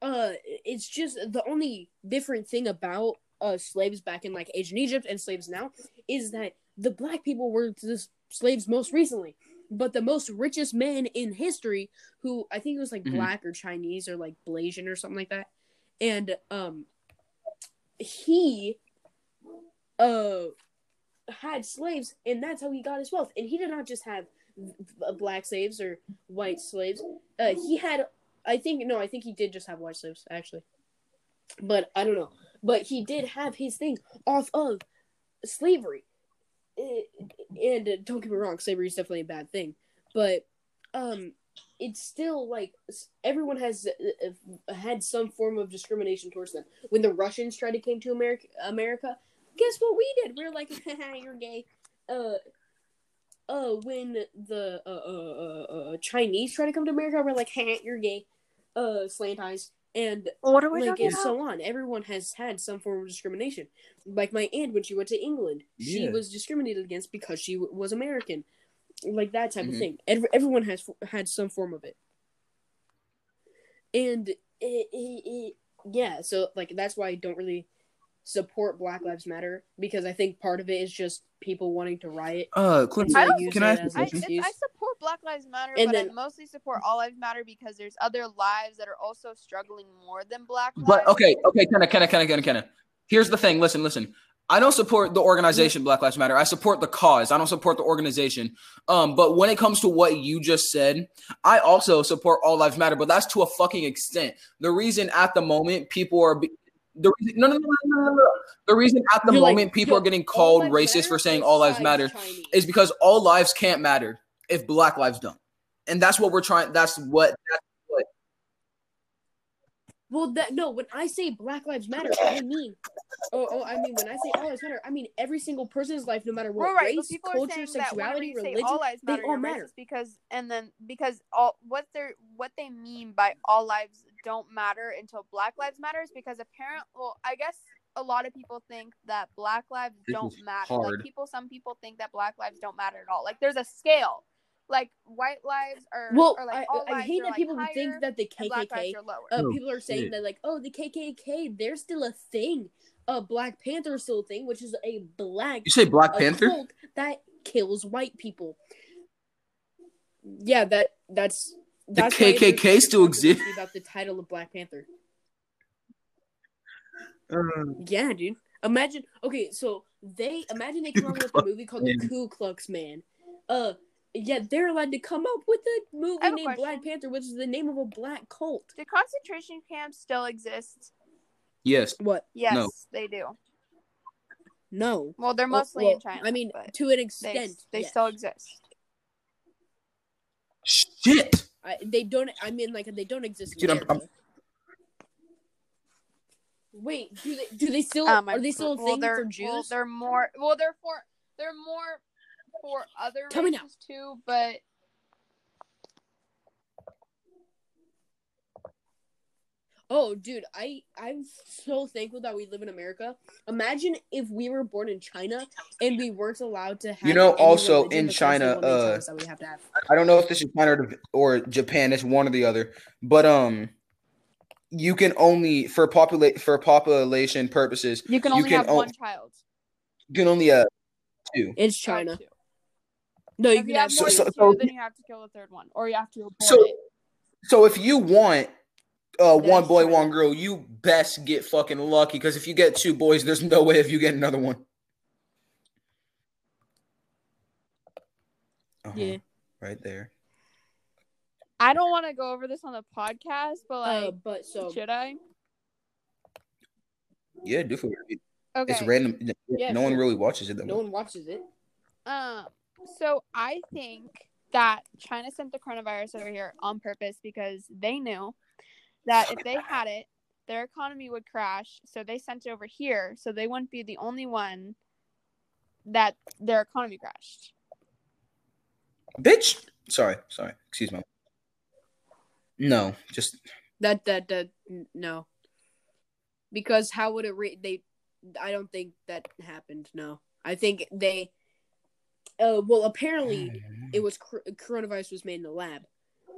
Speaker 2: uh, it's just the only different thing about uh slaves back in like ancient Egypt and slaves now is that the black people were the s- slaves most recently, but the most richest man in history, who I think was like
Speaker 1: Mhm.
Speaker 2: black or Chinese or like Blasian or something like that, and um, he uh had slaves, and that's how he got his wealth, and he did not just have uh, black slaves or white slaves uh, he had I think no, I think he did just have white slaves actually, but I don't know. But he did have his thing off of slavery, Eh, and uh, don't get me wrong, slavery is definitely a bad thing, but um, it's still like s- everyone has uh, uh, had some form of discrimination towards them. When the Russians tried to came to America, America, guess what we did? We were like, Haha, "You're gay." Uh, uh, when the uh, uh, uh, uh, Chinese try to come to America, we're like, "Hey, you're gay," uh, slant eyes, and
Speaker 3: What are
Speaker 2: like and so on. Everyone has had some form of discrimination. Like my aunt when she went to England, she
Speaker 4: Yeah.
Speaker 2: was discriminated against because she w- was American. Like that type
Speaker 1: Mhm.
Speaker 2: of thing. Every, everyone has f- had some form of it. And it, it, it, yeah, so like that's why I don't really support Black Lives Matter because I think part of it is just people wanting to riot.
Speaker 1: Uh, Clint,
Speaker 3: I don't
Speaker 1: can I
Speaker 2: think
Speaker 1: ask
Speaker 3: I,
Speaker 1: a
Speaker 2: that
Speaker 3: it's-
Speaker 1: question?
Speaker 2: Excuse?
Speaker 3: I support Black Lives Matter,
Speaker 2: And
Speaker 3: but I
Speaker 2: then-
Speaker 3: mostly support All Lives Matter because there's other lives that are also struggling more than Black lives.
Speaker 1: But okay, okay, Kenna, Kenna, Kenna, Kenna, Kenna. Here's the thing. Listen, listen. I don't support the organization Black Lives Matter. I support the cause. I don't support the organization. Um, but when it comes to what you just said, I also support All Lives Matter, but that's to a fucking extent. The reason at the moment people are be- the reason, no, no, no, no, no, no, no. The reason at the
Speaker 2: You're like,
Speaker 1: moment people
Speaker 2: yo,
Speaker 1: are getting
Speaker 2: All
Speaker 1: called
Speaker 2: lives
Speaker 1: racist
Speaker 2: matter
Speaker 1: for saying All Lives
Speaker 2: besides
Speaker 1: Matter
Speaker 2: Chinese.
Speaker 1: is because all lives can't matter if Black lives don't, and that's what we're trying. That's what. That's,
Speaker 2: Well, that no. When I say Black Lives Matter, I mean, oh, oh, I mean when I say All Lives Matter, I mean every single person's life, no matter what
Speaker 3: Well, right, but
Speaker 2: race,
Speaker 3: people are
Speaker 2: culture,
Speaker 3: saying that whenever
Speaker 2: sexuality,
Speaker 3: you say
Speaker 2: religion.
Speaker 3: all lives
Speaker 2: they
Speaker 3: matter,
Speaker 2: all
Speaker 3: you're
Speaker 2: matter.
Speaker 3: racist because and then because all what they're what they mean by all lives don't matter until Black Lives Matter is because apparent. Well, I guess a lot of people think that Black lives
Speaker 1: This
Speaker 3: don't
Speaker 1: is
Speaker 3: matter.
Speaker 1: hard.
Speaker 3: Like people, some people think that Black lives don't matter at all. Like there's a scale. Like white lives are
Speaker 2: well,
Speaker 3: are like
Speaker 2: I,
Speaker 3: all
Speaker 2: I
Speaker 3: lives
Speaker 2: hate
Speaker 3: are
Speaker 2: that
Speaker 3: like
Speaker 2: people
Speaker 3: higher,
Speaker 2: think that the
Speaker 3: and Black
Speaker 2: KKK.
Speaker 3: lives are lower.
Speaker 2: Uh,
Speaker 1: No
Speaker 2: people are saying
Speaker 1: shit.
Speaker 2: that like, oh, the KKK, they're still a thing. Uh, Black Panther is still a thing, which is a black
Speaker 1: you say Black
Speaker 2: a
Speaker 1: Panther?
Speaker 2: cult that kills white people. Yeah, that that's that's why
Speaker 1: KKK
Speaker 2: there's
Speaker 1: still exists?
Speaker 2: controversy About the title of Black Panther.
Speaker 1: Um,
Speaker 2: Yeah, dude. Imagine. Okay, so they imagine they come out with a movie called The
Speaker 1: Man.
Speaker 2: Ku Klux Man. Uh, yeah, they're allowed to come up with a movie
Speaker 3: I have a
Speaker 2: named Black
Speaker 3: question.
Speaker 2: Panther, which is the name of a black cult.
Speaker 3: Do concentration camps still exist?
Speaker 1: Yes.
Speaker 2: What?
Speaker 3: Yes,
Speaker 1: No.
Speaker 3: they do.
Speaker 2: No.
Speaker 3: Well, they're
Speaker 2: Well-
Speaker 3: mostly
Speaker 2: well,
Speaker 3: in China.
Speaker 2: I mean,
Speaker 3: but
Speaker 2: to an
Speaker 3: they,
Speaker 2: extent,
Speaker 3: they
Speaker 2: yes.
Speaker 3: still exist.
Speaker 1: Shit.
Speaker 2: I, they don't. I mean, like they don't exist.
Speaker 1: Dude,
Speaker 2: in
Speaker 1: I'm-
Speaker 2: America. Wait, do they? Do they still?
Speaker 3: Um, I-
Speaker 2: are they still a
Speaker 3: well,
Speaker 2: thing
Speaker 3: they're-
Speaker 2: for
Speaker 3: Well,
Speaker 2: Jews?
Speaker 3: they're more. Well, they're for. They're more for other
Speaker 2: Tell me now.
Speaker 3: races too. But
Speaker 2: Oh, dude, I I'm so thankful that we live in America. Imagine if we were born in China and we weren't allowed to have.
Speaker 4: You know,
Speaker 2: any
Speaker 4: also
Speaker 2: religion
Speaker 4: in
Speaker 2: because
Speaker 4: China,
Speaker 2: they will make
Speaker 4: uh,
Speaker 2: laws that we have to have.
Speaker 4: I don't know if this is China or, or Japan. It's one or the other. But um, you can only for populate for population purposes,
Speaker 3: you can
Speaker 4: You
Speaker 3: only
Speaker 4: can
Speaker 3: have
Speaker 4: o-
Speaker 3: one child.
Speaker 4: you can only uh two.
Speaker 2: It's
Speaker 3: Or
Speaker 2: China.
Speaker 3: two.
Speaker 2: No, you
Speaker 3: If
Speaker 2: can
Speaker 3: you have
Speaker 2: have
Speaker 3: more
Speaker 4: so-
Speaker 2: two.
Speaker 3: than
Speaker 4: so-
Speaker 3: two,
Speaker 4: so-
Speaker 3: then you have to kill a third one, or you have to abort
Speaker 4: So
Speaker 3: it.
Speaker 4: so if you want uh one
Speaker 2: That's
Speaker 4: boy,
Speaker 2: China.
Speaker 4: one girl, you best get fucking lucky because if you get two boys, there's no way if you get another one. Uh-huh,
Speaker 2: Yeah.
Speaker 4: Right there.
Speaker 3: I don't want to go over this on the Oh, podcast, but
Speaker 2: Uh,
Speaker 3: like,
Speaker 2: but so
Speaker 3: should I?
Speaker 4: Yeah, do for it.
Speaker 3: Okay.
Speaker 1: It's random.
Speaker 2: Yeah,
Speaker 1: no one
Speaker 2: sure.
Speaker 1: really watches it. That
Speaker 2: No
Speaker 1: much.
Speaker 2: one watches it.
Speaker 3: Um, so I think that China sent the coronavirus over here on purpose because they knew that if they had it, their economy would crash. So they sent it over here so they wouldn't be the only one that their economy crashed.
Speaker 1: Bitch. Sorry. Sorry. Excuse me. No, just
Speaker 2: That that that n- no. Because how would it re- they? I don't think that happened. No, I think they. Uh, well, apparently it was cr- coronavirus was made in a lab.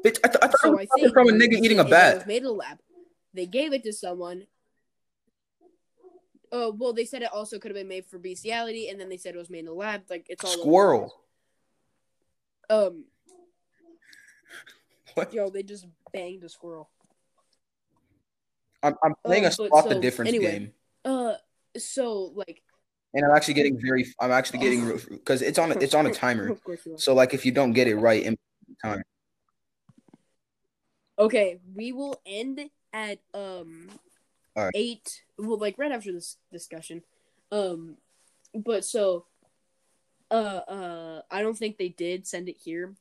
Speaker 1: Bitch, I, th- I thought
Speaker 2: So I
Speaker 1: it was coming
Speaker 2: think
Speaker 1: from a nigga eating a
Speaker 2: it was
Speaker 1: bat.
Speaker 2: made in a lab. They gave it to someone. Uh, well, they said it also could have been made for bestiality, and then they said it was made in a lab. Like it's all over.
Speaker 1: Squirrel.
Speaker 2: Um,
Speaker 1: What?
Speaker 2: yo, they just banged a squirrel.
Speaker 1: I'm, I'm playing
Speaker 2: Uh,
Speaker 1: a
Speaker 2: but
Speaker 1: spot the
Speaker 2: so,
Speaker 1: difference
Speaker 2: anyway.
Speaker 1: game,
Speaker 2: Uh, so like
Speaker 1: and I'm actually getting very. I'm actually getting because it's on. A, it's on a timer.
Speaker 2: Of course you are.
Speaker 1: So like, if you don't get it right, in time.
Speaker 2: Okay, we will end at um
Speaker 1: All right.
Speaker 2: eight. Well, like right after this discussion, um, but so, uh, uh, I don't think they did send it here.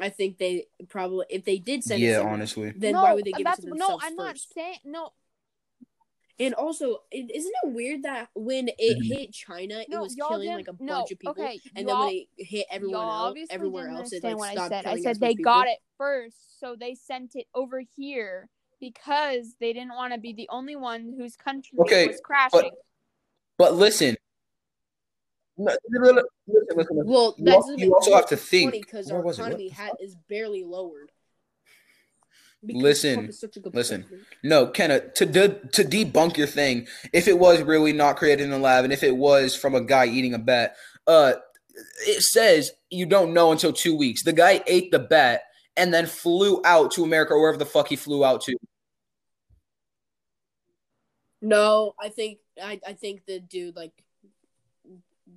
Speaker 2: I think they probably if they did send it,
Speaker 1: Yeah,
Speaker 2: somewhere,
Speaker 1: honestly.
Speaker 2: then
Speaker 3: no, uh,
Speaker 2: why would they give it
Speaker 3: that's,
Speaker 2: to
Speaker 3: No,
Speaker 2: themselves
Speaker 3: I'm not
Speaker 2: first?
Speaker 3: saying no.
Speaker 2: And also, is isn't it weird that when it
Speaker 1: Mhm.
Speaker 2: hit China,
Speaker 3: No,
Speaker 2: it was
Speaker 3: y'all
Speaker 2: killing
Speaker 3: didn't-
Speaker 2: like a
Speaker 3: no,
Speaker 2: bunch of people,
Speaker 3: Okay,
Speaker 2: and then
Speaker 3: y'all,
Speaker 2: when it hit everyone
Speaker 3: y'all
Speaker 2: else,
Speaker 3: obviously
Speaker 2: everywhere
Speaker 3: didn't
Speaker 2: else, it
Speaker 3: understand
Speaker 2: like
Speaker 3: what I
Speaker 2: stopped
Speaker 3: said. I
Speaker 2: killing
Speaker 3: said
Speaker 2: as
Speaker 3: they
Speaker 2: many
Speaker 3: got
Speaker 2: people.
Speaker 3: it first, so they sent it over here because they didn't want to be the only one whose country
Speaker 1: Okay,
Speaker 3: was crashing.
Speaker 1: But listen. No, no, no, no, listen, listen, listen.
Speaker 2: Well,
Speaker 1: You
Speaker 2: that's
Speaker 1: al- you also have to think,
Speaker 2: because
Speaker 1: where
Speaker 2: our
Speaker 1: was it? What
Speaker 2: economy
Speaker 1: the
Speaker 2: hat is barely lowered.
Speaker 1: Listen,
Speaker 2: Trump is such a good
Speaker 1: listen.
Speaker 2: president.
Speaker 1: No, Kenna, to de- to debunk your thing, if it was really not created in the lab, and if it was from a guy eating a bat, uh, it says you don't know until two weeks. The guy ate the bat and then flew out to America or wherever the fuck he flew out to.
Speaker 2: No, I think I, I think the dude like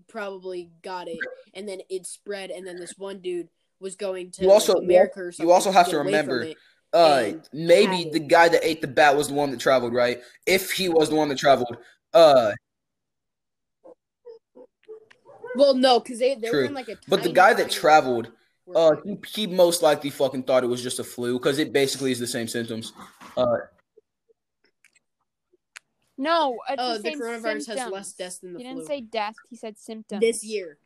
Speaker 2: probably got it, and then it spread, and then this one dude was going to
Speaker 1: You also-
Speaker 2: like, America or something.
Speaker 1: also have
Speaker 2: get
Speaker 1: to
Speaker 2: away from
Speaker 1: remember-
Speaker 2: it.
Speaker 1: Uh,
Speaker 2: And
Speaker 1: maybe
Speaker 2: had
Speaker 1: the guy that ate the bat was the one that traveled, right? If he was the one that traveled, uh,
Speaker 2: Well, no, because they they were
Speaker 1: True.
Speaker 2: in like a.
Speaker 1: but the
Speaker 2: tiny,
Speaker 1: guy that
Speaker 2: tiny
Speaker 1: traveled,
Speaker 2: world.
Speaker 1: uh, he, he most likely fucking thought it was just a flu because it basically is the same symptoms.
Speaker 3: No, it's
Speaker 2: Uh,
Speaker 3: the,
Speaker 2: the
Speaker 3: same
Speaker 2: coronavirus has
Speaker 3: symptoms.
Speaker 2: less deaths than the
Speaker 3: He
Speaker 2: flu.
Speaker 3: didn't say death. He said symptoms.
Speaker 2: this year.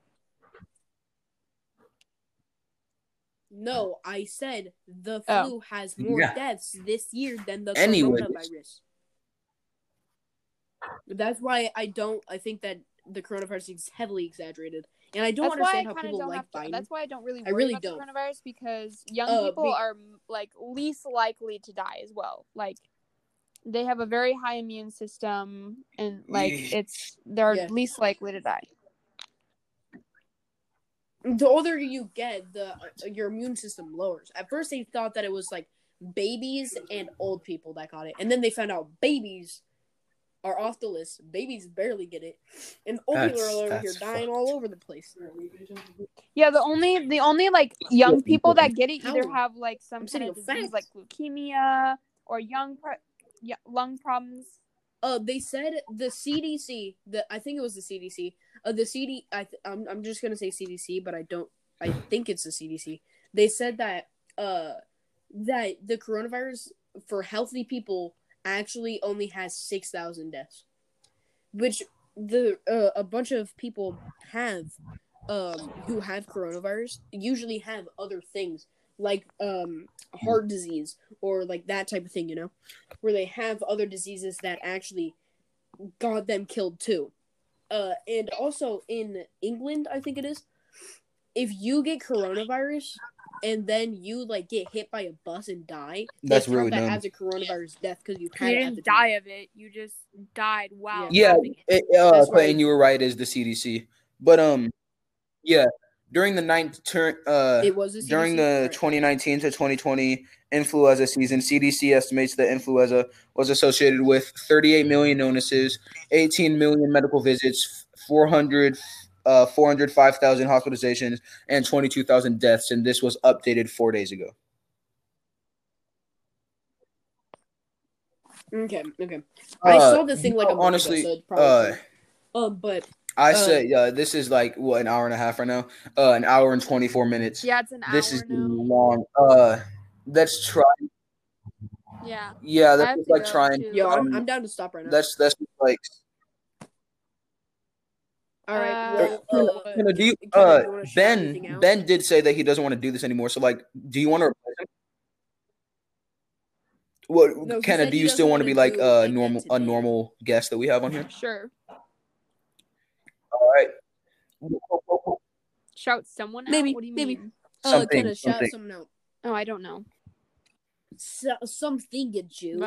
Speaker 2: No, I said the
Speaker 3: Oh.
Speaker 2: flu has more
Speaker 1: Yeah.
Speaker 2: deaths this year than the
Speaker 1: Anyways.
Speaker 2: coronavirus. That's why I don't. I think that the coronavirus is heavily exaggerated, and I don't
Speaker 3: That's why I
Speaker 2: understand how
Speaker 3: kind of
Speaker 2: people
Speaker 3: don't
Speaker 2: like
Speaker 3: have to,
Speaker 2: Biden.
Speaker 3: That's why I don't really.
Speaker 2: I
Speaker 3: Worry
Speaker 2: really
Speaker 3: about the
Speaker 2: don't.
Speaker 3: coronavirus because young
Speaker 2: Uh,
Speaker 3: people
Speaker 2: be-
Speaker 3: are like least likely to die as well. Like they have a very high immune system, and like
Speaker 1: Yeah.
Speaker 3: it's they're
Speaker 2: Yeah.
Speaker 3: least likely to die.
Speaker 2: The older you get, the uh, your immune system lowers. At first, they thought that it was like babies and old people that got it, and then they found out babies are off the list. Babies barely get it, and old people
Speaker 1: That's-
Speaker 2: are over here
Speaker 1: that's
Speaker 2: dying
Speaker 1: fucked.
Speaker 2: all over the place.
Speaker 3: Yeah, the only the only like young people that get it either
Speaker 2: How?
Speaker 3: have like some
Speaker 2: I'm
Speaker 3: kind
Speaker 2: sending
Speaker 3: of
Speaker 2: you
Speaker 3: disease
Speaker 2: facts.
Speaker 3: like leukemia or young pro- yeah, lung problems.
Speaker 2: uh they said the CDC the I think it was the CDC uh the CD I th- I'm I'm just going to say CDC but I don't I think it's the CDC they said that uh that the coronavirus for healthy people actually only has 6,000 deaths which the uh, a bunch of people have um who have coronavirus usually have other things like um heart disease or like that type of thing you know where they have other diseases that actually got them killed too. Uh, and also in England, I think it is, if you get coronavirus and then you like get hit by a bus and die, they
Speaker 1: That's
Speaker 2: count
Speaker 1: really
Speaker 2: that
Speaker 1: dumb.
Speaker 2: as a coronavirus death because you
Speaker 3: You
Speaker 2: had it at the
Speaker 3: didn't
Speaker 2: time.
Speaker 3: die of it. You just died. Wow.
Speaker 1: Yeah, it, uh,
Speaker 2: That's why-
Speaker 1: Clayton, you were right. Is the CDC, but um, yeah, during the ninth turn, uh,
Speaker 2: It was a
Speaker 1: during
Speaker 2: CDC
Speaker 1: the
Speaker 2: correct.
Speaker 1: 2019 to 2020 influenza season, CDC estimates that influenza was associated with 38 million illnesses, 18 million medical visits, 400, uh, 405,000 hospitalizations, and 22,000 deaths. And this was updated four days ago.
Speaker 2: Okay, okay. I
Speaker 1: Uh,
Speaker 2: saw this thing like a
Speaker 1: no,
Speaker 2: month ago,
Speaker 1: uh, honestly,
Speaker 2: so it's probably
Speaker 1: Uh,
Speaker 2: Um, but
Speaker 1: I
Speaker 2: Uh,
Speaker 1: said, yeah, this is like what an hour and a half right now. Uh, an hour and twenty four minutes.
Speaker 3: Yeah, it's an hour
Speaker 1: this is
Speaker 3: now.
Speaker 1: long. Uh, let's try.
Speaker 3: Yeah.
Speaker 1: Yeah,
Speaker 3: I have
Speaker 1: that's just
Speaker 3: to
Speaker 1: like
Speaker 3: go,
Speaker 1: trying.
Speaker 3: too.
Speaker 2: yo, I'm,
Speaker 1: Um,
Speaker 2: I'm down to stop right now.
Speaker 1: That's that's just like.
Speaker 2: All right.
Speaker 3: Uh,
Speaker 2: well, uh,
Speaker 1: You know, do you-
Speaker 2: Kevin,
Speaker 1: uh,
Speaker 2: you wanna shout anything
Speaker 1: ben
Speaker 2: out?
Speaker 1: Ben did say that he doesn't want to do this anymore. So like, do you want to? What
Speaker 2: No, he
Speaker 1: Kenna?
Speaker 2: said
Speaker 1: Do
Speaker 2: he
Speaker 1: you
Speaker 2: doesn't
Speaker 1: still want to be
Speaker 2: wanna
Speaker 1: like
Speaker 2: do it
Speaker 1: a
Speaker 2: like that
Speaker 1: normal a
Speaker 2: today.
Speaker 1: normal guest that we have on here?
Speaker 3: Sure.
Speaker 1: All right.
Speaker 3: Shout someone out.
Speaker 2: Maybe,
Speaker 3: What do you
Speaker 2: maybe.
Speaker 3: mean?
Speaker 2: uh,
Speaker 1: something,
Speaker 2: Kenna, shout
Speaker 1: something.
Speaker 2: something out.
Speaker 3: Oh, I don't know.
Speaker 2: So, something, you.